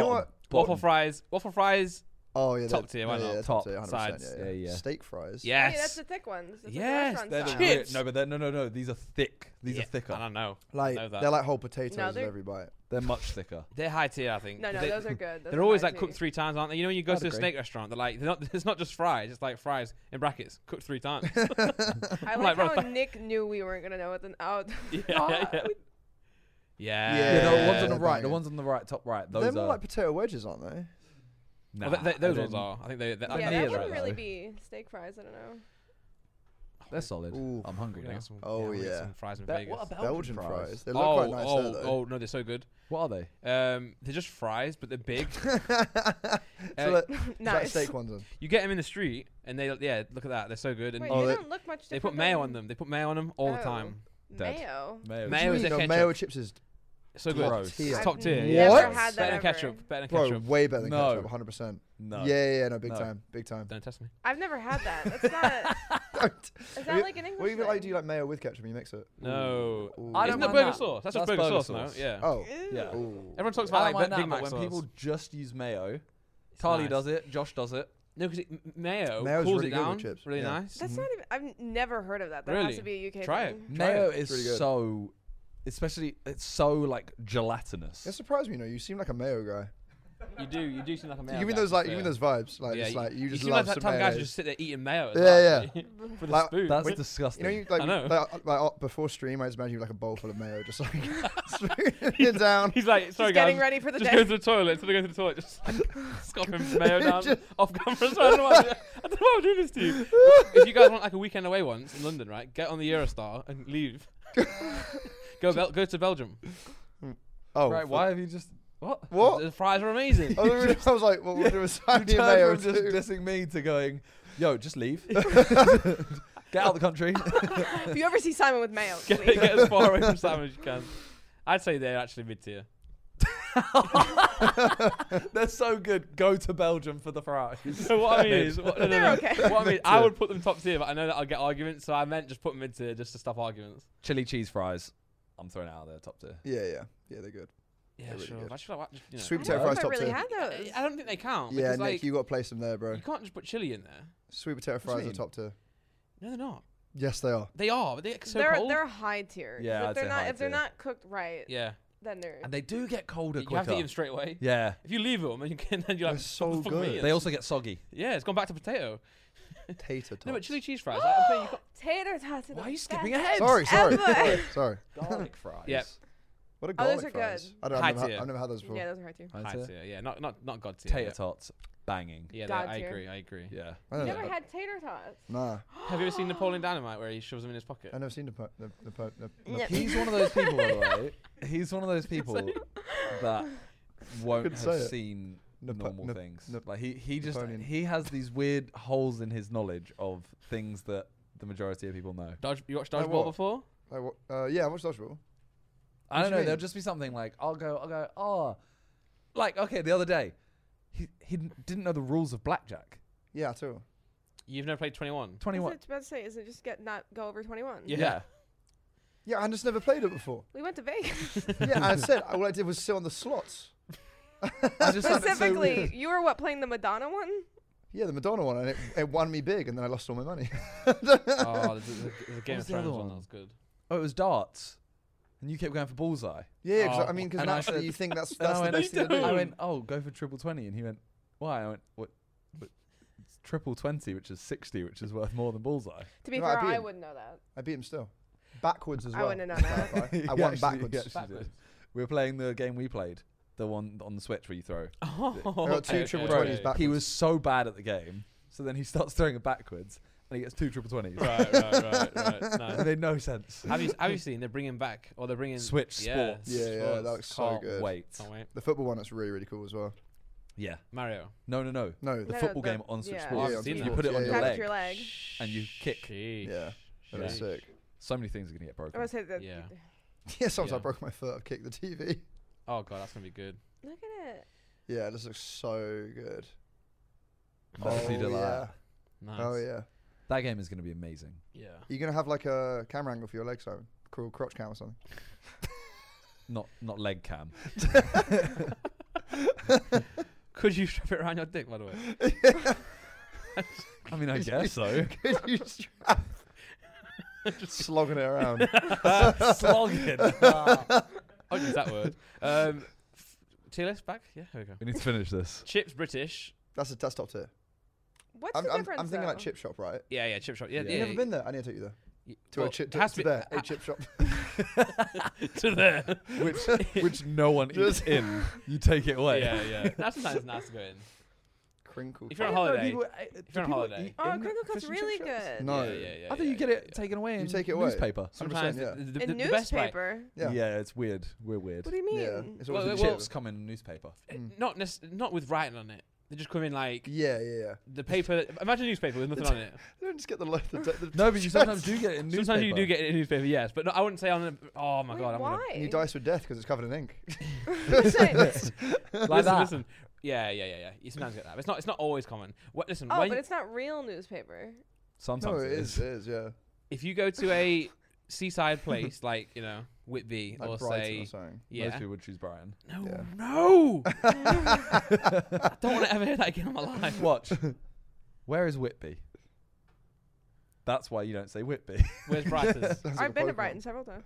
B: Bottom.
C: what?
A: waffle fries. Waffle fries.
C: Oh yeah,
A: Top
C: they're-
A: tier, why
C: yeah,
A: not?
C: yeah,
B: Top
C: tier, 100%,
A: sides.
C: Yeah,
B: Yeah,
C: yeah.
B: yeah.
C: Steak fries.
D: Yeah,
A: Yes.
D: that's the thick ones. That's
A: Yes,
D: What the
B: They're
D: restaurants
B: the
A: Chips.
D: have.
B: weird- no, but they're, no, no, no. These are thick. These
A: Yeah,
B: are thicker.
A: I don't know.
C: Like
A: know that.
C: they're like whole potatoes
D: No,
C: with
D: they're-
C: every bite.
B: They're much thicker.
A: They're high tier, I think.
D: No, no,
A: They-
D: those are good. Those
A: They're
D: are
A: always
D: high
A: like cooked
D: tea.
A: three times, aren't they? You know when you go
C: I'd
A: to a
C: agree.
A: steak restaurant, they're like they're not, it's not just fries. It's like fries in brackets cooked three times.
D: I
A: like
D: like
A: roast
D: how
A: back.
D: Nick knew we weren't gonna know what the oh
A: yeah, yeah, yeah.
C: Yeah,
B: Yeah, the ones
C: they're
B: on the right, the
C: banging.
B: ones on the right, top right. Those
C: they're more
B: are.
C: like potato wedges, aren't they?
A: Well,
B: Nah,
A: th- th- those
B: they're-
A: ones are. I think they. They're,
B: Not
D: yeah,
A: I
B: near
D: that
A: think
B: that,
D: wouldn't really
B: though.
D: be steak fries. I don't know.
B: They're solid.
C: Ooh.
B: I'm
A: we're
B: hungry
A: gonna
B: now.
A: get some-
C: Oh,
A: we're gonna get
C: yeah.
A: some fries in
B: Be-
A: Vegas.
B: what about
C: Belgian fries. They look
A: oh,
C: quite nice
A: oh,
C: there, though.
A: oh no, they're so good.
B: What are they?
A: Um, they're just fries, but they're big.
C: so
A: Uh,
C: that- is that
D: nice.
C: steak ones. Then?
A: you get them in the street, and they yeah, look at that, they're so good. And
D: Wait,
C: Oh,
D: they
C: they-
D: don't look much different.
A: they put mayo
D: than
A: on them. They put mayo on them all the
D: Oh.
A: time.
B: Dead.
D: Mayo.
A: Mayo
B: Mayo.
A: is
C: What do you
A: their
C: mean?
A: ketchup.
C: No, mayo chips is
A: so good.
B: Gross.
C: Top tier.
A: It's top
D: I've
A: tier.
D: never
C: What?
D: had that
A: Better than
D: ever.
A: ketchup. Better than
C: bro,
A: ketchup.
C: way better than
B: No.
C: ketchup, 100. percent
B: No.
C: Yeah, yeah, yeah, no, big
B: No.
C: time, big time.
A: Don't test me.
B: Mm.
D: I've never had that. That's not.
C: Don't.
D: Is
C: Well,
D: that like an English?
C: What do you like?
D: thing?
C: Do you like mayo with ketchup? and You mix it.
A: No.
C: Ooh.
B: I
A: Isn't that
B: don't mind
A: burger
B: that.
A: sauce? That's, just
B: That's
A: burger,
B: burger
A: sauce, no?
B: sauce.
A: Yeah.
C: Oh.
D: Ew.
B: Yeah.
C: Ooh.
A: Everyone talks about
B: I don't
A: like Big
B: mind that,
A: Mac
B: but when
A: sauce.
B: people just use mayo,
A: It's
B: Tali
A: nice.
B: does it, Josh does it.
A: No, because mayo
C: Mayo's
A: cools
C: really
A: it
C: good with
A: down.
C: chips,
A: Really
C: yeah.
A: nice.
D: That's not even. I've never heard of that. That has to be a UK.
A: Try it.
D: thing.
A: Try
B: Mayo
A: it.
B: is
C: pretty good.
B: so, especially it's so like gelatinous.
C: That surprised me. You know, you seem like a mayo guy.
A: You do. You do seem like a mayo.
C: you give me
A: guy,
C: those
A: to be
C: like, you give
A: fair.
C: me those vibes. Like,
A: Yeah,
C: just like you just
A: seem
C: love
A: like that
C: some
A: type of guy
C: mayo.
A: who just sit there eating mayo. as
C: Yeah,
A: well,
C: yeah.
A: for the
C: Like-
A: spoon.
B: That's
A: Wait,
B: disgusting.
C: You know, you like,
A: I know.
C: like, uh, like, uh, before stream, I just imagine you like a bowl full of mayo, just like spooning it down.
A: He's like, sorry guys,
D: He's getting ready for the
A: just
D: day.
A: go to the toilet. So they go to the toilet, just scoffing mayo down off camera. So I don't know why. I don't know why I'm doing this to you. If you guys want like a weekend away once in London, right? Get on the Eurostar and leave. go Bel- go to Belgium.
C: Oh,
B: right?
C: fuck.
B: Why have you just what?
C: What? Oh,
A: The fries are amazing.
C: I was, I was like, well, we'll do a side
B: You turned
C: mayo
B: from
C: too.
B: just dissing me to going, yo, just leave, get out of the country.
D: If you ever see Simon with mayo,
A: get,
D: leave.
A: get as far away from Sam as you can. I'd say they're actually mid tier.
B: They're so good. Go to Belgium for the fries.
A: So what I mean is, what, no, no,
D: They're
A: no.
D: okay.
A: What I mean, I would put them top tier, but I know that I'll get arguments, so I meant just put mid tier just to stop arguments.
B: Chili cheese fries. I'm throwing it out there, top tier.
C: Yeah, yeah, yeah, they're good.
A: Yeah,
C: They're really
A: sure.
C: good.
A: I just feel like, just, you know.
D: I
C: Sweet
D: don't
C: potato
D: know if
C: fries
D: I
C: top
D: really
C: tier.
D: had those.
A: I don't think they count.
C: Yeah,
A: because,
C: Nick,
A: like,
C: you got to place them there, bro.
A: You can't just put chili in there.
C: Sweet potato
B: you
C: fries are
B: mean?
C: top tier.
A: No, they're not.
C: Yes, they are.
A: They are, but they're so
D: they're
A: cold.
D: they're high tier. 'cause
B: Yeah,
D: if
B: I'd
D: they're
B: say
D: not
B: high
D: if they're
B: tier.
D: not cooked right,
A: yeah,
D: then they're
B: And they do get colder
A: you
B: quicker.
A: have to eat them straight away.
B: yeah.
A: If you leave them and you can, then you're
C: They're
A: like,
C: so
A: what the fuck am I
C: good.
A: eating?
B: They also get soggy.
A: yeah, it's gone back to potato.
C: Tater tots.
A: No, but chili cheese fries. like, I'm saying you can't-
D: tater tots.
B: Why
D: are the
B: are you skipping
D: best.
B: ahead?
C: Sorry, sorry,
D: Ever.
C: sorry, sorry.
B: Garlic fries.
A: Yep.
C: What a
D: Oh, those
C: garlic
D: are
C: fries.
D: good.
C: I don't.
A: High
C: I've, never
A: tier.
C: had, I've never had those before.
D: Yeah, those are high tier.
B: High
A: High
B: tier.
A: tier, yeah, not not not god tier.
B: Tater
A: yeah.
B: tots, banging.
A: Yeah, that-
D: God
A: I
D: tier.
A: agree. I agree.
B: Yeah.
C: I
D: You
C: don't
D: never
C: know.
D: had tater tots.
C: Nah,
A: Have you ever seen Napoleon Dynamite where he shoves them in his pocket?
C: I've never seen the po- the the, po- the,
D: Yeah.
C: the
B: He's one of those people, by the way. He's one of those people that won't
C: Couldn't say
B: have
C: it.
B: seen
C: Napo-
B: normal
C: Nap-
B: things.
C: Nap-
B: like he, he just
C: Napoleon.
B: he has these weird holes in his knowledge of things that the majority of people know.
A: Dodge, you watched
C: Like
A: Dodgeball
C: what?
A: before?
C: like, what, uh, yeah, I watched Dodgeball.
B: I
C: What
B: don't
C: do you
B: know. There'll
C: mean?
B: just be something like I'll go, I'll go, oh, like okay. The other day, he he n- didn't know the rules of blackjack.
C: Yeah, too.
A: You've never played 21.
B: Twenty
D: I was
B: one.
D: about to say, is it just get not go over 21?
A: Yeah.
C: Yeah, I just never played it before.
D: We went to Vegas.
C: yeah, I said all I did was sit on the slots.
B: I just found it so
D: Specifically,
B: weird.
D: you were what playing the Madonna one?
C: Yeah, the Madonna one, and it, it won me big, and then I lost all my money.
A: oh, there's a, there's a Game
B: was
A: of
B: the other
A: Thrones one?
B: one?
A: that was good.
B: Oh, it was darts, and you kept going for bullseye.
C: Yeah, 'cause I
A: Oh,
C: I mean, because
B: and I
C: naturally
B: said-
C: you think that's
B: And
C: that's
B: I
C: the
B: went,
C: best thing to do.
B: I went, oh, go for triple 20. And he went, why? I went, what? what- It's triple 20, which is 60, which is worth more than bullseye.
D: To be
C: No, I
D: fair, I,
C: didn't.
D: wouldn't know that.
C: I beat him still, backwards as
D: I
C: well.
D: wouldn't have
C: to
D: known that.
C: clarify.
B: He
C: I
B: actually-
C: won
B: he
C: backwards.
B: actually did. We were playing the game we played, the one on the Switch where you throw.
A: Oh,
C: I got two triple
B: Bro,
C: 20s back.
B: He was so bad at the game. So then he starts throwing it backwards and he gets two triple 20s.
A: Right, right, right, right.
B: It
A: Nice.
B: made no sense.
A: Have you have you seen they're bringing back or they're bringing
B: Switch
A: yeah,
B: sports.
C: Yeah, yeah, that
A: sports.
C: looks so
B: Can't
C: good.
B: wait.
A: Can't wait.
C: The football one, that's really really cool as well.
B: Yeah.
A: Mario.
B: No, no, no.
C: No,
B: The
D: No,
B: football
D: the-
B: game on Switch
D: yeah.
A: Oh, I've
B: Sports.
A: seen
B: you
A: that.
B: put it on
C: Yeah,
B: your
D: Tap
C: yeah.
D: to your
B: leg
D: leg.
B: and you kick.
A: Sheesh.
C: yeah, that was
A: Sheesh.
C: sick.
B: So many things are gonna get
D: I
B: broken.
D: would say that.
A: Yeah.
C: yeah, sometimes I
A: Yeah.
C: broke my foot. I've kicked the TV.
A: Oh god, that's gonna be good.
D: Look at it.
C: Yeah, this looks so good.
B: Especially
C: oh,
B: to
C: yeah.
B: that.
A: Nice.
C: oh yeah.
B: That game is gonna be amazing.
A: Yeah.
C: You're gonna have like a camera angle for your legs, though. Cool crotch cam or something.
B: Not not leg cam.
A: Could you strap it around your dick, by the way?
B: I mean, I guess so.
C: Could you strap? slogging it around.
B: Slogging. Ah.
A: I'll use that word. Um, f- tier list back. Yeah, here we go.
B: we need to finish this.
A: Chips British.
C: That's a that's top tier.
D: What's
C: I'm,
D: the
C: I'm,
D: difference?
C: I'm thinking like
D: though?
C: chip shop, right?
A: Yeah, yeah, chip shop. Yeah,
B: Yeah.
A: yeah.
C: You've never
A: yeah,
C: been there. I need to take you there.
A: yeah.
C: To
A: Well,
C: a chip
A: it
C: to,
A: has
C: to
A: be-
C: there, a
A: ha-
C: chip shop.
A: to there.
B: Which which no one eats
C: Just-
B: in. You take it away.
A: yeah, yeah. That's sometimes nice to go in.
C: Crinkle.
A: If you're on
B: I didn't know
A: holiday,
B: people- I- do
A: you're on
B: people
A: holiday-
B: eat
D: Oh,
B: in
D: crinkle
B: fish
D: cut's
B: and chip
D: really
B: shops?
D: good.
C: No.
A: Yeah, yeah, yeah.
B: I think you
A: yeah,
B: get
A: yeah,
B: it
A: yeah.
B: taken away in
C: take it away.
B: newspaper.
A: Sometimes
C: 100%,
A: the, the, the,
D: In
A: the best way.
D: newspaper.
B: Yeah.
C: Yeah.
B: it's weird. We're weird.
D: What do you mean?
C: Yeah, it's
A: Well,
C: always
A: well,
C: well,
B: Chips come in newspaper.
C: Mm.
A: Not nec- not with writing on it. They just come in like
C: Yeah, yeah, yeah.
A: the paper. Imagine a newspaper with nothing on it.
C: You don't just get the left. The, the,
B: No, but you sometimes do get it in newspaper.
A: Sometimes you do get it in a newspaper, yes, but no, I wouldn't say on. A, oh my
D: Wait,
A: god, I'm gonna-
D: why?
C: and you dice with death because it's covered in ink.
D: Listen.
B: like
A: listen,
B: that.
A: listen. Yeah, yeah, yeah, yeah. You sometimes get that. But it's not. It's not always common. What? Listen.
D: oh,
A: when
D: but it's not real newspaper.
B: Sometimes
C: no, it is. It is. Yeah.
A: if you go to a seaside place like you know Whitby
C: Like
A: or
C: Brighton
A: say
C: or something.
B: Most
A: yeah,
B: people would choose Brian.
A: no,
C: yeah.
A: no, I don't want to ever hear that again in my life.
B: Watch. Where is Whitby? That's why you don't say Whitby.
A: Where's Brighton?
C: Sounds like a
D: I've been to
C: Pokemon.
D: Brighton several times.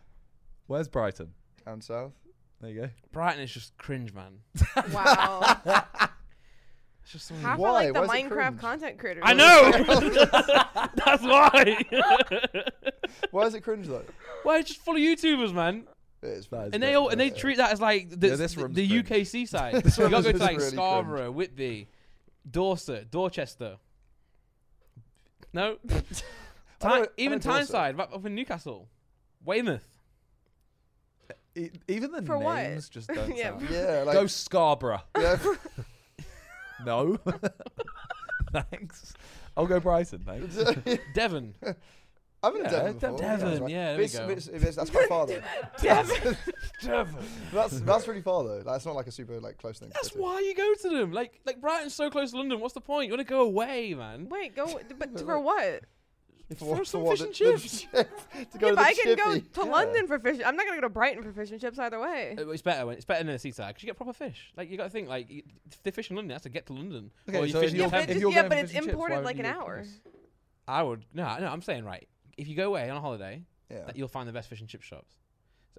B: Where's Brighton?
C: Down south.
B: There you go.
A: Brighton is just cringe, man.
D: Wow.
A: It's just so.
D: Half
C: Why?
D: are like the
C: Why is it
D: Minecraft
C: cringe?
D: content creators.
A: I know. That's why.
C: Why is it cringe though?
A: why it's just full of YouTubers, man,
C: It is.
B: That is
A: and they all and they treat that as like the
B: Yeah, this
A: the,
B: room's
A: the
B: cringe.
A: UK seaside.
C: This
A: you
C: room
A: gotta go
C: is
A: to like
C: really
A: Scarborough, Whitby, Dorset, Dorchester. No, Ty-
C: I know- I
A: even
C: know Dorset.
A: Tyneside, right up in Newcastle, Weymouth.
B: E- even the
D: For what?
B: names just don't
D: Yeah.
B: sound.
C: Yeah. Like,
B: Go Scarborough.
C: yeah.
B: No. Thanks. I'll go Brighton. Thanks.
C: uh,
A: Devon.
C: I've been
B: Yeah,
C: to Devon before.
B: Devon,
C: sounds
A: yeah, there
C: But
A: we
C: it's-
A: go.
C: but it's- if it's- that's quite far though.
A: Devon.
C: That's that's really far though. That's not like a super like close thing. to
A: That's
C: go to.
A: why you go to them. Like like Brighton's so close to London. What's the point? You want to go away, man?
D: Wait, go. But for what?
C: For
A: For
C: what-
A: some
C: for what,
A: fish and
C: the- the
A: chips.
C: chip- to go to
D: if
C: the
D: I can go
C: chippy.
D: to London for fish, I'm not gonna go to Brighton for fish and chips either way.
A: Uh, It's better when it's better than a seaside because you get proper fish. Like you got to think like you, if they fish in London, they have to get to London.
B: Okay,
A: you
B: so
A: fish
B: if
A: in
B: you're-
D: yeah, but,
A: Southampton.
B: if
D: it's,
B: you're
D: yeah,
B: going
D: but
B: for
D: it's
B: fish and chips, why
D: imported
B: would
D: like
B: you
D: an
B: go to
D: hour.
B: Paris?
A: I would no no. I'm saying right. If you go away on a holiday,
C: Yeah.
A: that you'll find the best fish and chip shops.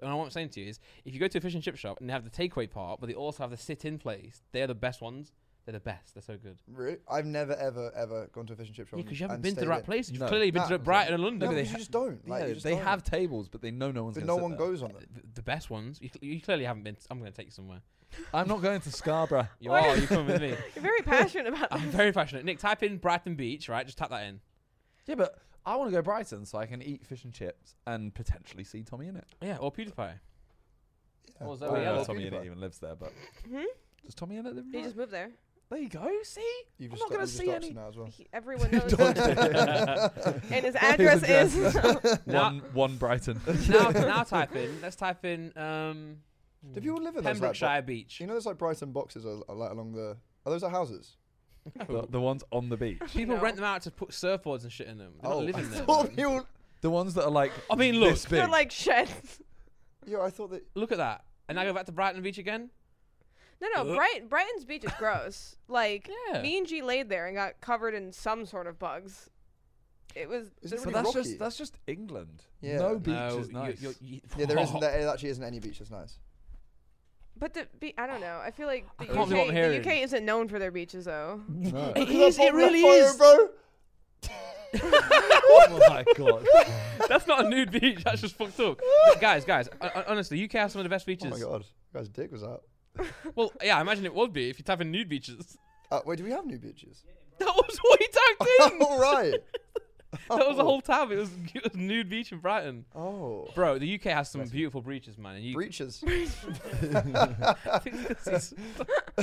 A: So, and what I'm saying to you is, if you go to a fish and chip shop and they have the takeaway part, but they also have the sit-in place, they're the best ones. They're the best. They're so good.
C: Really? I've never ever ever gone to a fish and chip shop.
A: Yeah, because you
C: and-
A: haven't
C: and
A: been to the
C: stayed
A: right
C: in.
A: places. You've
B: No.
A: clearly been
C: Nah,
A: to
C: I'm
A: Brighton and London.
C: No,
B: they
C: because
B: ha-
C: you just don't. Like,
B: yeah,
C: you just
B: they
C: don't.
B: have tables, but they know no one's
C: But
B: going
C: no one goes on them.
A: The- The best ones. You, cl- you clearly haven't been. To, I'm going to take you somewhere.
B: I'm not going to Scarborough.
A: You
D: Why-
A: are. You're coming with me.
D: You're very passionate about
A: I'm
D: this.
A: very passionate. Nick, type in Brighton Beach, right? Just type that in.
B: Yeah, but I want to go Brighton so I can eat fish and chips and potentially see Tommy in it.
A: Yeah, or PewDiePie.
C: Yeah.
A: Or
C: Or
A: Zoe Oh, yeah, Allen.
B: Well,
A: that's
B: Tommy Innit
C: PewDiePie.
B: even lives there, but
D: Hmm?
B: does Tommy Innit live in
D: He
B: Brighton?
D: just moved there.
B: There you go. See,
C: You've
B: I'm
C: just
B: not
C: got-
B: gonna
C: you've just
B: see
C: got
B: any-
C: Now as well.
D: He- everyone knows.
B: Don't
D: and his address is.
B: one one Brighton.
A: now, now type in. Let's type in um,
C: Do people live in those? Like,
A: Pembrokeshire
C: bo-
A: Beach.
C: you know, there's like Brighton boxes are, are like along the. Are those like houses?
B: the, the ones on the beach.
A: people
D: No.
A: rent them out to put surfboards and shit in them. They're
C: oh,
A: not
C: I
A: living there.
C: thought people.
B: The ones that are like.
A: I mean, look,
B: This big.
D: They're like sheds.
C: Yeah, I thought that.
A: Look at that. And now go back to Brighton Beach again.
D: No, no.
A: Ugh.
D: Bright, Brighton's beach is gross. Like
A: Yeah.
D: me and G laid there and got covered in some sort of bugs. It was.
C: Is
D: just-
C: it
B: but
C: really
B: that's
C: rocky?
B: just that's just England.
C: Yeah.
B: No beach
A: no,
B: is nice.
A: You, you, you,
C: yeah, there isn't. There actually isn't any beach that's nice.
D: But the be- I don't know. I feel like the,
A: can't
D: UK,
A: believe what I'm
D: the
A: hearing.
D: UK isn't known for their beaches though.
A: Mm.
C: No.
A: It is, it really is.
C: bro.
B: oh my god.
A: That's not a nude beach. That's just fucked up. guys, guys, hon- hon- honestly, UK has some of the best
C: Oh
A: beaches.
C: my god, guy's dick was out.
A: Well, yeah, I imagine it would be if you type in nude beaches.
C: Uh, wait, do we have new beaches?
A: That was what he typed in.
C: All right.
A: That was the whole tab. It was, it was nude beach in Brighton.
C: Oh,
A: Bro, the UK has some beautiful breaches, man. And you,
C: breaches.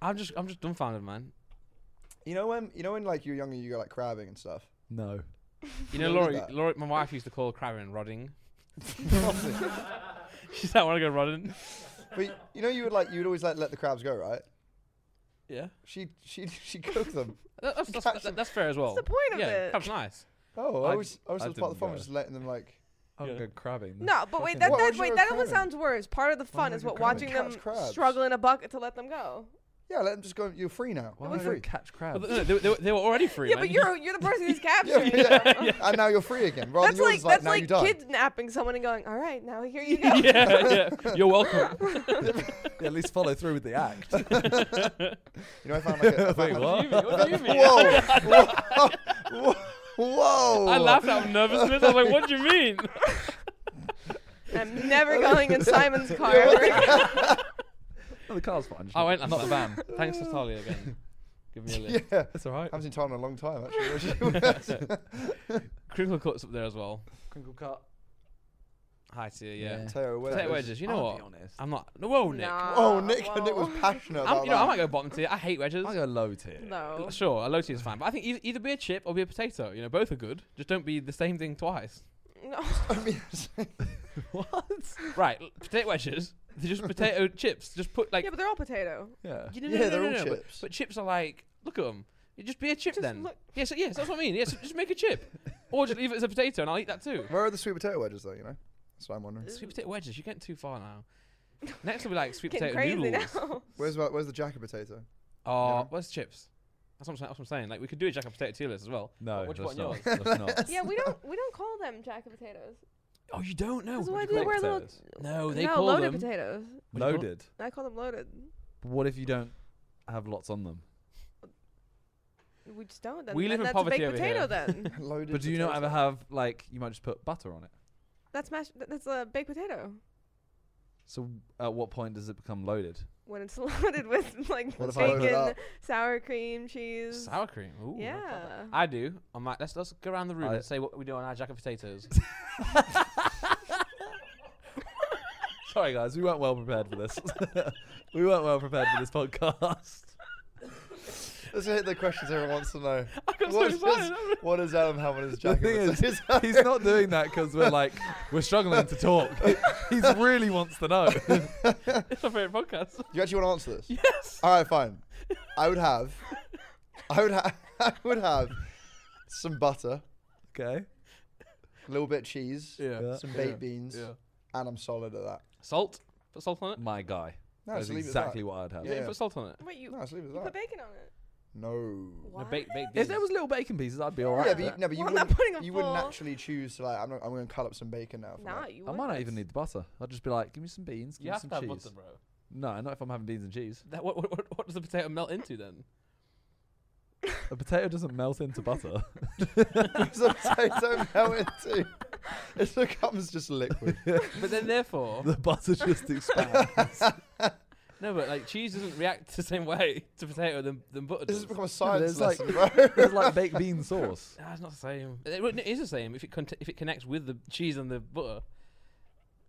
A: I'm just, I'm just dumbfounded, man.
C: You know when you know when like you're younger, you go like crabbing and stuff.
B: No.
A: You know,
C: What was
A: Laurie,
C: that?
A: Laurie, my wife used to call Karen rodding. She's like, want to go rodding?
C: But y- you know, you would like you would always like let the crabs go, right?
A: Yeah.
C: She she she cooked them.
A: That- That's, that's,
C: Catch
A: that's, fair as well.
D: the point of
A: yeah,
D: it.
A: That's nice.
C: Oh,
B: I
C: I
B: d-
C: was I was
B: I
C: part of the
B: didn't
C: fun
B: go.
C: was just letting them like.
B: I'm
A: Yeah.
B: going crabbing.
D: No, but wait,
B: fucking-
D: that,
C: Why
D: that
C: would
D: wait,
C: you
D: that
C: go
D: almost
C: crabbing?
D: sounds worse. Part of the fun
B: would
D: is
B: you
D: what
B: crabbing?
D: watching
C: Catch
D: them
C: crabs.
D: struggle in a bucket to let them go.
C: Yeah, let them just go. You're free now.
B: Why
C: you're
B: would I
C: free.
B: catch crabs?
A: But no, they, they, were- they were already free.
D: yeah,
A: man.
D: but you're you're the person who's
C: Yeah,
D: capturing.
C: yeah.
D: them.
C: and now you're free again. Rather
D: That's
C: than
D: like
C: yours, like,
D: that's
C: now you
D: like
C: die.
D: kidnapping someone and going, all right, now here you go.
A: yeah, yeah. You're welcome.
B: Yeah, at least follow through with the act.
C: You know, I found like a. I
B: Wait,
C: found-
A: What do you mean?
B: what?
A: What do you mean?
C: Whoa! Whoa! Whoa!
A: I laughed out of nervousness. I was like, what do you mean?
D: I'm never going in Simon's car.
B: No, the car's fine. just
A: I
B: not-
A: went, I'm
B: not
A: not a van. Thanks to Talia again. Give me a lift.
C: Yeah,
B: It's all right.
C: haven't seen Tom in a long time actually.
A: Crinkle cuts up there as well.
B: crinkle cut.
A: Hi to you, yeah.
B: Yeah.
C: Potato
A: Potato
C: wedges.
A: wedges, you know
B: I'll
A: what?
B: Be honest.
A: I'm not. No, whoa, Nick.
D: Nah,
C: Oh, Nick! Nick was
D: whoa.
C: passionate
A: I'm,
C: about
A: you know, I might
C: that.
A: go bottom tier. I hate wedges.
B: I'll go low tier.
D: No.
A: Sure, a low tier is fine, but I think e-, either, either be a chip or be a potato. You know, both are good. Just don't be the same thing twice.
D: No.
C: I mean,
B: What?
A: Right, l- potato wedges. They're just potato chips. Just put like.
D: yeah, but they're all potato.
B: Yeah.
A: You know,
C: Yeah, they're all
A: but-
C: chips.
A: But, chips are like, look at them. You just be a chip
D: Just
A: then.
D: look-
A: Yes, yes, that's what I mean. Yes, just make a chip, or just leave it as a potato, and I'll eat that too.
C: where are the sweet potato wedges though? You know, that's what I'm wondering.
A: Sweet potato wedges. You're getting too far now. Next will be like sweet
D: Getting
A: potato
D: crazy
A: noodles.
D: now.
C: Where's my- where's the jacket potato?
A: Oh,
C: Yeah.
A: where's chips? That's what, I'm saying, that's what I'm saying. Like we could do a jack and potato tier list as well.
B: No,
A: What- what do you want yours?
B: that's not. That's not.
D: yeah, we don't we don't call them jack of potatoes.
A: Oh, you don't know.
D: Because
A: What
D: why
A: do
D: do
A: you
D: they
B: Baked
A: call
D: wear little?
B: potatoes.
A: it? No, they
D: no,
A: call
D: loaded
A: them.
D: potatoes.
A: What do you call-
B: Loaded.
D: I call them loaded.
B: What if you don't have lots on them?
D: We just don't. Then.
A: We live
D: then
A: in
D: that's
A: poverty
D: a baked
A: over
D: potato
A: here.
D: then.
C: Loaded.
B: But do you not
C: potato.
B: ever have like you might just put butter on it?
D: That's mashed. th- That's a baked potato
B: So at what point does it become loaded?
D: when it's loaded with like
C: What if I load it
D: bacon,
C: up?
D: sour cream, cheese.
A: Sour cream. Ooh, I like that.
D: yeah.
A: I do. I'm like, let's let's go around the room
B: I-
A: and say what we do on our jack and potatoes.
B: Sorry guys, we weren't well prepared for this. we weren't well prepared for this podcast.
C: Let's hit the questions everyone wants to know.
A: I got so
C: What is,
A: excited.
C: what is Adam having his
B: The
C: jacket?
B: thing is,
C: potatoes?
B: he's not doing that because we're like we're struggling to talk. he really wants to know.
A: it's my favorite podcast.
C: Do you actually want to answer this?
A: Yes.
C: All right, fine. I would have, I would have, I would have some butter,
B: okay.
C: a little bit of cheese,
B: Yeah.
C: some baked beans, and I'm solid at that.
A: Salt. Put salt on it.
B: My guy.
C: No,
B: That's
C: just leave
B: exactly
C: it
B: what I'd have.
A: Yeah, you
C: Yeah.
A: put salt on it.
D: Wait, you,
C: at that. No, just leave it
D: you
C: at
D: put
C: that.
D: bacon on it?
C: No.
A: No,
D: Why?
A: bake, bake
B: If there was little bacon pieces, I'd be alright.
C: Yeah,
D: Yeah.
C: but you, no, but you
D: Well, I'm not
C: wouldn't.
D: putting a
C: You wouldn't
D: full-
C: naturally choose to like. I'm, not, I'm going to cut up some bacon now. for
D: Nah,
C: that.
D: you.
B: I might not even need the butter. I'd just be like, give me some beans, give
A: You
B: me
A: have
B: some
A: to have
B: cheese.
A: butter, bro.
B: No, not if I'm having beans and cheese.
A: That, what, what, what, what does the potato melt into then?
B: A potato doesn't melt into butter.
C: It's a potato melted too. It becomes just liquid.
A: But then, therefore,
B: the butter just expands.
A: no. But like cheese doesn't react the same way to potato than, than butter
C: This
A: does.
C: has become a
B: No,
C: science
B: there's like
C: lesson, bro.
B: there's like baked bean sauce.
A: Nah, it's not the same. It, well, it is the same if it con- if it connects with the cheese and the butter.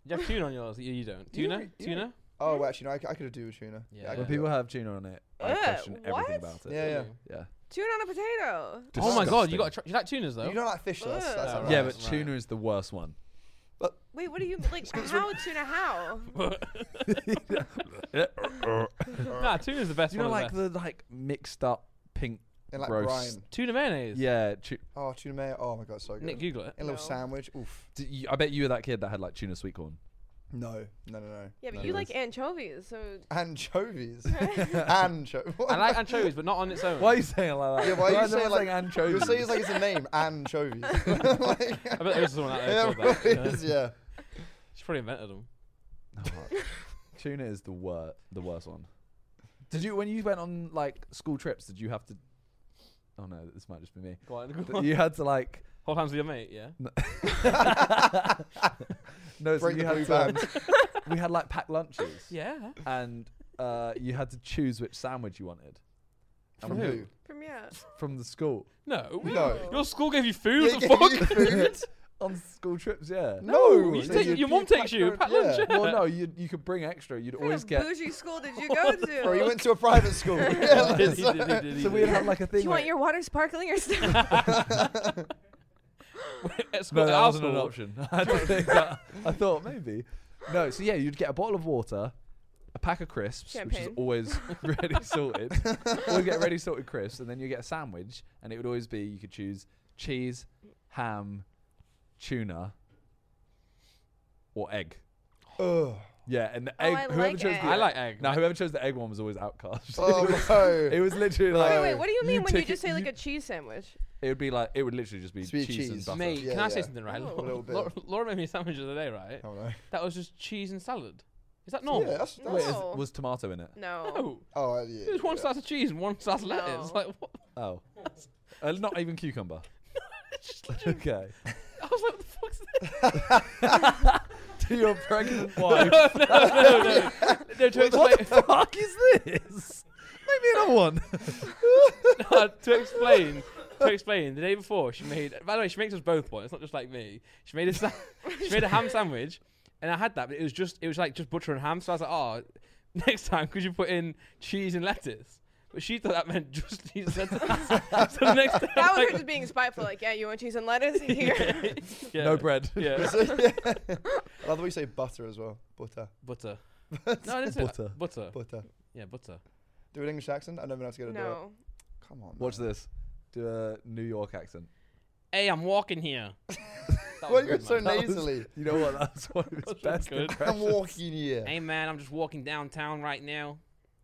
A: Do you have tuna on yours? You, you don't.
C: You
A: Tuna?
C: don't- you
A: tuna?
C: Oh, wait, actually, no, I, c- I could have do with tuna. Yeah,
A: Yeah.
C: I
B: When
C: could do
B: people
C: it.
B: have tuna on it, I
D: Ugh,
B: question everything
D: what?
B: about it.
C: Yeah, yeah.
B: Yeah.
D: Tuna on a potato.
A: Oh my god,
B: Disgusting.
A: you got tr- you like tunas though?
C: You don't like fish sauce. That's
A: Ugh.
C: alright.
B: Yeah,
A: Right.
B: but tuna is the worst one.
D: Wait, what do you like? how tuna? How?
A: nah, tuna's the best
B: you know,
A: one.
B: like
A: Like
B: the like mixed up pink
C: and like
B: gross.
C: brine.
A: tuna mayonnaise.
B: Yeah, tu-
C: Oh, tuna mayo. Oh my god, so good.
A: Nick, Google it.
C: a little
D: No.
C: sandwich. Oof.
B: d- you- I bet you were that kid that had like tuna sweet corn.
C: No, no, no, no.
D: Yeah, but
C: no.
D: you like anchovies, so
C: anchovies. Anchovies.
A: I like anchovies, but not on its own.
B: Why are you saying it like that?
C: Yeah, why are you
B: Why is
C: saying
B: everyone
C: like-
B: saying anchovies?
C: You'll say it's like it's a name, anchovies. like,
A: I bet there's someone out there
C: yeah,
A: who called that.
C: probably
A: yeah.
C: is, yeah.
A: She probably invented them.
B: Tuna is the worst, the worst one. Did you when you went on like school trips? Did you have to? Oh no, this might just be me.
A: Go on, go
B: That
A: on.
B: You had to like.
A: Hold hands with your mate, yeah?
B: no, so
C: Break
B: you
C: the
B: had
C: blue
B: to,
C: band.
B: we had like packed lunches.
A: Yeah.
B: And uh, you had to choose which sandwich you wanted
C: From
A: who?
C: who?
D: from yeah.
B: from the school
A: No.
C: No.
A: Your school gave you food?
C: Yeah,
A: the
C: yeah,
A: fuck?
C: you food?
B: on school trips. Yeah.
C: No,
A: you
C: they
A: take-
C: did
A: your mum
C: you
A: takes you, packed
C: packed lunch,
A: lunch.
B: Well, no, you you could bring extra. You'd
D: What kind
B: always
D: of
B: get.
D: bougie school did you go to?
C: Bro, you went to a private school. yeah,
A: He
C: like,
A: did, he
C: so-
A: did, he did, he
B: So we
A: did.
B: had like a
D: Do
B: thing.
D: you want
B: where-
D: your water sparkling or stuff?
A: escort
B: No,
A: to
B: that wasn't an
A: Arsenal.
B: option. I don't think that. I thought maybe. No, so yeah, you'd get a bottle of water, a pack of crisps, which
D: Champagne.
B: is always ready sorted. Always get ready sorted crisps, and then you get a sandwich, and it would always be you could choose cheese, ham, tuna, or egg.
C: Ugh.
B: Yeah, and the
D: Oh,
B: egg.
D: I
B: whoever
D: like
B: chose
D: egg.
B: the
A: I like egg.
B: Now, whoever chose the egg one was always outcast.
C: Oh,
B: it, was,
C: no.
B: it was literally like.
D: Wait, wait. What do you
B: you
D: mean when you
B: take
D: just
B: it-
D: say like
B: you-
D: a cheese sandwich?
B: It would be like it would literally just be
C: Sweet
B: cheese, and
C: cheese.
B: butter.
A: Mate,
C: Yeah,
A: can I say
C: yeah.
A: something right?
D: Oh.
A: Laura-
D: A
C: little bit.
A: Laura, Laura made me a sandwich the other day, right?
C: Oh no.
A: That was just cheese and salad. Is that
C: Yeah,
A: normal?
C: that's,
D: No.
C: that's,
B: Wait, is-
D: Oh.
B: was tomato in it?
D: No.
A: No.
C: Oh, uh, yeah.
A: It was one
C: yeah.
A: slice of cheese and one slice of lettuce.
D: No.
A: Like what?
B: Oh, uh, not even cucumber.
A: It's just like-
B: okay.
A: I was like, what the fuck's this?
B: to your pregnant wife.
A: no, no, no. no to,
B: what the
A: explain,
B: fuck is this? Maybe another one.
A: no, to explain, to explain, the day before she made. By the way, she makes us both one. It's not just like me. She made a sa- she made a ham sandwich, and I had that, but it was just it was like just butter and ham. So I was like, oh, next time could you put in cheese and lettuce? But she thought that meant just cheese and lettuce. so the next time,
D: That was
A: like,
D: her just being spiteful. Like, yeah, you want cheese and lettuce here?
A: yeah,
B: No bread.
A: Yeah,
C: I love the way you say butter as well. Butter.
A: butter. No, I didn't say that.
B: Butter.
A: Butter.
C: Butter.
A: Yeah, butter.
C: Do an English accent. I never know how to get to do
D: no.
C: it. Come on.
B: Watch
C: man.
B: this. Do a New York accent.
A: Hey, I'm walking here. That
C: Why are
A: was
C: you
A: good,
C: going so
A: man.
B: That was-
C: nasally?
B: You know what? That's one of his
A: That's
B: best
A: good.
C: I'm
B: impressions.
C: walking here.
A: Hey man, I'm just walking downtown right now.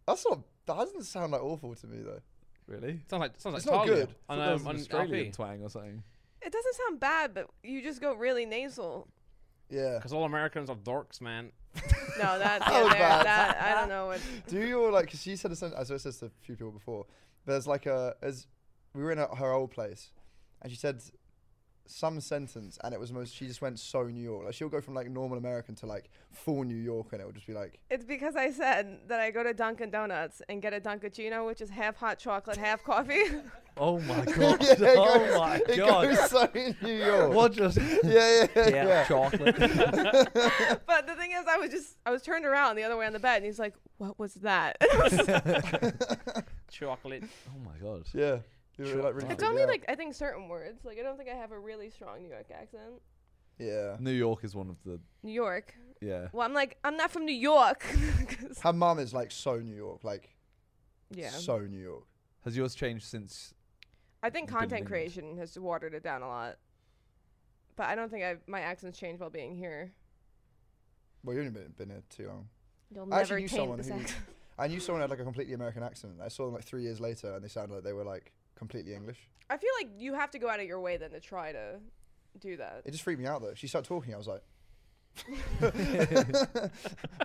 C: That's not. That doesn't sound like awful to me though.
B: Really?
A: Sounds like sounds
C: It's
A: like
B: Oh,
C: not
A: Talia
C: good.
A: on,
B: Thought that was
A: um,
B: an
A: on
B: Australian twang or something.
D: It doesn't sound bad, but you just go really nasal.
C: Yeah.
A: Because all Americans are dorks, man.
D: No, that,
C: That
D: yeah,
C: was
D: there-
C: bad.
D: that I don't know what.
C: Do your like? Cause she said this. As I said to a few people before, there's like a as we were in a, her old place, and she said some sentence, and it was the most. She just went so New York. Like she'll go from like normal American to like full New York, and it would just be like.
D: It's because I said that I go to Dunkin' Donuts and get a Dunkachino, which is half hot chocolate, half coffee.
B: Oh my
C: yeah,
B: god.
C: it goes,
B: oh my
C: it
B: god.
C: goes so New York.
B: What just?
C: Yeah, yeah, yeah.
B: Yeah, chocolate.
D: but the thing is, I was just I was turned around the other way on the bed, and he's like, "What was that?" it's
A: Chocolate.
B: Oh my god.
C: Yeah. They were, like, really
B: It's
C: freaked
D: only
C: out.
D: like I think certain words. Like I don't think I have a really strong New York accent.
C: Yeah.
B: New York is one of the
D: New York.
B: yeah.
D: Well, I'm like I'm not from New York. 'Cause-
C: Her mum is like so New York, like
D: yeah.
C: so New York.
B: Has yours changed since?
D: I
B: You've
D: think
B: been
D: content
B: linguist.
D: creation has watered it down a lot. But I don't think I've, my accent's changed while being here.
C: Well, you've only been, been here too long.
D: You'll
C: I
D: never
C: actually knew
D: taint
C: someone
D: this
C: who-
D: accent.
C: I knew someone had like a completely American accent. I saw them like three years later, and they sounded like they were like completely English.
D: I feel like you have to go out of your way then to try to do that.
C: It just freaked me out though. She started talking. I was like, "What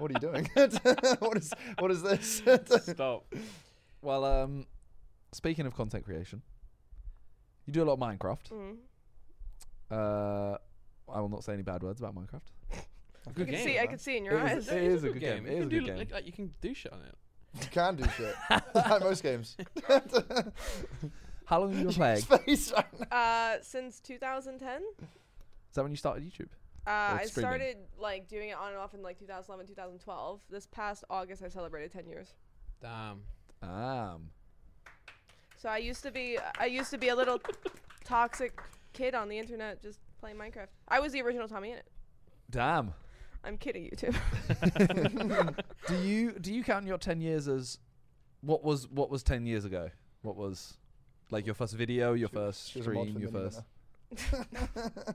C: are you doing? what is what is this?"
A: Stop.
B: Well, um, speaking of content creation, you do a lot of Minecraft.
D: Mm.
B: Uh, I will not say any bad words about Minecraft.
D: You
A: Good
D: can
A: game.
D: see, I
C: man.
D: could see in your
B: It is,
D: eyes.
B: it is a good game. It
A: You
B: is a
A: can do
B: good game.
A: Like, like, you can do shit on it.
C: you can do shit like most games.
B: How long have you been playing? Is
C: Face right now.
D: Uh, since 2010,
B: that when you started YouTube?
D: uh, I
B: streaming.
D: started like doing it on and off in like 2011, 2012. This past August, I celebrated 10 years.
A: Damn.
B: Um,
D: So I used to be, I used to be a little toxic kid on the internet just playing Minecraft. I was the original Tommy in it.
B: damn.
D: I'm kidding you too.
B: Do you do you count your ten years as what was what was ten years ago? What was like your first video, your first
C: She was a mod
B: stream,
C: for
B: your
C: Minion,
B: first?
C: wasn't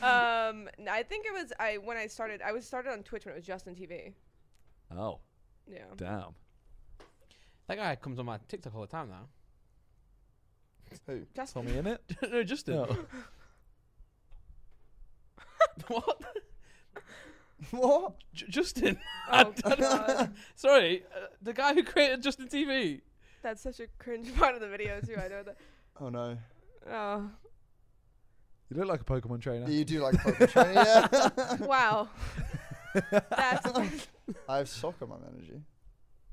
D: um, n- I think it was I when I started. I was started on Twitch when it was Justin TV.
B: Oh,
D: Yeah.
B: damn.
A: That guy comes on my TikTok all the time now.
C: Who?
D: Justin.
B: Tommy in it?
A: no, Justin.
B: No.
A: what?
C: What?
A: J- Justin.
D: Oh, God.
A: Sorry, uh, the guy who created Justin TV.
D: That's such a cringe part of the video too. I know that.
C: Oh no.
D: Oh
B: You look like a Pokemon trainer.
C: You do like poker training, yeah.
D: wow. That's don't
C: I have soccer, my energy.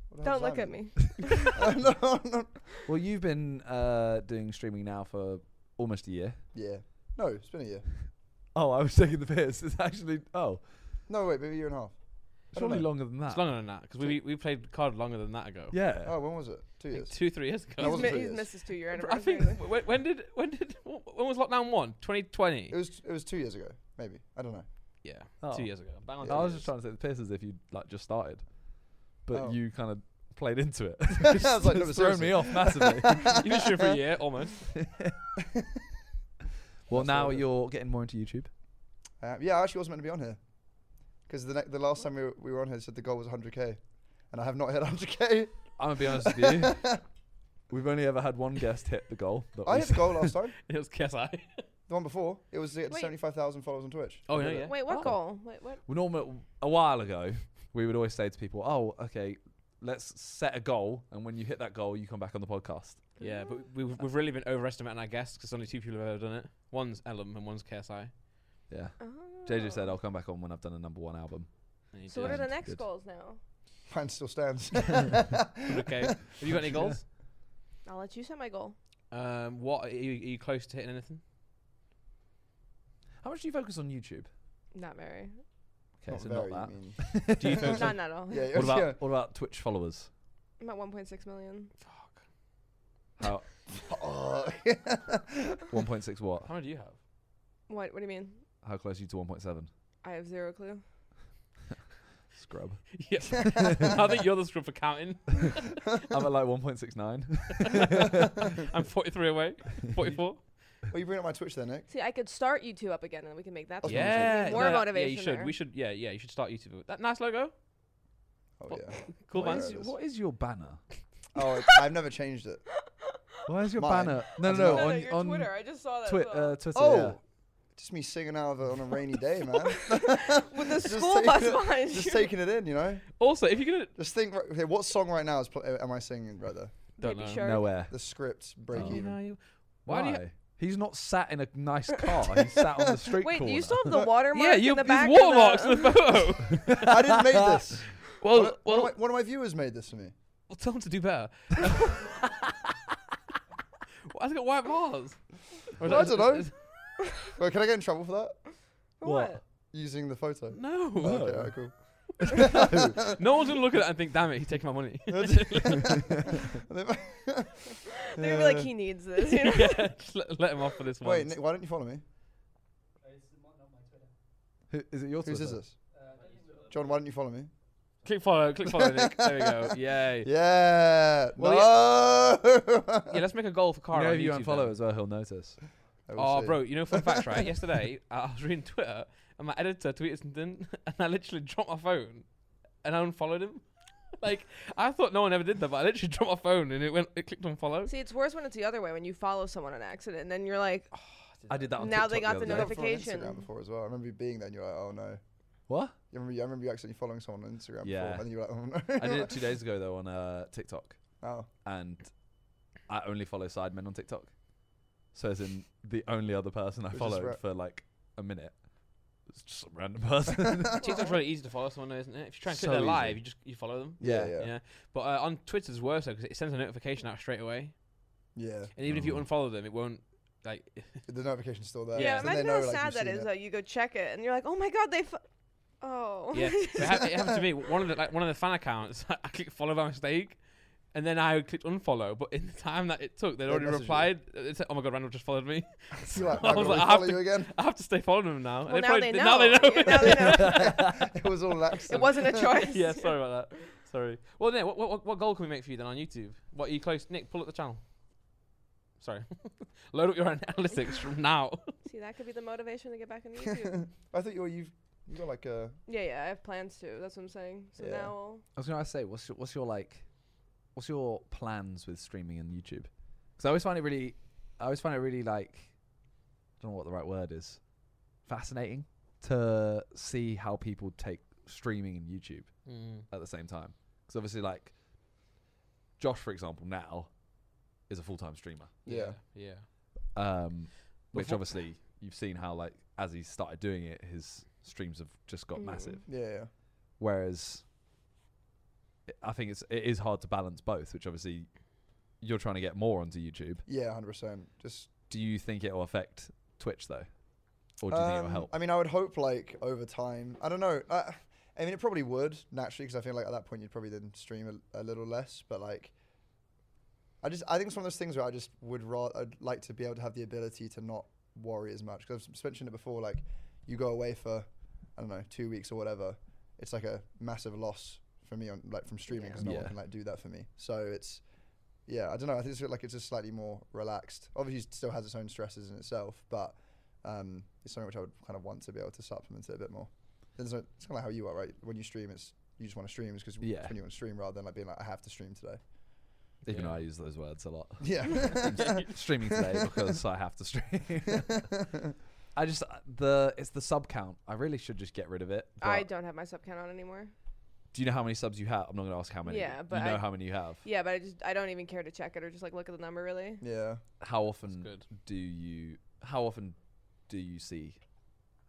C: What the hell does
D: look
C: that
D: at
C: mean?
D: me.
C: no, no.
B: Well, you've been uh, doing streaming now for almost a year.
C: Yeah. No, it's been a year.
B: Oh, I was taking the piss. It's actually oh,
C: No, wait, maybe a year and a half. I don't
B: surely
C: know.
B: longer than that.
A: It's longer than that because we we played card longer than that ago.
B: Yeah.
C: Oh, when was it? Two
A: Like
C: years.
A: two, three years
C: That
A: ago.
D: He's,
C: wasn't
D: mi-
C: two
D: he's
C: years.
D: missed his two year
A: I
D: anniversary.
A: think when, when did when did when was lockdown one? 2020.
C: It was it was two years ago, maybe. I don't know.
A: Yeah,
B: Oh.
A: two years ago. Bang on
C: Yeah.
A: two
B: I was
A: years.
B: just trying to say the piss as if you like just started, but
C: Oh.
B: you kind of played into it.
C: I
B: It's
C: was like, no,
B: it's thrown me
C: seriously.
B: off massively.
A: You've been shooting for a year almost.
B: well,
C: That's
B: now
C: what it is.
B: you're getting more into YouTube.
C: Uh, yeah, I actually wasn't meant to be on here because the ne- the last time we were, we were on here said the goal was 100k, and I have not hit 100k.
B: I'm gonna be honest with you. We've only ever had one guest hit the goal. that
C: I
B: we
C: hit the goal last time.
A: It was guess I.
C: The one before it was at
D: Wait.
C: 75,000 followers on Twitch.
A: Oh
C: I
A: yeah,
C: did it.
A: yeah.
D: Wait, what
B: Oh.
D: goal? Wait, what?
B: we normally a while ago we would always say to people oh okay let's set a goal and when you hit that goal you come back on the podcast
A: Yeah, but we've, we've really been overestimating our guests because only two people have ever done it. One's Ellum and one's KSI.
B: yeah
D: Oh.
B: jj said i'll come back on when i've done a number one album
A: And he
D: So what
A: did.
D: are the
B: Good.
D: next goals now?
C: Mine still stands.
A: okay. Have you got any goals?
D: I'll let you set my goal.
A: Um, what are you, are you close to hitting anything?
B: how much do you focus on youtube
D: Not very.
B: okay so
C: very,
B: not
C: I mean.
B: that
A: Do you focus
D: Not
A: on?
D: not at all.
C: Yeah,
B: what about
C: yeah.
B: what about twitch followers
D: I'm at 1.6 million.
A: Fuck.
B: how
C: Oh,
B: 1.6 what
A: How many do you have?
D: What? What do you mean?
B: how close are you to 1.7
D: I have zero clue.
B: scrub
A: Yeah. I think you're the scrub for counting.
B: i'm at like 1.69
A: I'm 43 away. 44.
C: well, you bring up my Twitch there, Nick.
D: See, I could start you two up again, and we can make that.
C: That's what I'm
D: something.
C: saying.
A: Oh, Yeah.
D: More
A: yeah, Yeah, you
D: motivation
A: should.
D: there.
A: We should. Yeah, yeah. You should start YouTube. with That nice logo.
C: Oh
A: Well-
C: yeah.
A: Cool
C: Where
A: man.
C: it is.
B: what is your banner
C: Oh, it, I've never changed it.
B: why is your
C: Mine?
B: banner no
C: I
B: no
C: don't
B: no,
C: know.
D: No, no,
B: on,
D: your
B: on
D: Twitter. I just saw that. as
B: Twi-
D: well.
B: uh, twitter
C: Oh,
B: yeah.
C: just me singing out of it on a rainy day, man.
D: with the
C: just
D: school
C: take
D: bus
C: it-
D: behind
C: just
D: you.
C: taking it in, you know.
A: Also, if you're gonna,
C: Just think. right- Okay, what song right now is pl- am I singing, brother?
A: don't
D: Baby
A: know.
D: shark.
B: nowhere
C: The script break
B: Oh.
C: even.
A: Why
B: Why?
A: do Oh, you-
B: He's not sat in a nice car. He's sat on the street
D: Wait, do
B: corner.
D: you still have the watermark
A: yeah, you
D: in the
A: there's
D: back? of
A: watermarks
D: the-
A: in the photo.
C: I didn't make this.
A: well,
C: one, of- one
A: Oh, well,
C: of my, one of my viewers made this for me.
A: well, tell them to do better. Why has it got white bars? Or is
C: I
A: that-
C: don't know.
A: is- is-
C: Wait, can I get in trouble for that?
D: For
B: What?
D: what?
C: Using the photo. Oh,
A: No.
C: okay, alright, cool.
A: No one's gonna look at that and think, "Damn it, he's taking my money."
D: They're gonna be like, he needs this. You know?
A: yeah, just let, let him off for this one.
C: Wait, Nick, why don't you follow me?
E: It's not not my Twitter.
B: Who- Is it your
C: Whose is
B: Twitter?
C: this? John, why don't you follow me?
A: click follow, click follow, Nick. There we go. Yay. Yeah.
C: Yeah.
A: Well,
C: no.
A: let's make a goal for
B: You
A: Cara.
B: know,
A: on
B: if you
A: YouTube
B: unfollow
A: then.
B: as well, he'll notice.
C: I will
A: Oh,
C: see.
A: bro, you know, fun fact, right? Yesterday, I I was reading Twitter, and my editor tweeted something, and I literally dropped my phone, and I unfollowed him. like, I thought no one ever did that, but I literally dropped my phone, and it went, it clicked on follow.
D: See, it's worse when it's the other way when you follow someone on accident and then you're like,
B: I did that on
D: Now they
B: TikTok
D: got
B: the
D: the
B: other day.
C: I've followed you on
D: notification.
C: Instagram before as well. I remember you being there and you were like, oh no.
B: What?
C: You remember, I remember you accidentally following someone on Instagram
B: Yeah.
C: before and you were like, oh no.
B: I did it two days ago, though, on uh, TikTok.
C: oh.
B: And I only follow sidemen on TikTok. So, as in, the only other person I
C: It was just
B: followed
C: ra-
B: for like a minute. It's just some random person.
A: TikTok's really easy to follow someone, though, isn't it? If you try and click
B: So
A: their live,
B: easy.
A: you just you follow them.
C: Yeah,
B: Yeah.
A: Yeah.
C: yeah. Yeah.
A: But uh, on Twitter's worse though, because it sends a notification out straight away, and even if you
C: Mm.
B: Oh.
A: unfollow them, it won't. Like,
C: The notification's still there.
A: Yeah.
D: yeah,
A: Yeah,
C: So they
D: imagine
C: know,
D: how
C: like,
D: sad
C: you've
D: that
C: seen
D: is.
C: it.
D: Though you go check it and you're like, oh my god, they. Fo- oh.
A: yeah, it, ha- it happened to me. One of the like one of the fan accounts, I clicked follow by mistake, and then I clicked unfollow. But in the time that it took, they'd
C: They
A: already
C: messaged you.
A: replied. It said, "Oh my god, Randall just followed me."
C: You're like,
A: I
C: "Bugger,
A: was
C: we
A: like, I have
C: follow
A: to
C: you again.
A: I have to stay following them now.
D: Well, now they know.
A: Now they know.
D: Yeah, now they know.
C: it was all lax.
D: it wasn't a choice.
A: yeah, sorry about that. Sorry. Well, Nick, what, what, what goal can we make for you then on YouTube? What are you close? Nick, pull up the channel. Sorry. Load up your analytics from now.
D: See, that could be the motivation to get back on YouTube.
C: I thought you were, you've, you got like a.
D: yeah, yeah, I have plans to. That's what I'm saying. So
C: Yeah.
D: now I'll.
B: I was going to say, what's your, what's your like, what's your plans with streaming and YouTube? Because I always find it really, I always find it really like, I don't know what the right word is, fascinating to see how people take streaming and YouTube
C: Mm,
B: at the same time. Because obviously, like, Josh, for example, now is a full time streamer,
C: Yeah.
A: Yeah.
B: um,
A: But
B: which
A: what-
B: obviously you've seen how like as he's started doing it, his streams have just got
D: Mm.
B: massive.
C: Yeah, yeah.
B: Whereas i- I think it's it is hard to balance both, which obviously you're trying to get more onto YouTube.
C: Yeah, 100%. Just
B: Do you think it'll affect Twitch though, or do you think it'll
C: Um,
B: help?
C: I mean, I would hope like over time. I don't know. I, I mean, it probably would naturally because I feel like at that point you'd probably then stream a, a little less. But like, I just I think it's one of those things where I just would rather I'd like to be able to have the ability to not worry as much because I've s- mentioned it before. Like you go away for I don't know two weeks or whatever, it's like a massive loss for me on like from streaming
D: Yeah.
C: because no one
B: Yeah.
C: can like do that for me. So it's yeah I don't know I think it's like it's just slightly more relaxed. Obviously, it still has its own stresses in itself, but um, it's something which I would kind of want to be able to supplement it a bit more. It's, like- it's kind of how you are, right? When you stream, it's you just want to stream, it's because
B: Yeah.
C: when you want to stream rather than like being like I have to stream today.
B: Even
A: Yeah.
B: though I use those words a lot.
C: Yeah.
B: Streaming today because I have to stream. I just uh, the it's the sub count. I really should just get rid of it.
D: I
B: but
D: don't have my sub count on anymore.
B: do you know how many subs you have? I'm not going to ask how many.
D: Yeah, but
B: you know
D: I-
B: how many you have.
D: Yeah, but I just I don't even care to check it or just like look at the number really.
C: yeah.
A: That's
B: How
C: Mm.
B: often
A: good.
B: do you? How often do you see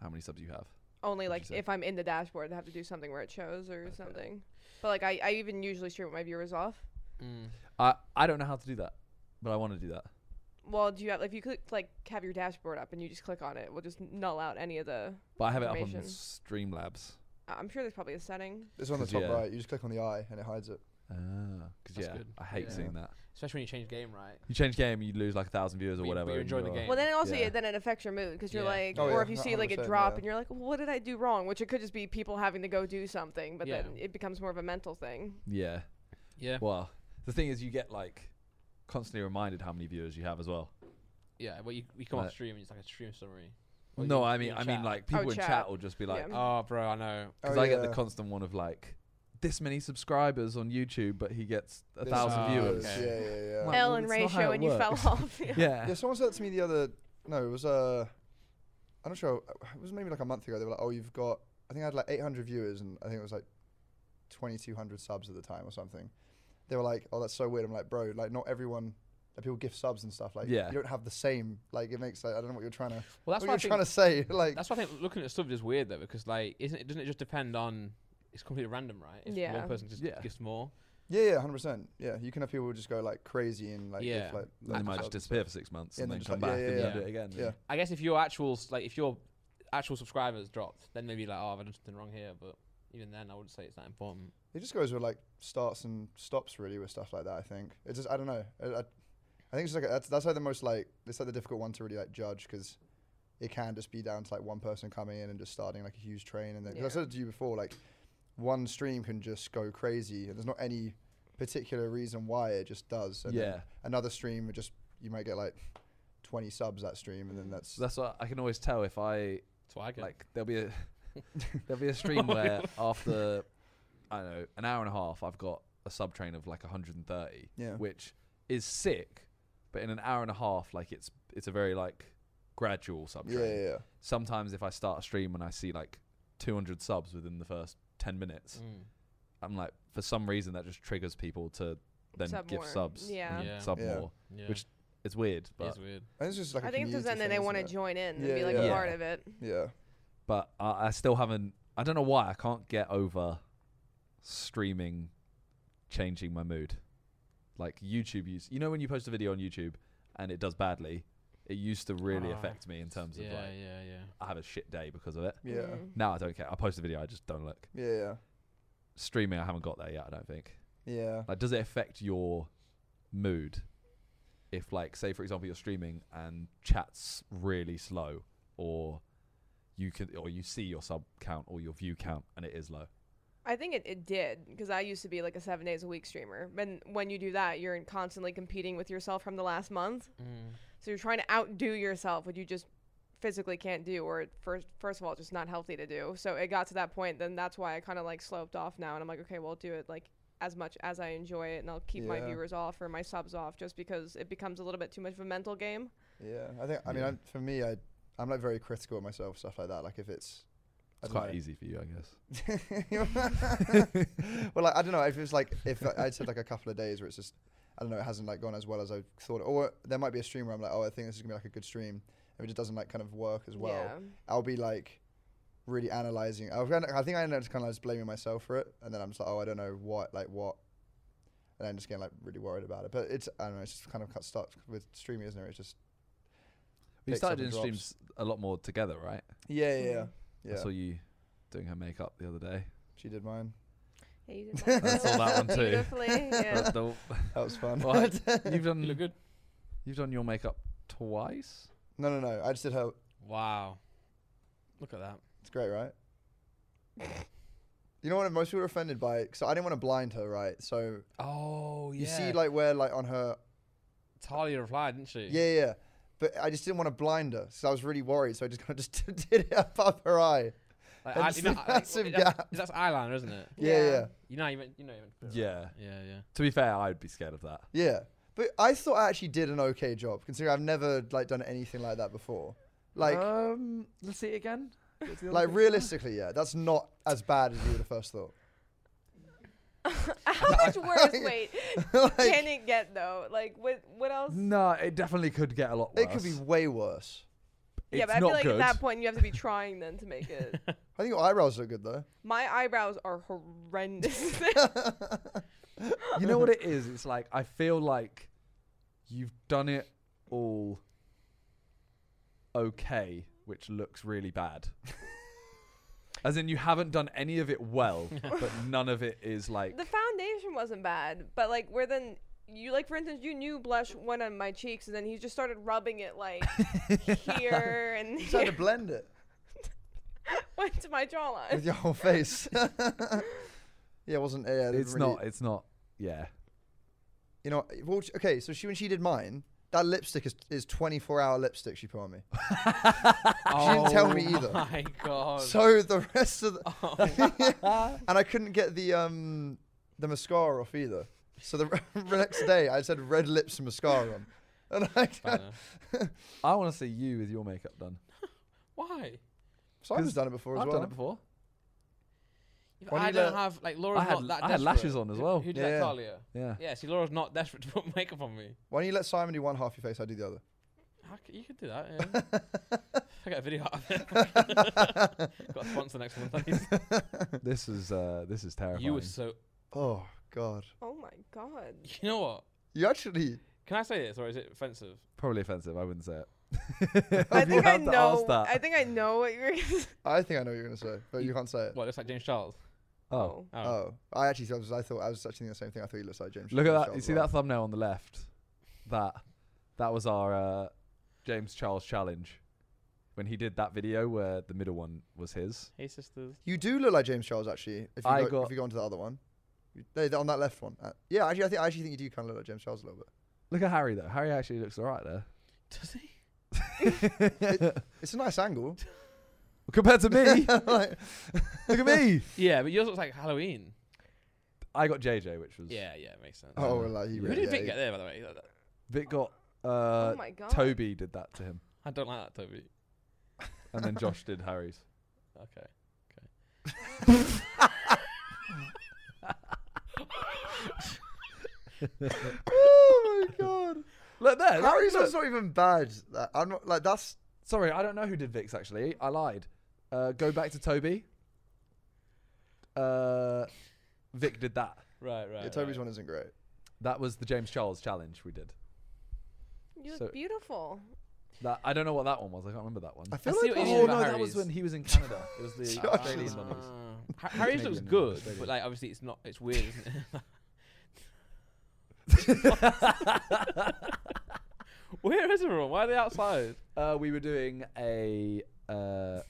B: how many subs you have?
D: Only
B: What'd
D: like
B: you say?
D: if I'm in the dashboard, I have to do something where it shows or something. But like I, I even usually stream with my viewers off.
A: Mm.
B: I I don't know how to do that, but I want to do that.
D: Well, do you have if you click like have your dashboard up and you just click on it, we'll just null out any of the.
B: But I have it up on
D: Information.
B: Streamlabs.
D: I'm sure there's probably a setting.
C: It's on the
B: 'Cause,
C: top
B: yeah.
C: right. You just click on the eye and it hides it.
B: Ah, because
A: That's
B: yeah,
A: good.
B: I hate
A: Yeah.
B: seeing that.
A: Especially when you change game, right?
B: You change game, you lose like a thousand viewers or
A: But you- but
B: whatever.
A: you're
B: and
A: enjoying the
B: you're-
A: game.
D: Well, then it also
B: Yeah.
D: then it affects your mood because you're
A: Yeah.
D: like,
C: Oh,
D: or
C: yeah,
D: if you see like a
C: 100%,
D: drop
C: yeah.
D: and you're like, what did I do wrong? Which it could just be people having to go do something, but
A: Yeah.
D: then it becomes more of a mental thing.
B: Yeah.
A: Yeah.
B: Well, the thing is, you get like constantly reminded how many viewers you have as well.
A: Yeah. Well, you, you come
B: Right.
A: off stream and it's like a stream summary. Or
B: No,
A: you-
B: I
A: you
B: mean,
A: in
B: I
A: chat.
B: mean, like people in chat
D: Oh, chat.
B: will just be like,
D: Yeah.
A: Oh, bro, I know.
B: because
C: Oh,
B: I get the
C: yeah.
B: constant one of like this many subscribers on YouTube, but he gets a
C: This Ah,
B: thousand
A: is-
B: viewers.
A: okay.
C: Yeah, yeah, yeah.
B: Like,
D: L
B: well,
D: and
B: that's not how
D: ratio,
B: it
D: and you fell
B: works.
D: off. yeah.
B: Yeah.
C: yeah, someone said that to me the other. No, it was uh, I'm not sure. It was maybe like a month ago. They were like, "Oh, you've got." I think I had like 800 viewers, and I think it was like 2,200 subs at the time or something. They were like, "Oh, that's so weird." I'm like, "Bro, like not everyone." Like people gift subs and stuff. Like
B: Yeah.
C: you don't have the same. Like it makes. Like, I don't know what you're trying to.
A: Well, that's
C: what
A: why I
C: you're
A: think,
C: trying to say. Like
A: that's why I think looking at stuff is weird though, because like, isn't it? Doesn't it just depend on? It's completely random, right? If
D: Yeah.
A: One person just
B: Yeah.
A: gets more.
C: yeah, yeah, 100. percent Yeah, you can have people who just go like crazy and like
A: Yeah.
C: gift, like
B: And they
C: loads of
B: might
C: subs.
B: just disappear for six months
C: Yeah,
B: and
C: and
B: then come
C: then just like,
B: back
C: yeah,
B: and
A: yeah,
B: then do
A: yeah.
B: it again.
C: Yeah.
A: I guess if your actual s- like if your actual subscribers dropped, then maybe like oh I've done something wrong here. But even then, I wouldn't say it's that important.
C: It just goes with like starts and stops really with stuff like that. I think it's just I don't know. I, I, I think it's like that's that's like the most like it's like the difficult one to really like judge because it can just be down to like one person coming in and just starting like a huge train and then 'cause I
D: Yeah.
C: said it to you before like one stream can just go crazy and there's not any particular reason why it just does. And then
B: Yeah.
C: Another stream would just you might get like twenty subs that stream and then that's
B: So that's what I can always tell if I
A: That's what I get.
B: like there'll be a there'll be a
C: Oh
B: stream where after I don't know an hour and a half I've got a sub train of like 130,
C: yeah.
B: which is sick, but in an hour and a half like it's it's a very like gradual sub
C: yeah,
B: train.
C: yeah, yeah.
B: Sometimes if I start a stream and I see like 200 subs within the first 10 minutes,
A: Mm.
B: I'm like for some reason that just triggers people to then
D: Sub
B: give
D: more.
B: subs,
D: Yeah.
B: and
A: Yeah.
B: sub
C: Yeah.
B: more.
A: Yeah.
B: Which It's weird, but
A: is weird.
C: I think it's just like
D: I
C: a
D: think it's because
C: community
D: then, then they
C: thing,
D: want to
C: isn't
D: join in and
C: Yeah,
D: be like
B: yeah.
D: a
B: Yeah.
D: part of it.
C: it? Yeah.
B: but I, I still haven't. I don't know why I can't get over streaming, changing my mood. Like YouTube use, you know, when you post a video on YouTube and it does badly, it used to really
A: Ah,
B: affect me in terms of
A: yeah,
B: like
A: yeah, yeah.
B: I have a shit day because of it.
C: Yeah.
D: Mhm.
B: Now I don't care. I post a video, I just don't look.
C: Yeah, yeah.
B: Streaming, I haven't got there yet. I don't think.
C: Yeah.
B: Like, does it affect your mood? If, like, say for example, you're streaming and chat's really slow, or you can, or you see your sub count or your view count and it is low.
D: I think it, it did because I used to be like a seven days a week streamer. And when you do that, you're in constantly competing with yourself from the last month.
A: Mm.
D: So you're trying to outdo yourself, what you just physically can't do, or first first of all, just not healthy to do. So it got to that point. Then that's why I kind of like sloped off now, and I'm like, okay, well, I'll do it like as much as I enjoy it, and I'll keep my
C: Yeah.
D: viewers off or my subs off, just because it becomes a little bit too much of a mental game.
C: Yeah, I think. I mean,
B: Yeah.
C: I'm, for me, I I'm like very critical of myself, stuff like that. Like if it's, I
B: It's
C: don't
B: quite
C: know.
B: easy for you, I guess.
C: well, like, I don't know if it's like if I- I'd said like a couple of days where it's just I don't know, it hasn't like gone as well as I thought, or there might be a stream where I'm like, oh, I think this is gonna be like a good stream, and it just doesn't like kind of work as well.
D: Yeah.
C: I'll be like really analyzing. I've kind of- I think I end up just kind of just blaming myself for it, and then I'm just like, oh, I don't know what, like what, and I'm just getting like really worried about it. But it's I don't know, it's just kind of cut stuck with streaming, isn't it? It's just
B: We
C: Picks
B: started
C: up and
B: doing streams Hmm. a lot more together, right?
C: yeah, yeah, yeah.
D: Mhm.
B: I
C: yeah.
B: saw you doing her makeup the other day.
C: She did mine.
D: Yeah, you did that.
B: I saw that one too.
D: Beautifully. Yeah.
B: But the-
C: That was fun.
B: What? you've
A: You look
B: done
A: good.
B: you've done your makeup twice.
C: no, no, no. I just did her.
A: Wow. Look at that.
C: It's great, right? you know what? Most people are offended by it. So I didn't want to blind her, right? So
A: Oh yeah.
C: you see, like where, like on her.
A: Talia replied, didn't she?
C: Yeah, yeah. yeah. But I just didn't want to blind her, so I was really worried. So I just kind of just did it above her eye.
A: Like,
C: And
A: I,
C: it's
A: you know,
C: the
A: I-
C: massive
A: like, that's,
C: gap.
A: that's eyeliner, isn't it?
C: Yeah, yeah,
A: You know, even you know, even.
B: Yeah.
A: Yeah, yeah.
B: To be fair, I'd be scared of that.
C: yeah, But I thought I actually did an okay job, considering I've never like done anything like that before. Like,
A: Oh,
B: um, let's see it again.
C: like realistically, yeah, that's not as bad as you would have first thought.
D: How much worse? Wait,
C: Like,
D: can it get though? Like, what? What else?
B: No, it definitely could get a lot worse.
C: it could be way worse.
D: yeah,
B: It's
D: but I feel
B: not
D: like
B: good.
D: at that point you have to be trying then to make it.
C: I think your eyebrows look good though.
D: My eyebrows are horrendous.
B: you know what it is? It's like I feel like you've done it all okay, which looks really bad. As in, you haven't done any of it well, but none of it is like.
D: the foundation wasn't bad, but like where then you like for instance you knew blush went on my cheeks and then he just started rubbing it like here
C: You
D: and
C: just had
D: here,
C: to blend it
D: went to my
C: with
D: jawline.
C: your whole face. yeah, it wasn't. Yeah, it
B: it's
C: really-
B: not. It's not. Yeah.
C: You know, well, sh- okay. So she when she did mine, that lipstick is is 24 hour lipstick she put on me. She didn't tell
B: Oh.
C: me either.
A: Oh My God.
C: So the rest of the
A: Oh.
C: and I couldn't get the um the mascara off either. So the re- the next day I just had red lips and mascara on, and
A: Fair
C: I got,
A: enough.
B: I want to see you with your makeup done.
A: Why?
C: Simon's done it before as
B: I've
C: well.
B: done it before.
A: If
C: Why do
A: I
C: you
A: don't
C: let-
A: have like Laura's
B: I had-
A: not that.
B: I had
A: desperate.
B: lashes on as
A: Who-
B: well.
A: Who did
C: Yeah.
A: that, Talia?
B: Yeah.
A: Yeah, see, Laura's not desperate to put makeup on me.
C: Why don't you let Simon do one half your face? I do the other.
A: I c- You could do that. Yeah. I got a video out of it. got a sponsor next month. I need-
B: This is uh, this is terrifying.
A: you were so.
C: Oh God,
D: Oh my god.
A: You know what?
C: you actually
A: Can I say this or is it offensive?
B: probably offensive. I wouldn't say it.
D: I
B: You
D: think I
B: have to ask
D: know.
B: that.
D: I think I know what you're.
C: I think I know what you're gonna say, but you can't say it.
A: What? Looks like James Charles.
B: oh,
D: Oh.
A: Oh.
C: Oh, I actually thought I was, I thought I was actually thinking the same thing. I thought you looked like James.
B: Look at
C: Charles
B: that. You
C: Charles
B: see
C: Brown.
B: that thumbnail on the left? That that was our uh, James Charles challenge. When he did that video where the middle one was his.
A: Hey sisters.
C: You do look like James Charles actually. If you
B: I
C: go,
B: got-
C: if you go onto the other one, You- no, the- on that left one. Uh, yeah, actually, I think I actually think you do kind of look like James Charles a little bit.
B: Look at Harry though. Harry actually looks alright there.
A: Does he?
C: It's a nice angle.
B: Compared to me,
C: Like-
B: look at me.
A: Yeah, but yours looks like Halloween.
B: I got JJ, which was
A: Yeah, yeah, it makes sense.
C: oh, well, like, you
A: Who
C: really-
A: did
C: yeah,
A: Vic
C: you-
A: get there, by the way? That- that-
B: Vic got. Uh,
D: oh my god.
B: Toby did that to him,
A: I don't like that, Toby.
B: and then Josh did Harry's.
A: Okay.
C: oh my god!
B: Look there. that-
C: Harry's
B: look.
C: one's not even bad. Like, I'm not like that's.
B: Sorry, I don't know who did Vic's actually. I lied. Uh, go back to Toby. Uh, Vic did that.
A: Right, right.
B: Uh,
C: yeah, Toby's
A: right.
C: one isn't great.
B: That was the James Charles challenge we did.
D: You look
B: So-
D: beautiful.
B: That I don't know what that one was. I can't remember that one.
C: I feel
A: see
C: like
A: what you mean
B: oh no,
A: about
B: that was
A: Harry's.
B: when he was in Canada. It was the
C: Josh
B: Australian
C: is-
B: one. that was-
A: Ah. Ha- Harry's looks
B: Canadian and
A: good,
B: Australian.
A: but like obviously it's not. It's weird, isn't it? Where is everyone? Why are they outside?
B: Uh, we were doing a. Uh,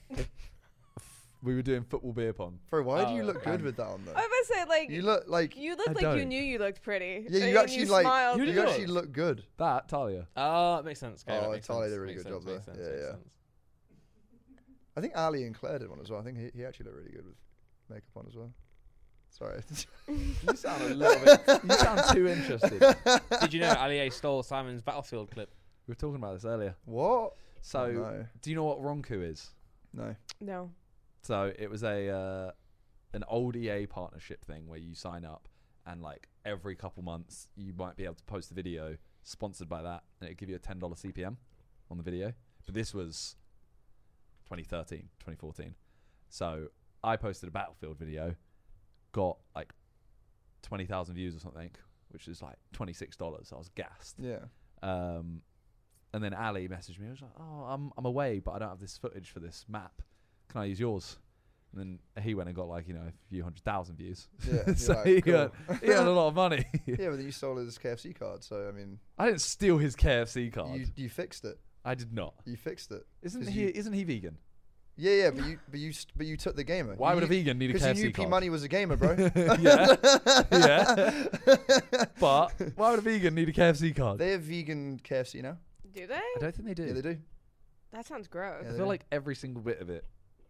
B: we were doing football beer pong.
C: Bro, why do
A: Oh,
B: uh,
C: you look
A: um,
C: good with that on though?
D: I was about to say like
C: You
D: you,
C: look like yeah,
D: you looked
B: I
D: like you
B: don't.
D: knew you looked pretty. and
C: you
D: then
C: actually like
D: smiled.
A: You
C: you,
A: did look.
C: actually look good.
B: That Talia.
A: Oh, it makes sense. Okay,
C: Oh,
A: that makes
C: Talia
A: sense,
C: did a really
A: makes
C: good
A: sense,
C: job there.
A: makes sense,
C: Yeah,
A: makes
C: yeah.
A: sense.
C: I think Ali and Claire did one as well. I think he, he actually looked really good with makeup on as well. Sorry.
B: You sound a little bit. You sound too interested. We
A: Did you know Ali A stole Simon's Battlefield clip?
B: were talking about this earlier.
C: what?
B: So,
C: Oh, no.
B: do you know what Ronku is?
C: No.
D: No.
B: So it was a uh, an old EA partnership thing where you sign up and like every couple months you might be able to post a video sponsored by that and it'd give you a ten dollar CPM on the video. But this was 2013, 2014. So I posted a Battlefield video, got like twenty thousand views or something, which is like twenty six dollars. I was gassed.
C: Yeah.
B: Um, and then Ali messaged me. I was like, "Oh, I'm I'm away, but I don't have this footage for this map. Can I use yours?" And then he went and got like you know a few hundred thousand views.
C: Yeah, you're
B: so
C: like,
B: he,
C: cool.
B: got- he had a lot of money.
C: yeah, but then you stole his KFC card, so I mean,
B: I didn't steal his KFC card.
C: you, you fixed it.
B: I did not.
C: You fixed it.
B: Isn't
C: 'Cause
B: he?
C: you-
B: isn't he vegan?
C: Yeah, yeah, but you, but you, st- but you took the gamer.
B: Why
C: you
B: would a vegan need a
C: Because you knew
B: KFC
C: P
B: card?
C: Money was a gamer, bro.
B: yeah, yeah. But why would a vegan need a KFC card?
C: they have vegan KFC now.
D: Do they?
B: I don't think they do.
C: Yeah, they do.
D: That sounds gross.
C: Yeah,
B: I
C: they
B: feel
C: do.
B: like every single bit of it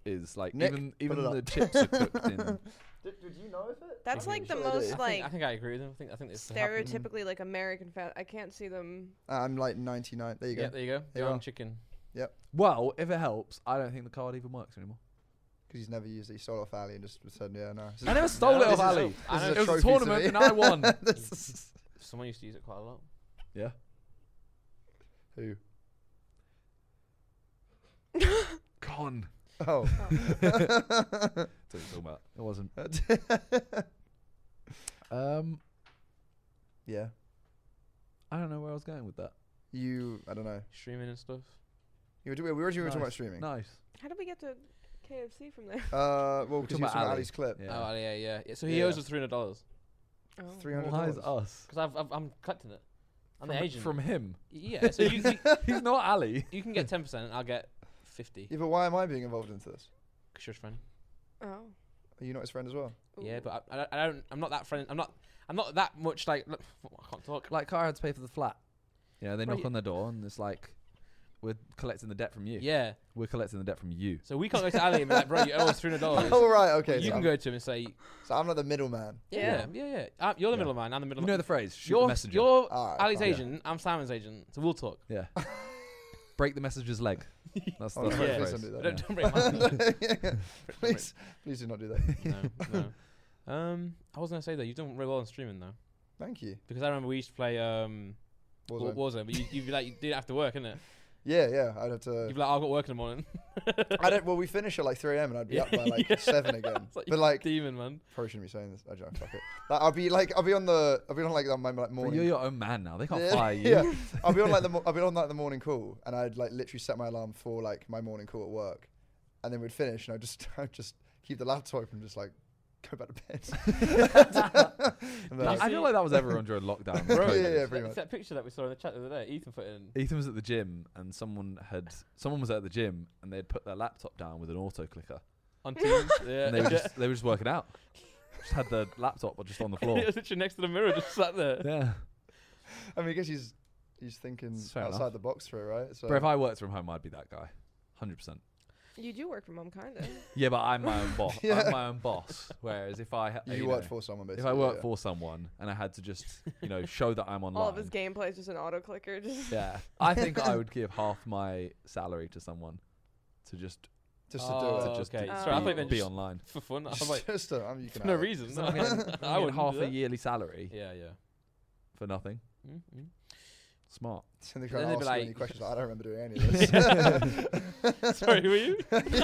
B: is like
C: Nick,
B: even
C: put
B: even
C: it up.
B: the chips are cooked in.
C: Did, did you know of it?
D: That's
A: I'm
D: like the
C: sure they do. I
D: most
A: I
D: like
A: think, I think I agree with him. I think I think it's happened.
D: stereotypically like American fat. I can't see them.
C: Uh, I'm like 99. There you go.
A: Yeah, there you go. Their
C: you
A: own
C: are.
A: chicken.
B: Well, if it helps, I don't think the card even works anymore.
C: Because he's never used it. He stole it off Ali and just said, yeah, no. This is-
B: I never stole it
A: this
B: off
A: is-
B: Ali.
A: I know
C: This
B: It was
C: is
B: a
C: trophy to
B: tournament
C: me.
B: and I won.
C: This is-
A: Someone used to use it quite a lot.
B: yeah.
C: Who?
B: Con.
C: Oh.
B: That's what it's all about. It wasn't. Um,
C: yeah.
B: I don't know where I was going with that.
C: You, I don't know.
A: Streaming and stuff.
C: You were, do- we were originally talking
B: Nice.
C: about streaming.
B: Nice.
D: How did we get to KFC from there?
B: We're
C: Uh, well,
B: talking
C: because you were
B: about
C: talking about
B: Ali.
C: Ali's clip.
B: Yeah.
A: Oh yeah, yeah. yeah so he
C: Yeah.
A: owes us three hundred dollars
D: Oh.
C: Three hundred
B: Why
C: dollars.
B: is us?
A: because I've, I've I'm collecting it. I'm the
B: From-
A: agent.
B: From him.
A: yeah. So you, you
B: He's not Ali.
A: you can get ten percent and I'll get fifty
C: Yeah, but why am I being involved into this?
A: because you're his friend.
D: Oh.
C: Are you not his friend as well?
A: Yeah,
D: Ooh.
A: but I, I, don't, I don't. I'm not that friend. I'm not. I'm not that much like. look, I can't talk.
B: Like, Cara had to pay for the flat. Yeah, they
A: Well,
B: knock
A: yeah.
B: on the door and it's like, we're collecting the debt from you.
A: Yeah.
B: We're collecting the debt from you.
A: So we can't go to Ali and be like, bro, you owe us three hundred dollars.
C: Oh, right, okay.
A: you
C: so,
A: can
C: I'm,
A: go to him and say,
C: so I'm not the middleman.
A: yeah, yeah, yeah. I'm, you're the
B: Yeah.
A: middleman. I'm the
B: You
A: middleman.
B: know the phrase, shoot the
A: you're
B: messenger.
A: you're
C: Alright,
A: Ali's
C: fine.
A: agent. I'm Simon's agent. So we'll talk.
B: Yeah. Break the messenger's leg. That's the
C: Oh,
A: yeah.
B: phrase.
C: Please
A: But
C: Yeah.
A: Don't, don't break my no,
C: please, please do not do that.
A: no. Um, I was gonna say though, you've done really well on streaming though,
C: Thank you.
A: because I remember we used to play um Warzone,
C: Warzone.
A: Warzone but you, you'd be like, you did it after work, innit?
C: Yeah, yeah. I'd have
A: You'd
C: to.
A: be like, "Oh, I've got work in the morning.
C: I don't. Well, we finish at like 3 a.m. and I'd be up by like
A: Yeah.
C: seven again.
A: It's like
C: But like,
A: Demon man.
C: probably shouldn't be saying this. I joke. Fuck it. Like, I'll be like, I'll be on the, I'll be on like on my like
B: But
C: morning.
B: You're your own man now. They can't
C: Yeah,
B: fire you.
C: yeah. I'll be on like the, mo- I'll be on like the morning call, and I'd like literally set my alarm for like my morning call at work, and then we'd finish, and I would just, I would just keep the laptop open, and just like go back to bed. And then
B: Like,
A: you
B: I
A: see-
B: feel like that was everyone during lockdown.
C: Bro,
B: COVID.
C: yeah, yeah,
A: It's that,
C: pretty
A: it's that picture that we saw in the chat the other day, Ethan put in.
B: Ethan was at the gym and someone had someone was at the gym and they'd put their laptop down with an auto clicker
A: on Teams. yeah.
B: and they were just they were just working out. Just had the laptop just on the floor.
A: it was literally next to the mirror, just sat there.
B: yeah.
C: I mean, I guess he's, he's thinking
B: It's fair
C: outside
B: enough.
C: the box for it, right? So
B: Bro, if I worked from home, I'd be that guy, hundred percent.
D: You do work from home, kind of.
B: Yeah, but I'm my own boss.
C: Yeah.
B: I'm my own boss. Whereas if I ha-
C: you,
B: you
C: worked
B: know,
C: for someone, basically.
B: if I worked
C: yeah.
B: for someone and I had to just you know show that I'm online,
D: All of his gameplay is just an auto clicker. Just
B: yeah, I think I would give half my salary to someone to just
C: just to
A: Oh,
C: do it.
B: to just
A: okay.
B: to
D: Oh.
A: Sorry, I
B: be,
A: thought they
B: be
A: just
B: online.
A: for fun. I was
C: Just,
A: like,
C: just to, um, you
A: for
C: can
A: no
C: have it.
A: reason.
B: I'm getting,
A: I would
B: half a
A: that.
B: yearly salary
A: Yeah, yeah.
B: for nothing.
C: Mm,
A: Mm-hmm.
B: Smart.
C: And they
A: But
C: can't
A: then they'd
C: ask
A: be
C: you any
A: like-
C: questions. Like, I don't remember doing any of this.
A: Mm. Sorry, who are you?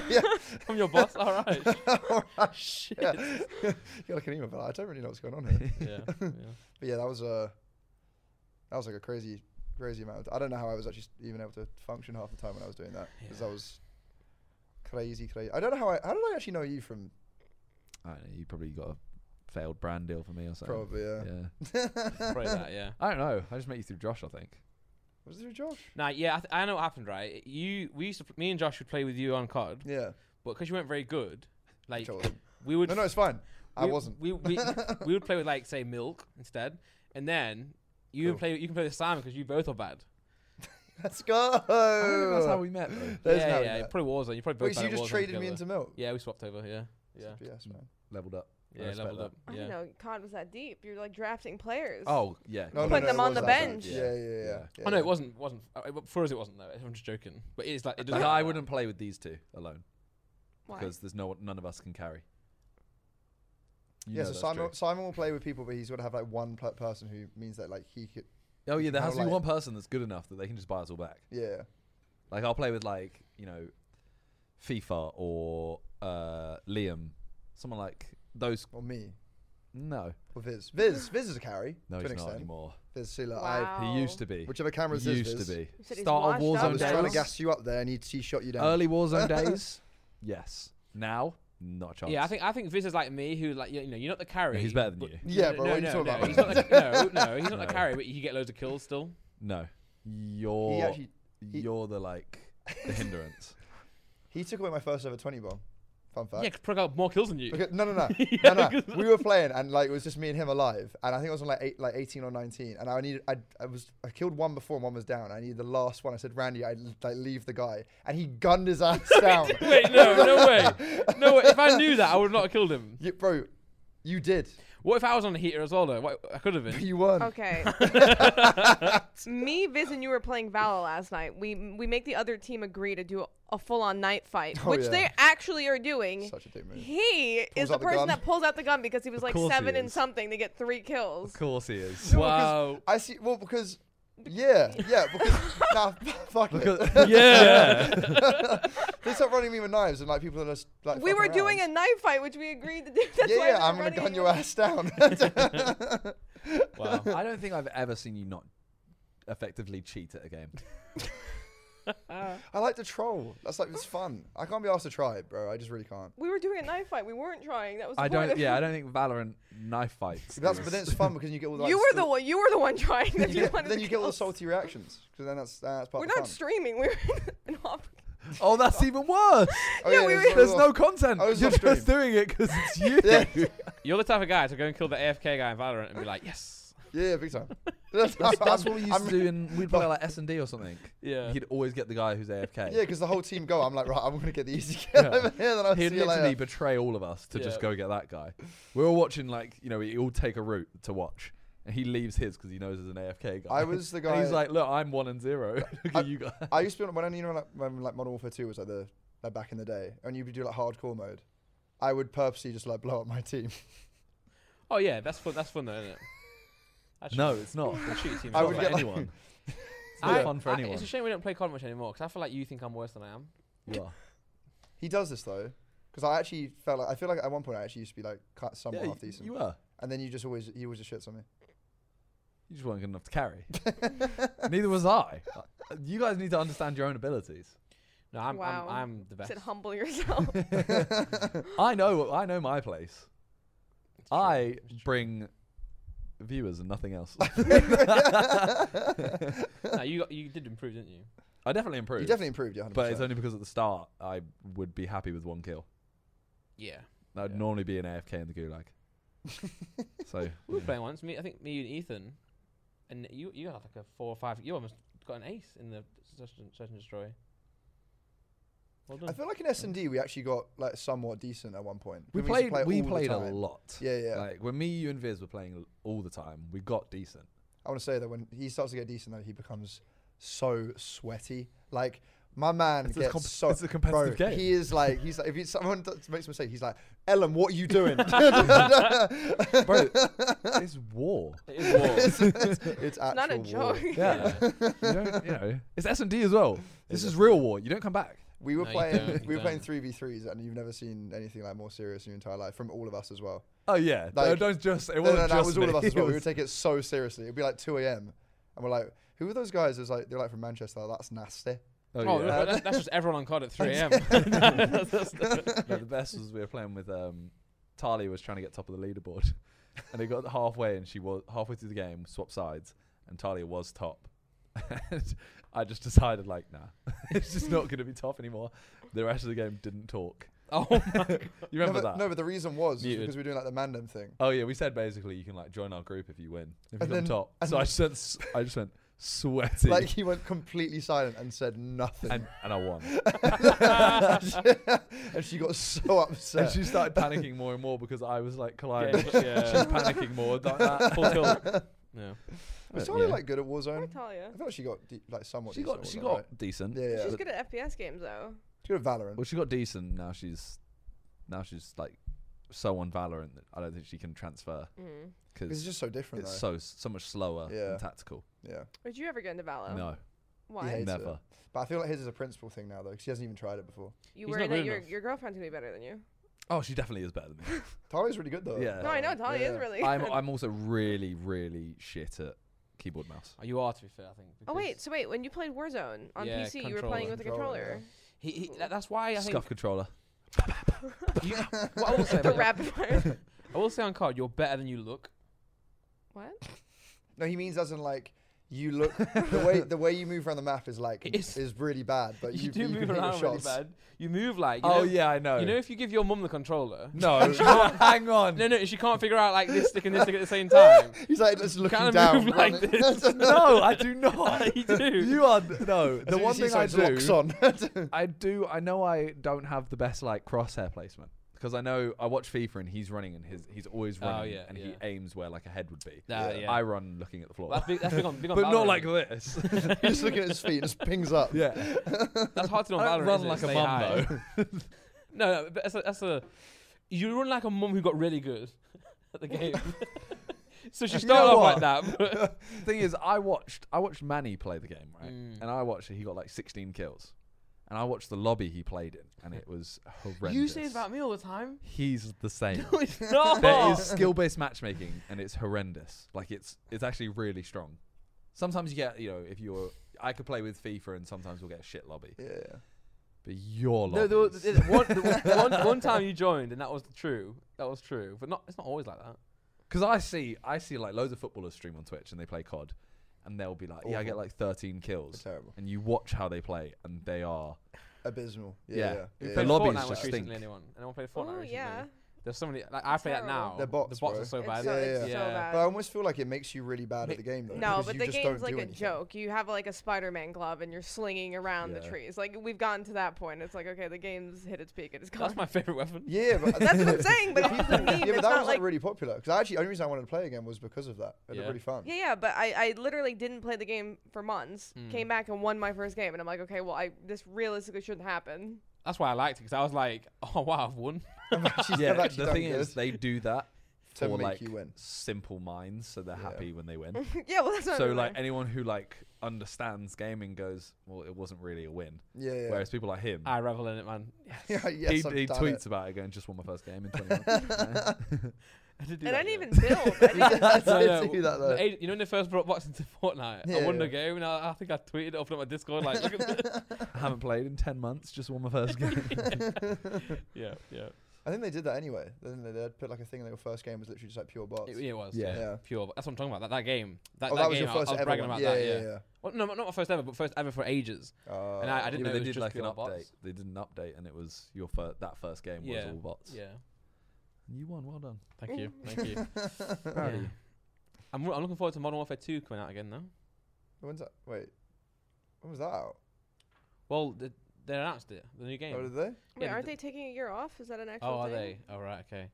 C: yeah.
A: I'm your boss. All right.
C: Alright.
A: Shit.
C: Yeah. You're like an email, but I don't really know what's going on here.
A: Yeah. yeah.
C: But yeah, that was a that was like a crazy, crazy amount. Of, I don't know how I was actually s- even able to function half the time when I was doing that because
A: Yeah.
C: that was crazy, crazy. I don't know how I how did I actually know you from
B: I don't know. You probably got a failed brand deal for me or something.
C: probably yeah.
B: Yeah.
A: Probably that. Yeah.
B: I don't know. I just met you through Josh, I think.
C: Was it through Josh?
A: Now, yeah, I, th- I know what happened, right? You, we used to, me and Josh would play with you on COD,
C: Yeah.
A: but because you weren't very good, like
C: Josh wasn't.
A: we would,
C: no, no, it's fine. I
A: we-
C: wasn't.
A: We, we, we would play with like say Milk instead, and then you would
C: Cool.
A: play, you can play with Simon because you both are bad.
C: Let's go.
B: I don't think that's how we met. Though.
C: There's
A: yeah,
C: how we
A: yeah,
C: met.
A: probably Warzone. You probably
C: uh,
A: both.
C: Wait, so
A: bad
C: you
A: at
C: just
A: Warzone
C: traded me
A: together.
C: into milk?
A: Yeah, we swapped over. Yeah, yeah,
C: It's a BS, man.
B: Leveled up. I
A: yeah.
B: respect
A: Leveled
B: that.
A: up.
D: I
A: Yeah.
D: didn't know COD was that deep. You're like drafting players.
B: Oh yeah.
C: No, no,
D: Put
C: no,
D: them
C: it
D: on
C: was
D: the
C: that bad.
D: bench.
C: Yeah, yeah, yeah. yeah.
B: Yeah.
C: yeah
A: Oh no,
C: yeah.
A: it wasn't. Wasn't uh, it- for us. It wasn't though. I'm just joking. But it's like it doesn't.
B: Like,
A: matter.
B: I wouldn't play with these two alone
D: Why?
B: because there's no none of us can carry. You
C: yeah,
B: know
C: so
B: that's
C: Simon,
B: true.
C: Simon will play with people, but he's got to have like one pl- person who means that like he could.
B: Oh yeah, there
C: kinda
B: has to be
C: like-
B: one person that's good enough that they can just buy us all back.
C: Yeah,
B: Like I'll play with like you know, FIFA or uh, Liam, someone like those.
C: or me,
B: No,
C: or Viz. Viz, Viz is a carry.
B: no,
C: to
B: he's
C: an
B: not
C: extent.
B: anymore.
C: Viz Sula,
B: He used to
C: I,
B: be.
C: whichever camera
B: he
C: says
B: used
C: Viz.
B: to be.
D: You Oh. said he's
B: Start of
D: washed
C: I
D: up
B: Warzone
C: was
D: now.
C: trying to
B: days.
C: gas you up there, and he he shot you down.
B: Early Warzone days. Yes. Now Not a chance.
A: Yeah, I think I think Viz is like me, who like you know you're not the carry.
B: he's better than
A: but-
B: you.
C: Yeah,
A: no,
C: but
A: no,
C: what are you
A: no,
C: talking
A: no,
C: about?
A: He's not the, no, no, he's not
B: No.
A: the carry, but you get loads of kills still.
B: No, you're
C: He actually he-
B: you're the like the hindrance.
C: he took away my first ever twenty bomb. Fun
A: Yeah,
C: fact.
A: 'cause Pro got more kills than you.
C: Because, no, no, no,
A: Yeah,
C: no, no.
A: 'cause-
C: We were playing, and like it was just me and him alive. And I think I was on like eight, like eighteen or nineteen. And I needed, I, I was, I killed one before, and one was down. I needed the last one. I said, Randy, I like leave the guy, and he gunned his ass down.
A: Wait, no, no way, no way. If I knew that, I would not have killed him.
C: You, bro, you did.
A: What if I was on a heater as well though? What, I could have been.
C: You won.
D: Okay. Me, Viz, and you were playing Valor last night. We we make the other team agree to do a, full on night fight,
C: Oh,
D: which
C: yeah.
D: they actually are doing.
C: Such a dick move.
D: he is
C: Pulls
D: the
C: out the
D: person
C: gun.
D: that pulls out the gun because he was
B: Of
D: like
B: course he
D: seven and
B: is.
D: something to get three kills.
B: course he is.
A: Wow.
C: I see. Well, because yeah, yeah. Because nah, fuck it.
A: Yeah.
C: They start running me with knives and like people are just like.
D: we were
C: fucking
D: doing a
C: around.
D: knife fight, which we agreed to do. That's
C: yeah,
D: why we
C: yeah.
D: were
C: I'm gonna
D: running
C: gun
D: at
C: your
D: you.
C: ass down.
A: wow.
B: I don't think I've ever seen you not effectively cheat at a game.
C: I like to troll. That's like it's fun. I can't be asked to try it, bro. I just really can't.
D: We were doing a knife fight. We weren't trying. That was. The
B: I
D: point
B: don't.
D: of-
B: Yeah, I don't think Valorant knife fights.
C: That's
B: is-
C: but then it's fun because you get all the. like,
D: you were the
C: st-
D: one. You were the one trying. That
C: you
D: you
C: get-
D: wanted
C: then
D: the
C: you get all the
D: kills.
C: salty reactions because then that's that's part
D: We're
C: of the
D: not
C: fun.
D: streaming. We were in off.
B: oh, that's even worse.
C: Oh,
D: Yeah, we
C: there's
D: were-
B: There's
C: all-
B: no content.
C: I was
B: You're
C: off
B: just doing it because it's you.
C: Yeah.
A: You're the type of guy to go and kill the AFK guy in Valorant and be like, yes.
C: Yeah, big time.
B: That's, that's what we used to do, in we'd play like S and D or something.
A: Yeah.
B: He'd always get the guy who's AFK.
C: Yeah, because the whole team go. I'm like, right, I'm gonna get the easy kill
B: Yeah.
C: over here. Then I'll
B: He'd
C: see you
B: literally
C: later.
B: betray all of us to just
A: Yeah.
B: go get that guy. We're all watching like you know we all take a route to watch, and he leaves his because he knows there's an AFK guy.
C: I was the
B: And
C: guy.
B: he's like, look, I'm one and zero. Look
C: I-
B: at you guys.
C: I used to be on when I- you know like when like Modern Warfare Two was like the like back in the day, and you would do like hardcore mode. I would purposely just like blow up my team.
A: Oh yeah, that's fun. That's fun though, isn't it? Actually,
B: No, it's not.
A: the cheat team.
C: I
A: is
C: would
A: not bad.
C: get like-
B: anyone. it's not
A: I-
B: fun for
A: I-
B: anyone.
A: It's a shame we don't play COD much anymore because I feel like you think I'm worse than I am.
B: You are.
C: He does this though, because I actually felt like I feel like at one point I actually used to be like cut somewhat
B: Yeah,
C: half decent,
B: you are.
C: and then you just always you always just shits on me.
B: You just weren't good enough to carry. Neither was I. Uh, You guys need to understand your own abilities.
A: No, I'm
D: Wow.
A: I'm, I'm the best.
D: Said humble yourself.
B: I know. I know my place.
A: It's true.
B: I
A: It's true.
B: bring viewers and nothing else.
A: No, you got, you did improve, didn't you?
B: I definitely improved.
C: you definitely improved, yeah. 100%.
B: But it's only because at the start I would be happy with one kill.
A: Yeah.
B: And I'd
A: Yeah.
B: normally be an AFK in the gulag. so
A: We were
B: yeah.
A: playing once. Me, I think me you and Ethan, and you you had like a four or five. You almost got an ace in the search and, search and destroy. Well done.
C: I feel like in S and D we actually got like somewhat decent at one point.
B: we
C: 'cause used to
B: played.
C: play
B: we
C: all the
B: played a
C: time.
B: lot.
C: Yeah, yeah.
B: Like when me, you, and Viz were playing all the time, we got decent.
C: I want to say that when he starts to get decent, though, he becomes so sweaty. Like my man
B: It's a
C: gets
B: comp-
C: so.
B: it's a competitive
C: bro,
B: game.
C: He is like he's like if he, someone does, makes a mistake, he's like, "Ellen, what are you doing?"
B: Bro, it's war.
A: It is war.
C: it's, it's, it's
D: It's not a
C: actual war.
D: joke.
B: Yeah. you, don't, you know, it's S and D as well. This is real war. You don't come back.
C: We were
A: No, you
C: playing
A: don't, you
C: we were playing
A: don't.
C: three v threes, and you've never seen anything like more serious in your entire life from all of us as well.
B: Oh yeah. no,
C: Like-
B: don't just. It
C: No,
B: wasn't
C: no, no, that
B: just
C: was all
B: me. Oh,
C: of us as well.
B: It
C: We would
B: was-
C: take it so seriously. It'd be like 2 a.m. and we're like, "Who are those guys?" It's like they're like from Manchester. Like, That's nasty.
A: Oh,
B: oh, yeah.
A: that- that- that's just everyone on COD at 3 a.m. That's- that's-
B: No, the best was we were playing with um, Tali was trying to get top of the leaderboard, and it got halfway, and she was halfway through the game, swapped sides, and Talia was top. and I just decided, like, nah, it's just not going to be top anymore. The rest of the game didn't talk.
A: oh my.
B: You remember
C: no, but,
B: that?
C: No, but the reason was, was
A: Muted.
C: because we were doing like the Mandem thing.
B: Oh yeah, we said basically you can like join our group if you win. If you come
C: And then-
B: top.
C: and
B: So I
C: then-
B: just went, s- I just went sweaty,
C: Like he went completely silent and said nothing.
B: and and I won.
C: and she got so
B: And
C: upset.
B: she started panicking more and more because I was like
A: Yeah,
B: climbing. She's
A: yeah.
B: panicking more. Like that.
A: Full tilt. No.
C: was Tali
B: Yeah.
C: like good at Warzone?
D: Natalia.
C: I thought she got de- like somewhat.
B: She
C: decent
B: got
C: at
B: she
C: Warzone,
B: got
C: right?
B: decent.
C: Yeah, yeah.
D: She's
C: She's
D: good at FPS games though.
C: good at Valorant.
B: Well, she got decent. Now she's now she's like so on Valorant that I don't think she can transfer
D: Mm.
C: Because
B: because
C: it's just so different.
B: it's
C: though.
B: so so much slower
C: Yeah.
B: and tactical.
C: yeah,
D: Would you ever get into Valor?
B: No,
D: Why?
C: hates
B: never.
C: it. but I feel like his is a principal thing now though, because he hasn't even tried it before.
D: You
A: He's
D: were
A: not
D: in it.
A: good
D: Your,
A: enough.
D: your girlfriend's gonna be better than you.
B: Oh, she definitely is better than me.
C: Tali's really good though.
B: Yeah.
D: no, I know.
C: Valorant.
D: Talia
C: Yeah.
D: is really.
B: I'm
D: good.
B: I'm also really really shit at keyboard mouse.
A: Oh, you are, to be fair, I think.
D: oh wait,
A: because
D: so wait. When you played Warzone on
A: Yeah,
D: PC, you were playing with a
C: controller,
D: controller.
C: yeah.
A: he, he, that- that's why I think.
B: Scuff controller.
A: You- what I will say about your-
D: The rapid fire.
A: I will say on card, you're better than you look.
D: What?
C: No, he means as in like you look the way the way you move around the map is like
A: It is-
C: is really bad,
B: Uh,
C: but
A: You,
C: you,
A: do
C: you
A: move
C: can hit your
A: around really
C: shots.
A: bad. You move like you
B: oh
A: know,
B: yeah, I know.
A: You know, if you give your mum the controller,
B: no, hang on.
A: no, no, she can't figure out like this stick and this stick at the same time.
C: He's like just looking
A: Kinda
C: down.
A: move like
C: running.
A: this.
B: No, I do not.
A: You do.
B: You are no.
C: As
B: The
C: soon
B: one
C: as he
B: thing I
C: starts,
B: do.
C: locks on.
B: I do. I know I don't have the best like crosshair placement because I know I watch FIFA and he's running and his he's always
A: Oh,
B: running
A: yeah,
B: and
A: yeah.
B: he aims where like a head would be.
A: Ah, yeah.
B: I run looking at the floor,
A: That's big. That's big on, big on
B: but
A: Valorant.
B: not like this.
C: He's looking at his feet and just pings up.
B: yeah,
A: That's hard to know.
B: I don't
A: Valorant,
B: run
A: isn't it?
B: like a
A: Say hi.
B: mum though.
A: No, no, but that's a, that's a. You run like a mum who got really good at the game. so she
B: You
A: started
B: know
A: off like that. But
B: Thing is, I watched I watched Manny play the game right,
A: Mm.
B: and I watched he got like 16 kills, and I watched the lobby he played in, and it was horrendous.
A: you say this about me all the time.
B: He's the same.
A: No, it's not.
B: there is skill-based matchmaking and it's horrendous like it's it's actually really strong sometimes you get you know if you're i could play with fifa and sometimes we'll get a shit lobby
C: Yeah.
B: but your
A: No,
B: lobby
A: there was, there's one, there was one, one time you joined, and that was true. That was true, but not. It's not always like that.
B: because i see i see like loads of footballers stream on twitch and they play cod and they'll be like yeah i get
C: Awful.
B: like 13
C: It's
B: kills
C: terrible.
B: and you watch how they play and they are
C: Abysmal.
B: Yeah.
C: Yeah. yeah.
A: Who
C: yeah.
A: played
B: The lobbies
A: Fortnite much
B: just
A: recently?
B: stink.
A: Anyone? Anyone played Fortnite
D: Oh
A: recently?
D: yeah.
A: There's somebody like I play that now.
D: terrible.
C: They're bots,
A: the bots
C: bro.
A: are so
D: It's
A: bad.
D: so,
C: Yeah,
D: it's
A: yeah.
D: so
A: Yeah.
D: bad.
C: But I almost feel like it makes you really bad at the game though.
D: No,
C: because
D: but
C: you
D: the
C: just don't
D: game's like
C: do
D: a
C: anything.
D: joke. You have like a Spider-Man glove and you're slinging around the
B: Yeah.
D: trees. Like we've gotten to that point. It's like okay, the game's hit its peak and it's gone.
A: That's my favorite weapon.
C: Yeah, but
D: That's what I'm saying. But it's the meme.
C: yeah, but
D: it's
C: that
D: not
C: was
D: like
C: like really popular. Because actually, the only reason I wanted to play again was because of that. It
A: Yeah.
C: was really fun.
D: yeah, yeah. But I, I literally didn't play the game for months.
A: Mm.
D: Came back and won my first game, and I'm like, okay, well, I this realistically shouldn't happen.
A: That's why I liked it because I was like, oh wow, I've won.
C: I've actually-
B: yeah
C: I've actually
B: the
C: done
B: thing is
C: good
B: they do that
C: to
B: for
C: make
B: like
C: you win.
B: simple minds so they're
C: Yeah.
B: happy when they win
D: yeah, well, that's what
B: so
D: I'm
B: like anyone who like understands gaming goes well it wasn't really a win
C: Yeah, yeah.
B: whereas people like him
A: I revel in it, man.
C: yeah, yes,
B: he,
C: I've
B: he
C: done
B: tweets
C: it.
B: about it going, just won my first game in 21.
A: I did do
D: and I
A: that,
D: didn't
A: yeah.
D: even build. I didn't even-
C: I
A: No,
C: did
A: no,
C: do that
A: the
C: though.
A: age- you know when they first brought bots into Fortnite, I
C: Yeah,
A: won the
C: yeah.
A: game, and I, I think I tweeted it, opened up my Discord, like, look at this.
B: I haven't played in 10 months, just won my first game.
A: yeah, yeah,
C: I think they did that anyway. Then they they'd put like a thing in their first game was literally just like pure bots.
A: it, it was, yeah.
B: Yeah.
C: Yeah.
A: pure. That's what I'm talking about. That, that game, that,
C: oh,
A: that,
C: that was
A: game,
C: your first
A: I, I was
C: ever
A: bragging about
C: one. yeah,
A: that.
C: yeah,
A: Yeah, Well, no, not my first ever, but first ever for ages.
C: yeah. Uh,
A: And I- I didn't
B: Yeah,
A: know
B: but they
A: it was
B: did
A: just
B: like an
A: pure
B: update.
A: bots.
B: They did an update, and it was your fir- that first game was
A: Yeah.
B: all bots.
A: Yeah,
B: And you won, well done.
A: thank you, thank you. Yeah. I'm, I'm looking forward to Modern Warfare 2 coming out again, though.
C: When's that? Wait, when was that out?
A: Well, th- they announced it, the new game.
C: Oh, did they?
D: Wait,
A: Yeah,
D: aren't
A: the-
D: they taking a year off? Is that an actual
A: Oh, are
D: thing?
A: they? All right, okay.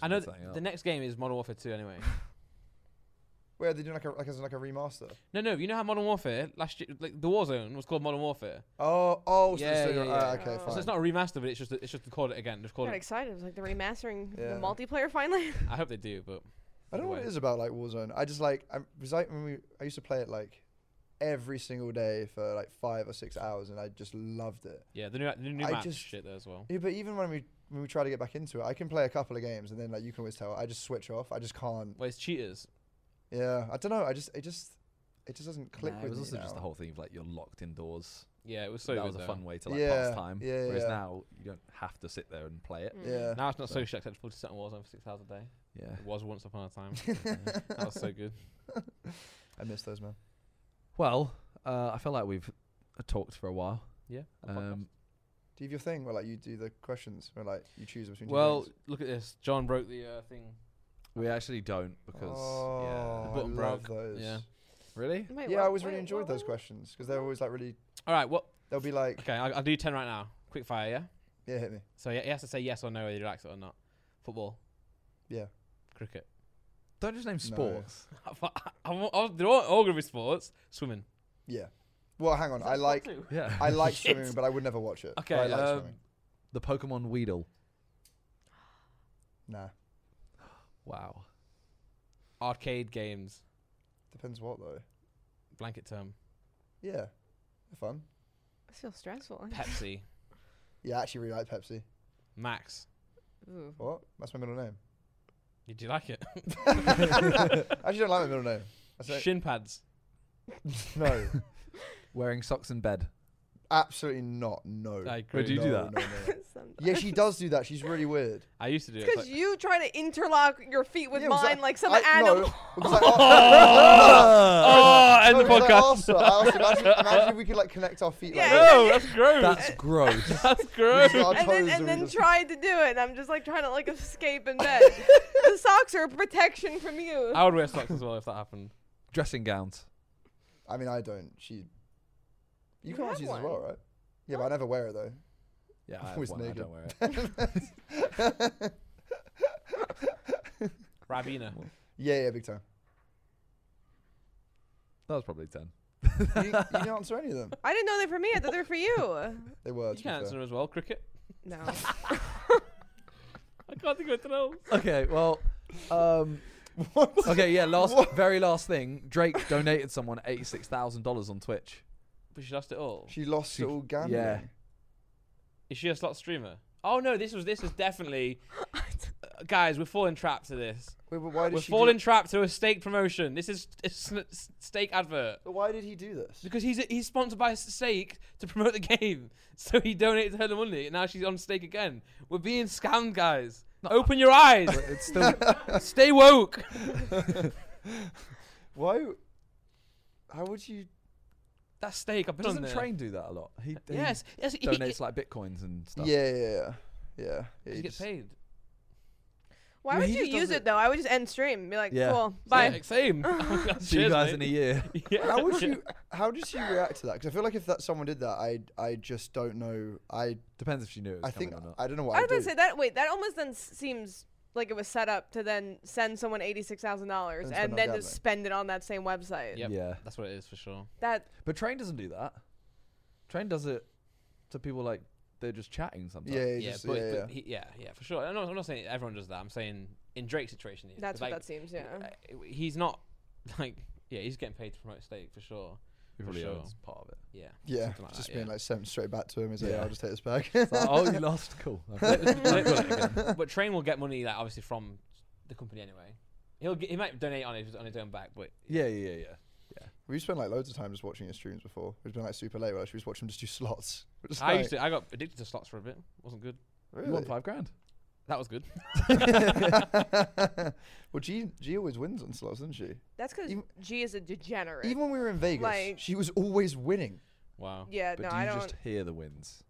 A: I know th- the next game is Modern Warfare 2 anyway.
C: Where are they doing like a like as in, like a remaster?
A: no, no, you know how Modern Warfare last year, like the Warzone was called Modern Warfare.
C: Oh, oh, so
A: Yeah,
C: so
A: yeah,
C: uh,
A: yeah.
C: okay,
D: Oh.
C: fine.
A: So it's not a remaster, but it's just it's just to call it again. Just
D: I
A: call
D: got
A: it.
D: excited. It was like the remastering
C: Yeah.
D: the multiplayer finally.
A: I hope they do, but
C: I don't know what it is about like Warzone. I just like I was like when we I used to play it like every single day for like five or six hours, and I just loved it.
A: Yeah, the new the new
C: I
A: map
C: just-
A: shit there as well.
C: Yeah, but even when we when we try to get back into it, I can play a couple of games, and then like you can always tell I just switch off. I just can't.
A: Well, it's cheaters.
C: Yeah, I don't know. I just it just it just doesn't click
B: it
C: with
B: was
C: me
B: also just
C: now.
B: the whole thing of like you're locked indoors.
A: Yeah, it was so
B: that
A: good.
B: was a
A: though.
B: fun way to like
C: Yeah,
B: pass time.
C: yeah,
B: Whereas
C: yeah.
B: now you don't have to sit there and play it.
D: Mm.
C: Yeah.
A: Now it's not
B: So-
A: socially acceptable to sit on Warzone for six hours a day.
B: Yeah.
A: It was once upon a time. that was so good.
C: I miss those man.
B: Well, uh, I feel like we've uh, talked for a while.
A: Yeah. a podcast.
B: Um,
C: Do you have your thing where like you do the questions where like you choose between? two
A: well,
C: things?
A: look at this. John broke the uh, thing.
B: we actually don't because.
C: oh,
A: The
C: I
A: button
C: love
A: broke.
C: those.
A: Yeah.
B: Yeah. Really?
D: Wait,
C: yeah,
D: what-
C: I always really
D: wait,
C: enjoyed
D: what
C: those
D: was it?
C: questions because they're always like really.
A: All right. What?
C: They'll be like,
A: Okay, I'll, I'll do ten right now. Quick fire. Yeah.
C: yeah, hit me.
A: So he he has to say yes or no whether he likes it or not. Football.
C: Yeah.
A: Cricket.
B: Don't just name sports.
A: I, I, I, they're all, all gonna be sports. Swimming.
C: Yeah. Well, hang on. I like
B: Yeah.
C: I like
A: Shit.
C: swimming, but I would never watch it. But
A: Okay,
C: I like
A: um,
C: swimming.
B: the Pokemon Weedle.
C: Nah,
B: Wow.
A: Arcade games.
C: depends what though.
A: Blanket term.
C: Yeah, they're fun.
D: This feels stressful.
A: Pepsi.
C: Yeah, I actually really like Pepsi.
A: Max.
D: Ooh.
C: What? That's my middle name.
A: Did you like it?
C: I actually don't like my middle name. I say,
A: Shin pads.
C: no.
B: Wearing socks in bed.
C: Absolutely not. No.
A: I agree.
B: Would you do
C: No,
B: that?
C: no, no, no.
D: Sometimes.
C: yeah, she does do that. She's really weird.
A: I used to do
D: It's
A: it.
D: because
A: Like,
D: you try to interlock your feet with
C: Yeah, because I-
D: mine like some
C: I-
D: animal.
C: No, because I,
B: Oh!
C: no,
A: oh, end the
C: because I asked her-
A: podcast.
C: I asked her, imagine, imagine if we could like connect our feet like
D: Yeah,
A: No,
C: this.
A: Oh, that's gross.
B: That's
A: That's,
B: gross.
A: gross.
C: We've got-
D: and then,
C: toes
D: and
C: are
D: then
C: just-
D: tried to do it. And I'm just like trying to like escape in bed. the socks are a protection from you.
A: I would wear socks as well if that happened.
B: Dressing gowns.
C: I mean, I don't. She. You
D: You
C: can
D: have
C: always use it as well,
D: one.
C: right? Yeah, but I never wear it though.
B: Yeah, I, have
C: Always
B: one, I
C: naked.
B: don't wear it.
A: Rabina.
C: Yeah, yeah, big time.
B: That was probably ten.
C: You, you didn't answer any of them.
D: I didn't know they were for me. I thought they were for you.
C: They were.
A: You
C: to be
A: can
C: fair.
A: answer as well. Cricket.
D: No.
A: I can't think of anything else.
B: Okay, well, um,
C: What?
B: okay, yeah. Last,
C: What?
B: very last thing. Drake donated someone eighty-six thousand dollars on Twitch.
A: But she lost it all.
C: She lost
B: She-
C: it all gambling.
B: yeah.
A: Is she a slot streamer? Oh no, this was this was definitely. Uh, guys, we're falling trapped to this.
C: Wait, but why did
A: We're
C: she?
A: falling
C: Do,
A: trapped to a steak promotion. This is a sn- s- steak advert.
C: but why did he do this?
A: Because he's he's sponsored by Steak to promote the game, so he donated her the money, and now she's on Steak again. We're being scammed, guys. Open your eyes.
B: But it's still
A: Stay woke.
C: Why? w- How would you?
A: That's Steak. I've been on
B: doesn't
A: there.
B: Train do that a lot. He, he
A: yes, yes. He,
B: donates like bitcoins and stuff.
C: Yeah, yeah, yeah, yeah.
A: he,
C: yeah you
A: he gets
C: just-
A: paid.
D: Why
B: Yeah,
D: would
B: he
D: you
B: just
D: use
B: doesn't-
D: it though? I would just end stream. and Be like,
B: Yeah.
D: cool, bye.
A: Yeah, same. Oh
B: See you guys in a year.
A: Yeah.
C: How would you? How does she react to that? Because I feel like if that someone did that, I I just don't know. I
B: Depends if she knew it was
C: I
B: coming
C: think
B: or not.
C: I don't know
D: I
C: what I
D: was
C: do.
D: gonna say that. Wait, that almost then s- seems like it was set up to then send someone eighty six thousand dollars
C: And spend
D: and
C: on
D: then
C: gambling.
D: just spend it on that same website.
A: Yep.
B: Yeah,
A: That's what it is for sure.
D: That
B: but Train doesn't do that. Train does it to people like they're just chatting sometimes.
C: yeah,
A: yeah,
C: just,
A: but,
C: yeah,
A: but
C: yeah.
A: He, yeah, yeah, for sure. I'm not, I'm not saying everyone does that. I'm saying in Drake's situation, he is,
D: that's
A: 'cause,
D: what
A: like,
D: that seems. Yeah.
A: uh, He's not like yeah, he's getting paid to promote steak for sure.
B: He
A: For
B: probably
A: sure.
B: owns part of it.
A: Yeah,
C: yeah,
A: something like
C: just
A: that,
C: being
A: yeah.
C: like sent straight back to him. He's like,
B: Yeah.
C: yeah, I'll just hit this back.
B: It's like, oh, you lost. Cool.
A: Literally. but Train will get money like obviously from the company anyway. He'll get, he might donate on his on his own back, but
B: yeah, yeah, yeah, yeah.
C: We've spent like loads of time just watching his streams before. We've been like super late. Where she was watching him just do slots. We're just
A: I
C: like,
A: used to I got addicted to slots for a bit. wasn't good.
C: Really?
B: You want five grand?
A: That was good.
C: well, G G always wins on slots, doesn't she?
D: That's because
C: Even-
D: G is a degenerate.
C: Even when we were in Vegas,
D: Like-
C: she was always winning.
A: Wow.
D: yeah.
B: But
D: no,
B: do you
D: I don't.
B: just hear the wins?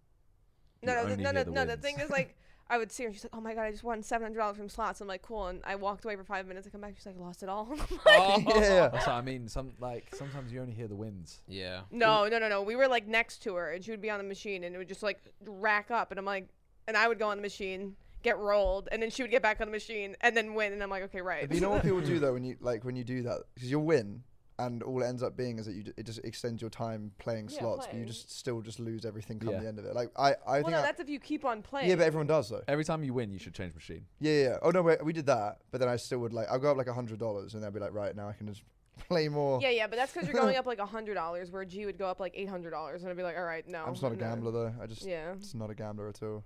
D: no,
B: you
D: no, the,
B: only
D: no, no,
B: hear the
D: no. The
B: wins?
D: thing is, like, I would see her. and She's like, "Oh my god, I just won seven hundred dollars from slots." I'm like, "Cool," and I walked away for five minutes. I come back. She's like, "Lost it all."
C: yeah.
B: That's what I mean. Some like sometimes you only hear the wins.
A: Yeah.
D: No, no, no, no. We were like next to her, and she would be on the machine, and it would just like rack up, and I'm like, and I would go on the machine, get rolled, and then she would get back on the machine, and then win, and I'm like, okay, right.
C: But you know what people do though when you like when you do that because you'll win and all it ends up being is that you d- it just extends your time playing
D: Yeah,
C: slots but you
D: playing.
C: just still just lose everything come
B: Yeah.
C: the end of it. Like I I
D: well,
C: think
D: no,
C: I-
D: that's if you keep on playing.
C: yeah, but everyone does though.
B: Every time you win, you should change machine.
C: Yeah, yeah. yeah. Oh no, wait, we did that, but then I still would like I'll go up like a hundred dollars and they'll be like right now I can just play more.
D: yeah, yeah, but that's because you're going up like a hundred dollars, where G would go up like eight hundred dollars, and I'd be like, all right, no.
C: I'm just not a
D: and then-
C: gambler though. I just
D: Yeah.
C: It's not a gambler at all.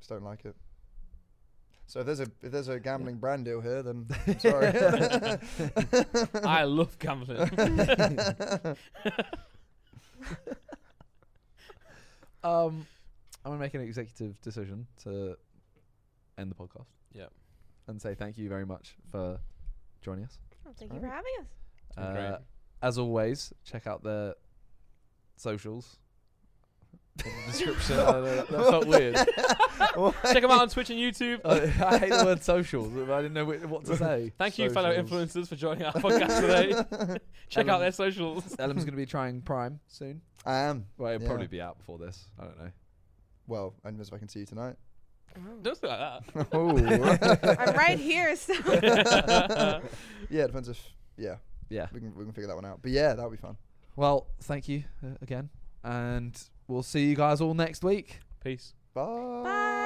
C: Just don't like it. So if there's a if there's a gambling brand deal here, then I'm sorry.
A: I love gambling.
B: Um, I'm gonna make an executive decision to end the podcast.
A: Yep.
B: And say thank you very much for joining us.
D: Oh, thank you for having us.
A: Been
B: Uh,
A: great.
B: as always, check out the socials. In the description. I don't know, that, that felt weird.
A: Check them out on Twitch and YouTube.
B: I, I hate the word socials. I didn't know wh- what to say.
A: Thank you, fellow
C: socials.
A: influencers, for joining our podcast today. Check out
B: Ellen.
A: their socials.
B: Ellen's gonna be trying Prime soon.
C: I am.
B: Well, it'll
C: Yeah.
B: probably be out before this. I don't know.
C: Well, I don't know if I can see you tonight.
A: Don't say like
C: oh.
D: I'm right here, so
A: that.
C: yeah, it depends if yeah,
B: Yeah.
C: we can we can figure that one out. But yeah, that would be fun.
B: Well, thank you uh, again, and we'll see you guys all next week.
A: Peace.
C: Bye.
D: bye.